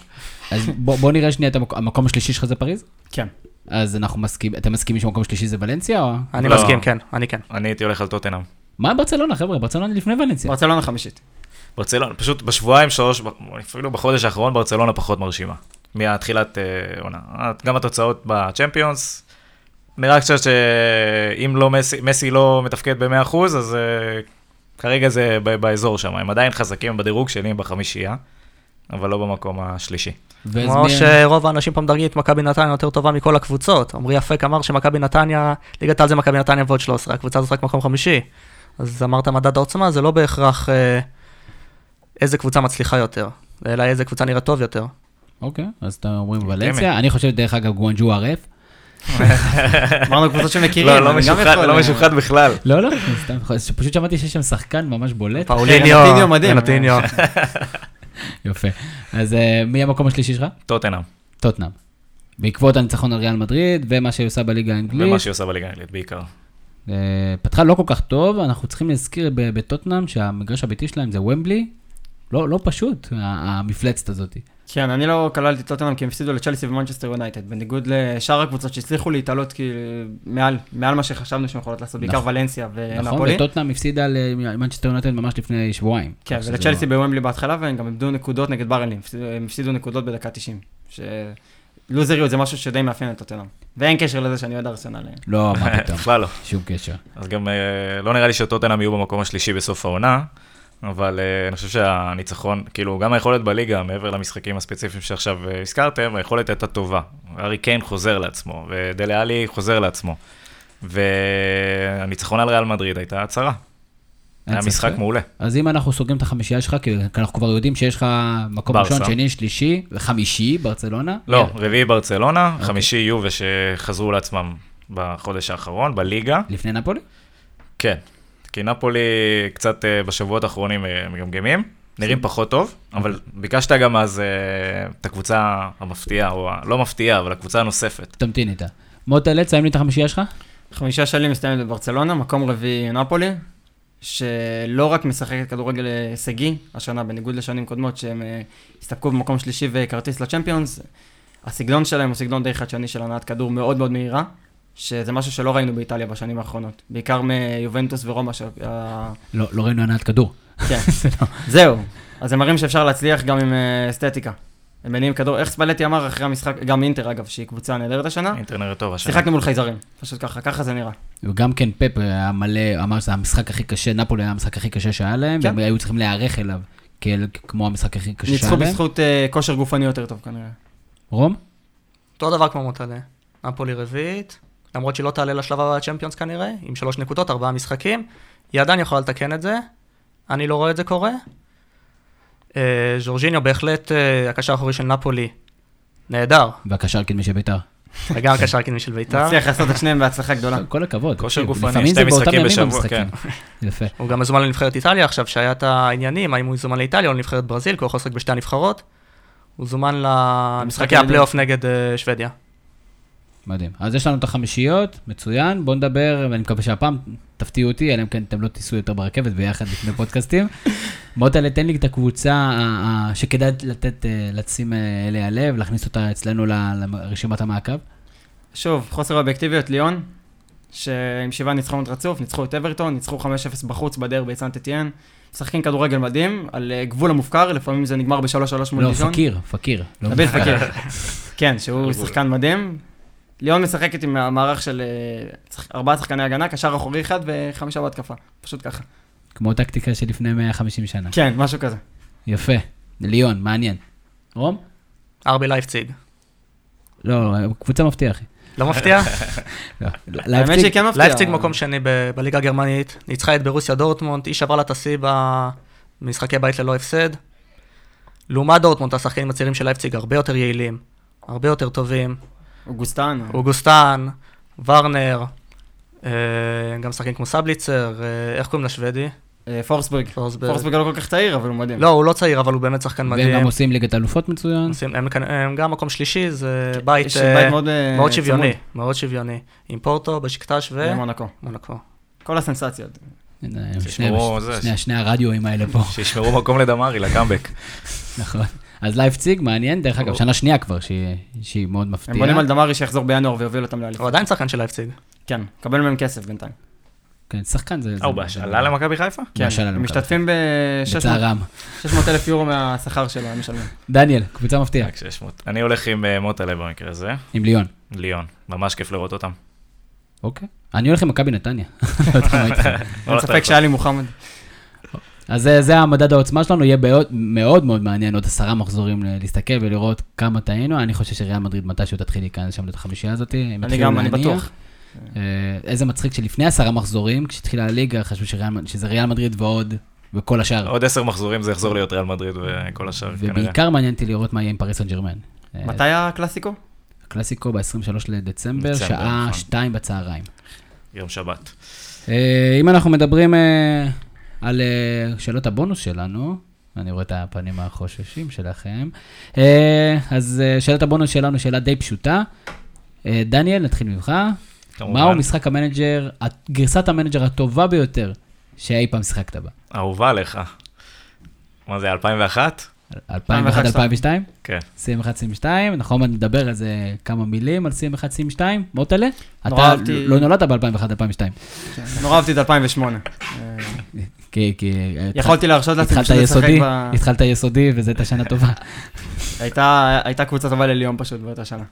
[SPEAKER 1] אז בוא בוא נראה שנייה את המק- המקום השלישי שלך זה פריז?
[SPEAKER 3] כן.
[SPEAKER 1] אז אנחנו מסכימים, אתם מסכימים שמקום שלישי זה ולנסיה? או-
[SPEAKER 4] אני
[SPEAKER 2] לא.
[SPEAKER 4] מסכים, כן, אני כן.
[SPEAKER 2] אני הייתי הולך על טוטנאם.
[SPEAKER 1] מה עם ברצלונה, חבר'ה? ברצלונה לפני ולנסיה.
[SPEAKER 3] ברצלונה חמישית.
[SPEAKER 2] ברצלונה, פשוט בשבועיים, שלוש, אפילו בחודש האחרון, ברצלונה פחות מרשימה. מהתחילת אה, עונה. אה, גם התוצאות בצ'מפיונס, נראה קצת שאם לא מסי, מסי לא מתפקד ב-100%, אז אה, כרגע זה ב- באזור שם. הם עדיין חזקים בדירוג שלי הם בחמישייה, אבל לא במקום השלישי.
[SPEAKER 1] ואז
[SPEAKER 4] כמו
[SPEAKER 1] מי-
[SPEAKER 4] שרוב האנשים פה מדרגים את מכבי נתניה יותר טובה מכל הקבוצות. עמרי אפק אמר שמכבי נתניה, ליגת העל זה מכבי נתניה ועוד 13, הקבוצה הזאת רק מקום חמישי. אז אמרת מדד העוצמה, זה לא בהכרח אה, איזה קבוצה מצליחה יותר, אלא איזה קבוצה נראית טוב יותר.
[SPEAKER 1] אוקיי, אז אתם אומרים ולנסיה. אני חושב, דרך אגב, גואנג'ו ערף.
[SPEAKER 3] אמרנו קבוצות שמכירים.
[SPEAKER 2] לא, לא
[SPEAKER 3] אני גם
[SPEAKER 2] משוחד,
[SPEAKER 3] יכול,
[SPEAKER 2] לא
[SPEAKER 3] אה,
[SPEAKER 2] משוחד בכלל.
[SPEAKER 1] לא, לא, סתם, פשוט שמעתי שיש שם שחקן ממש בולט.
[SPEAKER 4] פאוליניו,
[SPEAKER 3] רנטיניו מדהים.
[SPEAKER 4] רנטיניו.
[SPEAKER 1] יפה. אז אה, מי המקום השלישי שלך?
[SPEAKER 2] טוטנאם,
[SPEAKER 1] טוטנאם. בעקבות הניצחון על ריאל מדריד ומה שהיא עושה בליגה האנגלית.
[SPEAKER 2] ומה שהיא עושה בליגה האנגלית בעיקר.
[SPEAKER 1] אה, פתחה לא כל כך טוב, אנחנו צריכים להזכיר ב- בטוטנאם שהמגרש הביתי שלהם זה ומבלי. לא, לא פשוט, ה- המפלצת הזאת.
[SPEAKER 2] אה,
[SPEAKER 3] כן, אני לא כללתי את טוטנאם כי הם הפסידו לצ'לסי ומנצ'סטר יונייטד, בניגוד לשאר הקבוצות שהצליחו להתעלות כאילו מעל, מעל מה שחשבנו שהן יכולות לעשות, בעיקר
[SPEAKER 1] נכון.
[SPEAKER 3] ולנסיה
[SPEAKER 1] נכון?
[SPEAKER 3] ונפולי.
[SPEAKER 1] וטוטנאם הפסידה למנצ'סטר יונתן ממש לפני שבועיים.
[SPEAKER 3] כן,
[SPEAKER 1] כך שזה
[SPEAKER 3] ולצ'לסי
[SPEAKER 1] לא-
[SPEAKER 3] בוומבלי בהתחלה, והם גם איבדו נקודות נגד ברנלי, הם הפסידו- הם הפסידו נקודות בדקה 90. ש- לוזריות זה משהו שדי מאפיין את טוטנאם. ואין קשר לזה שאני אוהד ארסנל.
[SPEAKER 1] לא, מה פתאום,
[SPEAKER 2] בכלל לא.
[SPEAKER 1] שום קשר.
[SPEAKER 2] אז גם אה, לא נראה לי שטוטנאם יהיו במקום השלישי בסוף העונה, אבל אה, אני חושב שהניצחון, כאילו, גם היכולת בליגה, מעבר למשחקים הספציפיים שעכשיו אה, הזכרתם, היכולת הייתה טובה. הארי קיין חוזר לעצמו, ודלה עלי חוזר לעצמו. והניצחון על ריאל מדריד הייתה הצהרה.
[SPEAKER 1] אין
[SPEAKER 2] היה משחק
[SPEAKER 1] ספק.
[SPEAKER 2] מעולה.
[SPEAKER 1] אז אם אנחנו סוגרים את החמישייה שלך, כי אנחנו כבר יודעים שיש לך מקום
[SPEAKER 2] ברסה.
[SPEAKER 1] ראשון, שני, שלישי, וחמישי, ברצלונה.
[SPEAKER 2] לא, רביעי ברצלונה,
[SPEAKER 1] אוקיי.
[SPEAKER 2] חמישי יובה שחזרו לעצמם בחודש האחרון, בליגה.
[SPEAKER 1] לפני נפולי?
[SPEAKER 2] כן, כי נפולי קצת אה, בשבועות האחרונים אה, מגמגמים, נראים פחות טוב, אבל
[SPEAKER 1] אוקיי.
[SPEAKER 2] ביקשת גם אז אה, את הקבוצה המפתיעה, או ה- לא מפתיעה, אבל הקבוצה הנוספת.
[SPEAKER 1] תמתין איתה. מוטה, לט, סיים לי את החמישייה שלך?
[SPEAKER 3] חמישה שלי מסתיימת בברצלונה, מקום רביעי נפולי, שלא רק משחקת כדורגל הישגי השנה, בניגוד לשנים קודמות, שהם אה, הסתפקו במקום שלישי וכרטיס לצ'מפיונס, הסגנון שלהם הוא סגנון די חדשני של הנעת כדור מאוד מאוד מהירה, שזה משהו שלא ראינו באיטליה בשנים האחרונות, בעיקר מיובנטוס ורומא, ש... ה-
[SPEAKER 1] לא לא ראינו הנעת כדור.
[SPEAKER 3] כן.
[SPEAKER 1] זה לא-
[SPEAKER 3] זהו. אז הם מראים שאפשר להצליח גם עם אה, אסתטיקה. הם מניעים כדור, איך ספלטי אמר אחרי המשחק, גם אינטר אגב, שהיא קבוצה נהדרת
[SPEAKER 1] אה.
[SPEAKER 3] השנה,
[SPEAKER 2] אינטרנר טוב השנה.
[SPEAKER 3] שיחקנו מול חייזרים, פשוט ככה, ככה זה נראה.
[SPEAKER 1] וגם כן פפ היה מלא, אמר שזה המשחק הכי קשה, נפולי היה המשחק הכי קשה שהיה להם,
[SPEAKER 3] כן.
[SPEAKER 1] והם היו צריכים להיערך אליו כאל- כמו המשחק הכי קשה שהיה
[SPEAKER 3] ניצחו
[SPEAKER 1] להם.
[SPEAKER 3] בזכות אה, כושר גופני יותר טוב כנראה.
[SPEAKER 1] רום?
[SPEAKER 4] אותו דבר כמו מוטלה. נפולי רביעית, למרות שהיא לא תעלה לשלב הצ'מפיונס כנראה, עם שלוש נקודות, ארבעה משחקים, היא עדיין יכולה לתקן את זה, אני לא רואה את זה קורה. אה, ז'ורג'יניו בהחלט אה, הקשר האחורי של נפולי, נהדר,
[SPEAKER 1] והקשר קדמי של בית"ר.
[SPEAKER 4] וגם הקשר הקדמי של בית"ר,
[SPEAKER 3] נצליח לעשות את שניהם בהצלחה גדולה.
[SPEAKER 1] כל הכבוד.
[SPEAKER 2] כושר
[SPEAKER 1] תקשיב,
[SPEAKER 2] גופני,
[SPEAKER 1] לפעמים
[SPEAKER 2] שתי
[SPEAKER 1] זה באותם
[SPEAKER 2] משחקים
[SPEAKER 1] ימים
[SPEAKER 2] בשבוע,
[SPEAKER 1] המשחקים.
[SPEAKER 2] כן.
[SPEAKER 1] יפה.
[SPEAKER 4] הוא גם מזומן לנבחרת איטליה עכשיו, שהיה את העניינים, האם הוא זומן לאיטליה או לנבחרת ברזיל, כי הוא יכול לשחק בשתי הנבחרות. הוא זומן למשחקי
[SPEAKER 3] הילדים.
[SPEAKER 4] הפלייאוף נגד אה, שוודיה.
[SPEAKER 1] מדהים. אז יש לנו את החמישיות, מצוין, בואו נדבר, ואני מקווה שהפעם תפתיעו אותי, אלא אם כן אתם לא תיסעו יותר ברכבת ביחד לפני פודקאסטים. מוטלה, תן לי את הקבוצה ה- ה- שכדאי לתת, אה, לשים אה, אליה לב, להכניס אותה אצלנו ל- לרשימת המעקב.
[SPEAKER 3] שוב, חוסר אובייקטיביות, ליאון, שעם שבעה ניצחונות רצוף, ניצחו את אברטון, ניצחו 5-0 בחוץ בדרך ביצן טטיאן, משחקים כדורגל מדהים, על אה, גבול המופקר, לפעמים זה נגמר ב-3-3 מול
[SPEAKER 1] לא,
[SPEAKER 3] לישון.
[SPEAKER 1] פקיר, פקיר. לא
[SPEAKER 3] נביל
[SPEAKER 1] מופקר.
[SPEAKER 3] פקיר. כן,
[SPEAKER 2] לא
[SPEAKER 3] שהוא שחקן מדהים. ליאון משחקת עם המערך של אה, שח- ארבעה שחקני הגנה, קשר אחורי אחד וחמישה בהתקפה, פשוט ככה.
[SPEAKER 1] כמו טקטיקה שלפני 150 שנה.
[SPEAKER 3] כן, משהו כזה.
[SPEAKER 1] יפה. ליון, מעניין. רום?
[SPEAKER 4] ארבי לייפציג.
[SPEAKER 1] לא, לא, קבוצה מפתיעה, אחי.
[SPEAKER 4] לא מפתיע?
[SPEAKER 1] לא.
[SPEAKER 3] האמת
[SPEAKER 1] לייפציג-
[SPEAKER 3] שהיא כן מפתיעה.
[SPEAKER 4] לייפציג מקום שני ב- בליגה הגרמנית, ניצחה את ברוסיה דורטמונד, היא שברה לה את השיא במשחקי בית ללא הפסד. לעומת דורטמונד, השחקנים הצעירים של לייפציג הרבה יותר יעילים, הרבה יותר טובים.
[SPEAKER 3] אוגוסטן.
[SPEAKER 4] אוגוסטן, ורנר, אה, גם שחקנים כמו סבליצר, אה, איך קוראים לשוודי?
[SPEAKER 3] אה, פורסברג.
[SPEAKER 4] פורסברג.
[SPEAKER 3] פורסברג לא כל כך צעיר, אבל הוא מדהים.
[SPEAKER 4] לא, הוא לא צעיר, אבל הוא באמת שחקן
[SPEAKER 1] והם
[SPEAKER 4] מדהים.
[SPEAKER 1] גם עושים ליגת אלופות מצוין.
[SPEAKER 4] עושים- הם כאן- הם גם מקום שלישי, זה בית
[SPEAKER 3] יש
[SPEAKER 4] אה,
[SPEAKER 3] בית מאוד אה, צמוד.
[SPEAKER 4] מאוד שוויוני, מאוד שוויוני. עם פורטו, בשקטש
[SPEAKER 3] במונקו.
[SPEAKER 4] ומונקו.
[SPEAKER 3] כל הסנסציות.
[SPEAKER 1] הנה,
[SPEAKER 2] תשמעו,
[SPEAKER 1] אה, שני-
[SPEAKER 2] זה-
[SPEAKER 1] שני- שני הרדיואים האלה פה.
[SPEAKER 2] שישמרו מקום לדמרי, לקאמבק.
[SPEAKER 1] נכון. אז לייפציג, מעניין, דרך אגב,
[SPEAKER 4] הוא-
[SPEAKER 1] שנה שנייה כבר, שהיא- שהיא מאוד
[SPEAKER 3] הם
[SPEAKER 1] מפתיעה.
[SPEAKER 3] בונים על דמרי שיחזור בינואר ויוביל אותם לאליפות.
[SPEAKER 4] הוא עדיין שחקן של לייפציג.
[SPEAKER 3] כן, קבל מהם כסף בינתיים.
[SPEAKER 1] כן, שחקן זה...
[SPEAKER 2] אה, הוא בהשאלה למכבי חיפה?
[SPEAKER 3] כן,
[SPEAKER 1] בהשאלה
[SPEAKER 3] הם
[SPEAKER 1] למכבי.
[SPEAKER 3] משתתפים ב-600
[SPEAKER 1] בצערם.
[SPEAKER 3] אלף יורו מהשכר שלו, הם משלמים.
[SPEAKER 1] דניאל, קבוצה מפתיעה,
[SPEAKER 2] רק 600. אני הולך עם אה, מוטלה במקרה הזה,
[SPEAKER 1] עם ליון.
[SPEAKER 2] ליון. ממש כיף לראות אותם.
[SPEAKER 1] אוקיי. אני הולך עם מכבי נתניה. לא יודע מה איתך.
[SPEAKER 2] לא אה.
[SPEAKER 3] אין
[SPEAKER 2] הלכת
[SPEAKER 3] ספק
[SPEAKER 2] רחוק.
[SPEAKER 3] שאלי מוחמד.
[SPEAKER 1] אז זה, זה המדד העוצמה שלנו, יהיה מאוד מאוד, מאוד מעניין עוד עשרה מחזורים ל- להסתכל ולראות כמה טעינו. אני חושב שריאל מדריד מתישהו תתחיל להיכנס שם לחמישייה הזאת. הם
[SPEAKER 3] אני
[SPEAKER 1] יתחילו
[SPEAKER 3] גם, אני
[SPEAKER 1] להניע.
[SPEAKER 3] בטוח.
[SPEAKER 1] אה, איזה מצחיק שלפני עשרה מחזורים, כשהתחילה הליגה, חשבו שריאל- שזה ריאל מדריד ועוד, וכל השאר.
[SPEAKER 2] עוד עשר מחזורים זה יחזור להיות ריאל מדריד וכל השאר כנראה.
[SPEAKER 1] אה. ובעיקר מעניין אותי לראות מה יהיה עם פריס סן ג'רמן. אה,
[SPEAKER 3] מתי הקלאסיקו?
[SPEAKER 1] הקלאסיקו ב-23 לדצמבר,
[SPEAKER 2] דצמבר,
[SPEAKER 1] שעה
[SPEAKER 2] נכון.
[SPEAKER 1] 2 בצהריים.
[SPEAKER 2] יום שבת.
[SPEAKER 1] אה, אם אנחנו מדברים אה, על אה, שאלות הבונוס שלנו, אני רואה את הפנים החוששים שלכם, אה, אז אה, שאלת הבונוס שלנו היא שאלה די פשוטה. אה, דניאל, נתחיל ממך.
[SPEAKER 2] כמובן.
[SPEAKER 1] מהו משחק המנג'ר, הת- גרסת המנג'ר הטובה ביותר שאי פעם שיחקת בה?
[SPEAKER 2] אהובה עליך. מה זה, 2001?
[SPEAKER 1] 2001-2002?
[SPEAKER 3] 2001-2002?
[SPEAKER 2] כן.
[SPEAKER 1] CM1-CM2, אנחנו עוד מעט נדבר נכון, על זה כמה מילים על CM1-CM2, מוטלה?
[SPEAKER 3] נורא
[SPEAKER 1] אתה
[SPEAKER 3] אהבתי-
[SPEAKER 1] לא נולדת ב-2001-2002,
[SPEAKER 3] כן, נורא אהבתי את 2008. אה,
[SPEAKER 1] כי... כי, אה,
[SPEAKER 3] יכולתי להרשות לעצמי
[SPEAKER 1] התחלת
[SPEAKER 3] פשוט לשחק
[SPEAKER 1] יסודי,
[SPEAKER 3] ב...
[SPEAKER 1] התחלת יסודי וזו הייתה שנה טובה.
[SPEAKER 3] הייתה- הייתה קבוצה טובה לליום פשוט באותה שנה.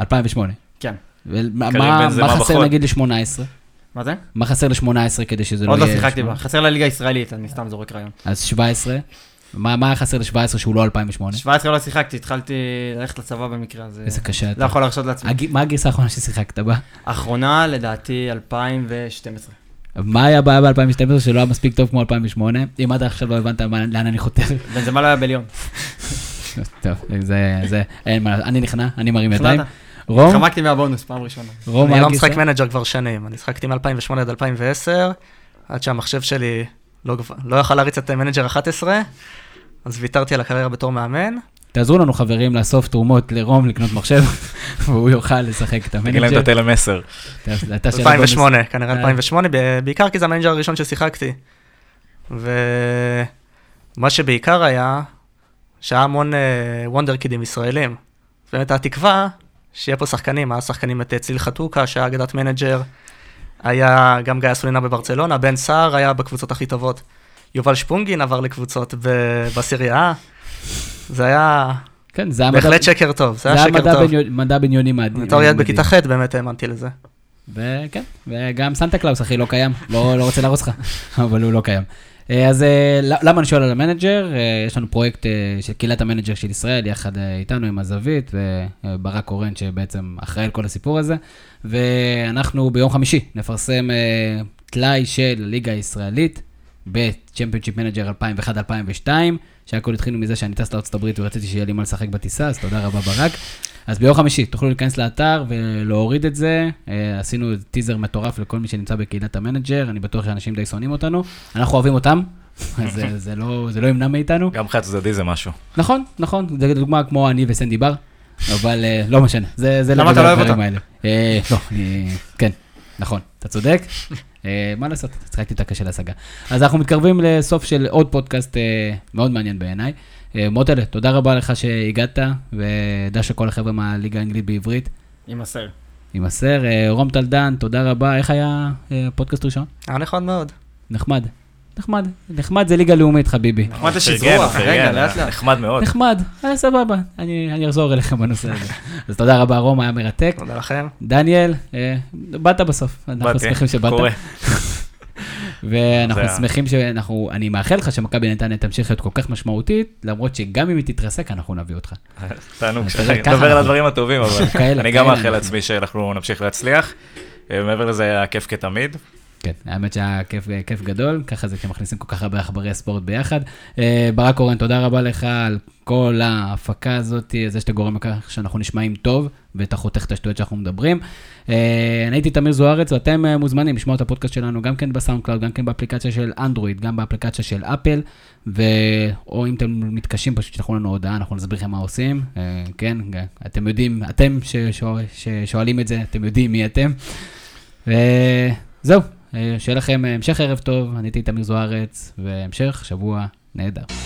[SPEAKER 1] 2008.
[SPEAKER 3] כן.
[SPEAKER 1] ומה
[SPEAKER 2] קרים
[SPEAKER 1] מה-
[SPEAKER 2] בנזמה
[SPEAKER 1] מה חסר
[SPEAKER 2] בחוד.
[SPEAKER 1] נגיד ל-18?
[SPEAKER 3] מה זה?
[SPEAKER 1] מה חסר ל-18 כדי שזה לא
[SPEAKER 3] עוד
[SPEAKER 1] יהיה...
[SPEAKER 3] לא שיחקתי בה.
[SPEAKER 1] שמונה?
[SPEAKER 3] חסר לליגה הישראלית, אני סתם זורק רעיון.
[SPEAKER 1] אז 17? מה מה היה חסר ל-17 שהוא לא 2008?
[SPEAKER 3] 17 לא שיחקתי, התחלתי ללכת לצבא במקרה, אז אה,
[SPEAKER 1] איזה קשה
[SPEAKER 3] לא
[SPEAKER 1] אתה.
[SPEAKER 3] יכול להרשות לעצמי.
[SPEAKER 1] הג- מה הגרסה האחרונה ששיחקת בה?
[SPEAKER 3] אחרונה, לדעתי, 2012.
[SPEAKER 1] מה היה הבעיה ב-2012 שלא היה מספיק טוב כמו 2008? אם עד עכשיו לא הבנת מה- לאן אני חותר.
[SPEAKER 3] בנזמה לא היה בליום.
[SPEAKER 1] טוב, זה, זה, אין מה, אני נכנע, אני מרים ידיים.
[SPEAKER 3] נכנעת.
[SPEAKER 1] רום,
[SPEAKER 3] חמקתי מהבונוס פעם ראשונה.
[SPEAKER 1] רום,
[SPEAKER 4] אני
[SPEAKER 1] מה
[SPEAKER 4] לא
[SPEAKER 1] הגרסה?
[SPEAKER 4] משחק מנג'ר כבר שנים, אני שחקתי מ-2008 עד 2010, עד שהמחשב שלי לא גב- לא יכל להריץ את מנג'ר 11, אז ויתרתי על הקריירה בתור מאמן.
[SPEAKER 1] תעזרו לנו חברים לאסוף תרומות לרום לקנות מחשב, והוא יוכל לשחק את
[SPEAKER 2] תגיד להם
[SPEAKER 1] המנג'ר.
[SPEAKER 2] את הטלמסר.
[SPEAKER 1] אתה- לא אתה של הגומז.
[SPEAKER 4] 2008, כנראה
[SPEAKER 1] אה.
[SPEAKER 4] 2008, ב- בעיקר כי זה המנג'ר הראשון ששיחקתי. ומה שבעיקר היה, שהיה המון אה, וונדר קידים ישראלים. זאת אומרת, התקווה שיהיה פה שחקנים, היה שחקנים את אה, צליל חתוקה, שהיה אגדת מנג'ר, היה גם גיא סולינה בברצלונה, בן סער היה בקבוצות הכי טובות. יובל שפונגין עבר לקבוצות ב- בסירייה. זה היה
[SPEAKER 1] כן, זה המדע-
[SPEAKER 4] בהחלט שקר טוב, זה
[SPEAKER 1] זה
[SPEAKER 4] היה
[SPEAKER 1] היה מדע
[SPEAKER 4] שקר טוב.
[SPEAKER 1] בניו- מדע בניוני מדהים.
[SPEAKER 4] בתור ילד
[SPEAKER 1] מדהים.
[SPEAKER 4] בכיתה ח' באמת האמנתי לזה.
[SPEAKER 1] וכן, וגם סנטה קלאוס, אחי, לא קיים, לא, לא רוצה להרוס לך, אבל הוא לא קיים. אה, אז אה, ל- למה אני שואל על המנג'ר? אה, יש לנו פרויקט אה, של קהילת המנג'ר של ישראל, יחד אה, איתנו עם הזווית, אה, וברק קורן שבעצם אחראי על כל הסיפור הזה, ואנחנו ביום חמישי נפרסם אה, טלאי של הליגה הישראלית בצ'מפיונצ'יפ מנג'ר 2001-2002, שהכל התחילו מזה שאני טס לארצות הברית ורציתי שיהיה לי מה לשחק בטיסה, אז תודה רבה ברק. אז ביום חמישי תוכלו להיכנס לאתר ולהוריד את זה. אה, עשינו טיזר מטורף לכל מי שנמצא בקהילת המנג'ר, אני בטוח שאנשים די שונאים אותנו. אנחנו אוהבים אותם, אז זה, זה, לא, זה לא ימנע מאיתנו.
[SPEAKER 2] גם חד צדדי זה משהו.
[SPEAKER 1] נכון, נכון, זו דוגמה כמו אני וסנדי בר, אבל אה, לא משנה, זה, זה
[SPEAKER 3] למה
[SPEAKER 1] לגבי
[SPEAKER 3] אתה לא אוהב
[SPEAKER 1] הדברים
[SPEAKER 3] אותה?
[SPEAKER 1] האלה. אה, לא, אני, כן, נכון, אתה צודק. אה, מה לעשות, צחקתי אותה קשה להשגה. אז אנחנו מתקרבים לסוף של עוד פודקאסט אה, מאוד מעניין בעיניי. אה, מוטלה, תודה רבה לך שהגעת, ודע שכל החבר'ה מהליגה האנגלית בעברית
[SPEAKER 3] יימסר.
[SPEAKER 1] יימסר. אה, רום טלדן, תודה רבה. איך היה אה, פודקאסט ראשון?
[SPEAKER 4] היה נכון מאוד.
[SPEAKER 1] נחמד. נחמד. נחמד זה ליגה לאומית, חביבי.
[SPEAKER 3] נחמד
[SPEAKER 2] פרגן,
[SPEAKER 3] לשזרוע,
[SPEAKER 2] פרגן,
[SPEAKER 3] רגע, לאט לאט.
[SPEAKER 2] כן, נחמד מאוד.
[SPEAKER 1] אה, נחמד, היה סבבה, אני, אני אחזור אליכם בנושא הזה. אז תודה רבה, רום, היה מרתק.
[SPEAKER 4] תודה לכם.
[SPEAKER 1] דניאל, אה, באת בסוף, אנחנו
[SPEAKER 2] באתי,
[SPEAKER 1] שמחים שבאת,
[SPEAKER 2] קורה.
[SPEAKER 1] ואנחנו
[SPEAKER 2] זה ה-
[SPEAKER 1] שמחים שאנחנו, אני מאחל לך שמכבי נתניה תמשיך להיות כל כך משמעותית, למרות שגם אם היא תתרסק, אנחנו נביא אותך.
[SPEAKER 2] תענוג,
[SPEAKER 1] אז
[SPEAKER 2] שאני
[SPEAKER 1] זה ככה
[SPEAKER 2] מדבר על
[SPEAKER 1] אנחנו.
[SPEAKER 2] הדברים הטובים, אבל
[SPEAKER 1] כאלה, כן.
[SPEAKER 2] אני גם
[SPEAKER 1] כאלה.
[SPEAKER 2] מאחל לעצמי שאנחנו נמשיך להצליח. אה, מעבר לזה היה כיף כתמיד.
[SPEAKER 1] כן, האמת שהיה כיף, כיף גדול, ככה זה כשמכניסים כל כך הרבה עכברי ספורט ביחד. אה, ברק אורן, תודה רבה לך על כל ההפקה הזאת, זה שאתה גורם לכך שאנחנו נשמעים טוב, ואתה חותך את השטויות שאנחנו מדברים. אה, אני הייתי תמיר זוארץ, ואתם אה, מוזמנים לשמוע את הפודקאסט שלנו גם כן בסאונד קלאוד, גם כן באפליקציה של אנדרואיד, גם באפליקציה של אפל, ו... או אם אתם מתקשים, פשוט תשלחו לנו הודעה, אנחנו נסביר לכם מה עושים. אה, כן, אתם יודעים, אתם ששואל, ששואלים את זה, אתם יודעים מי אתם. אה, וזהו, אה, שיהיה לכם המשך ערב טוב, אני הייתי תמיר זוארץ, והמשך שבוע נהדר.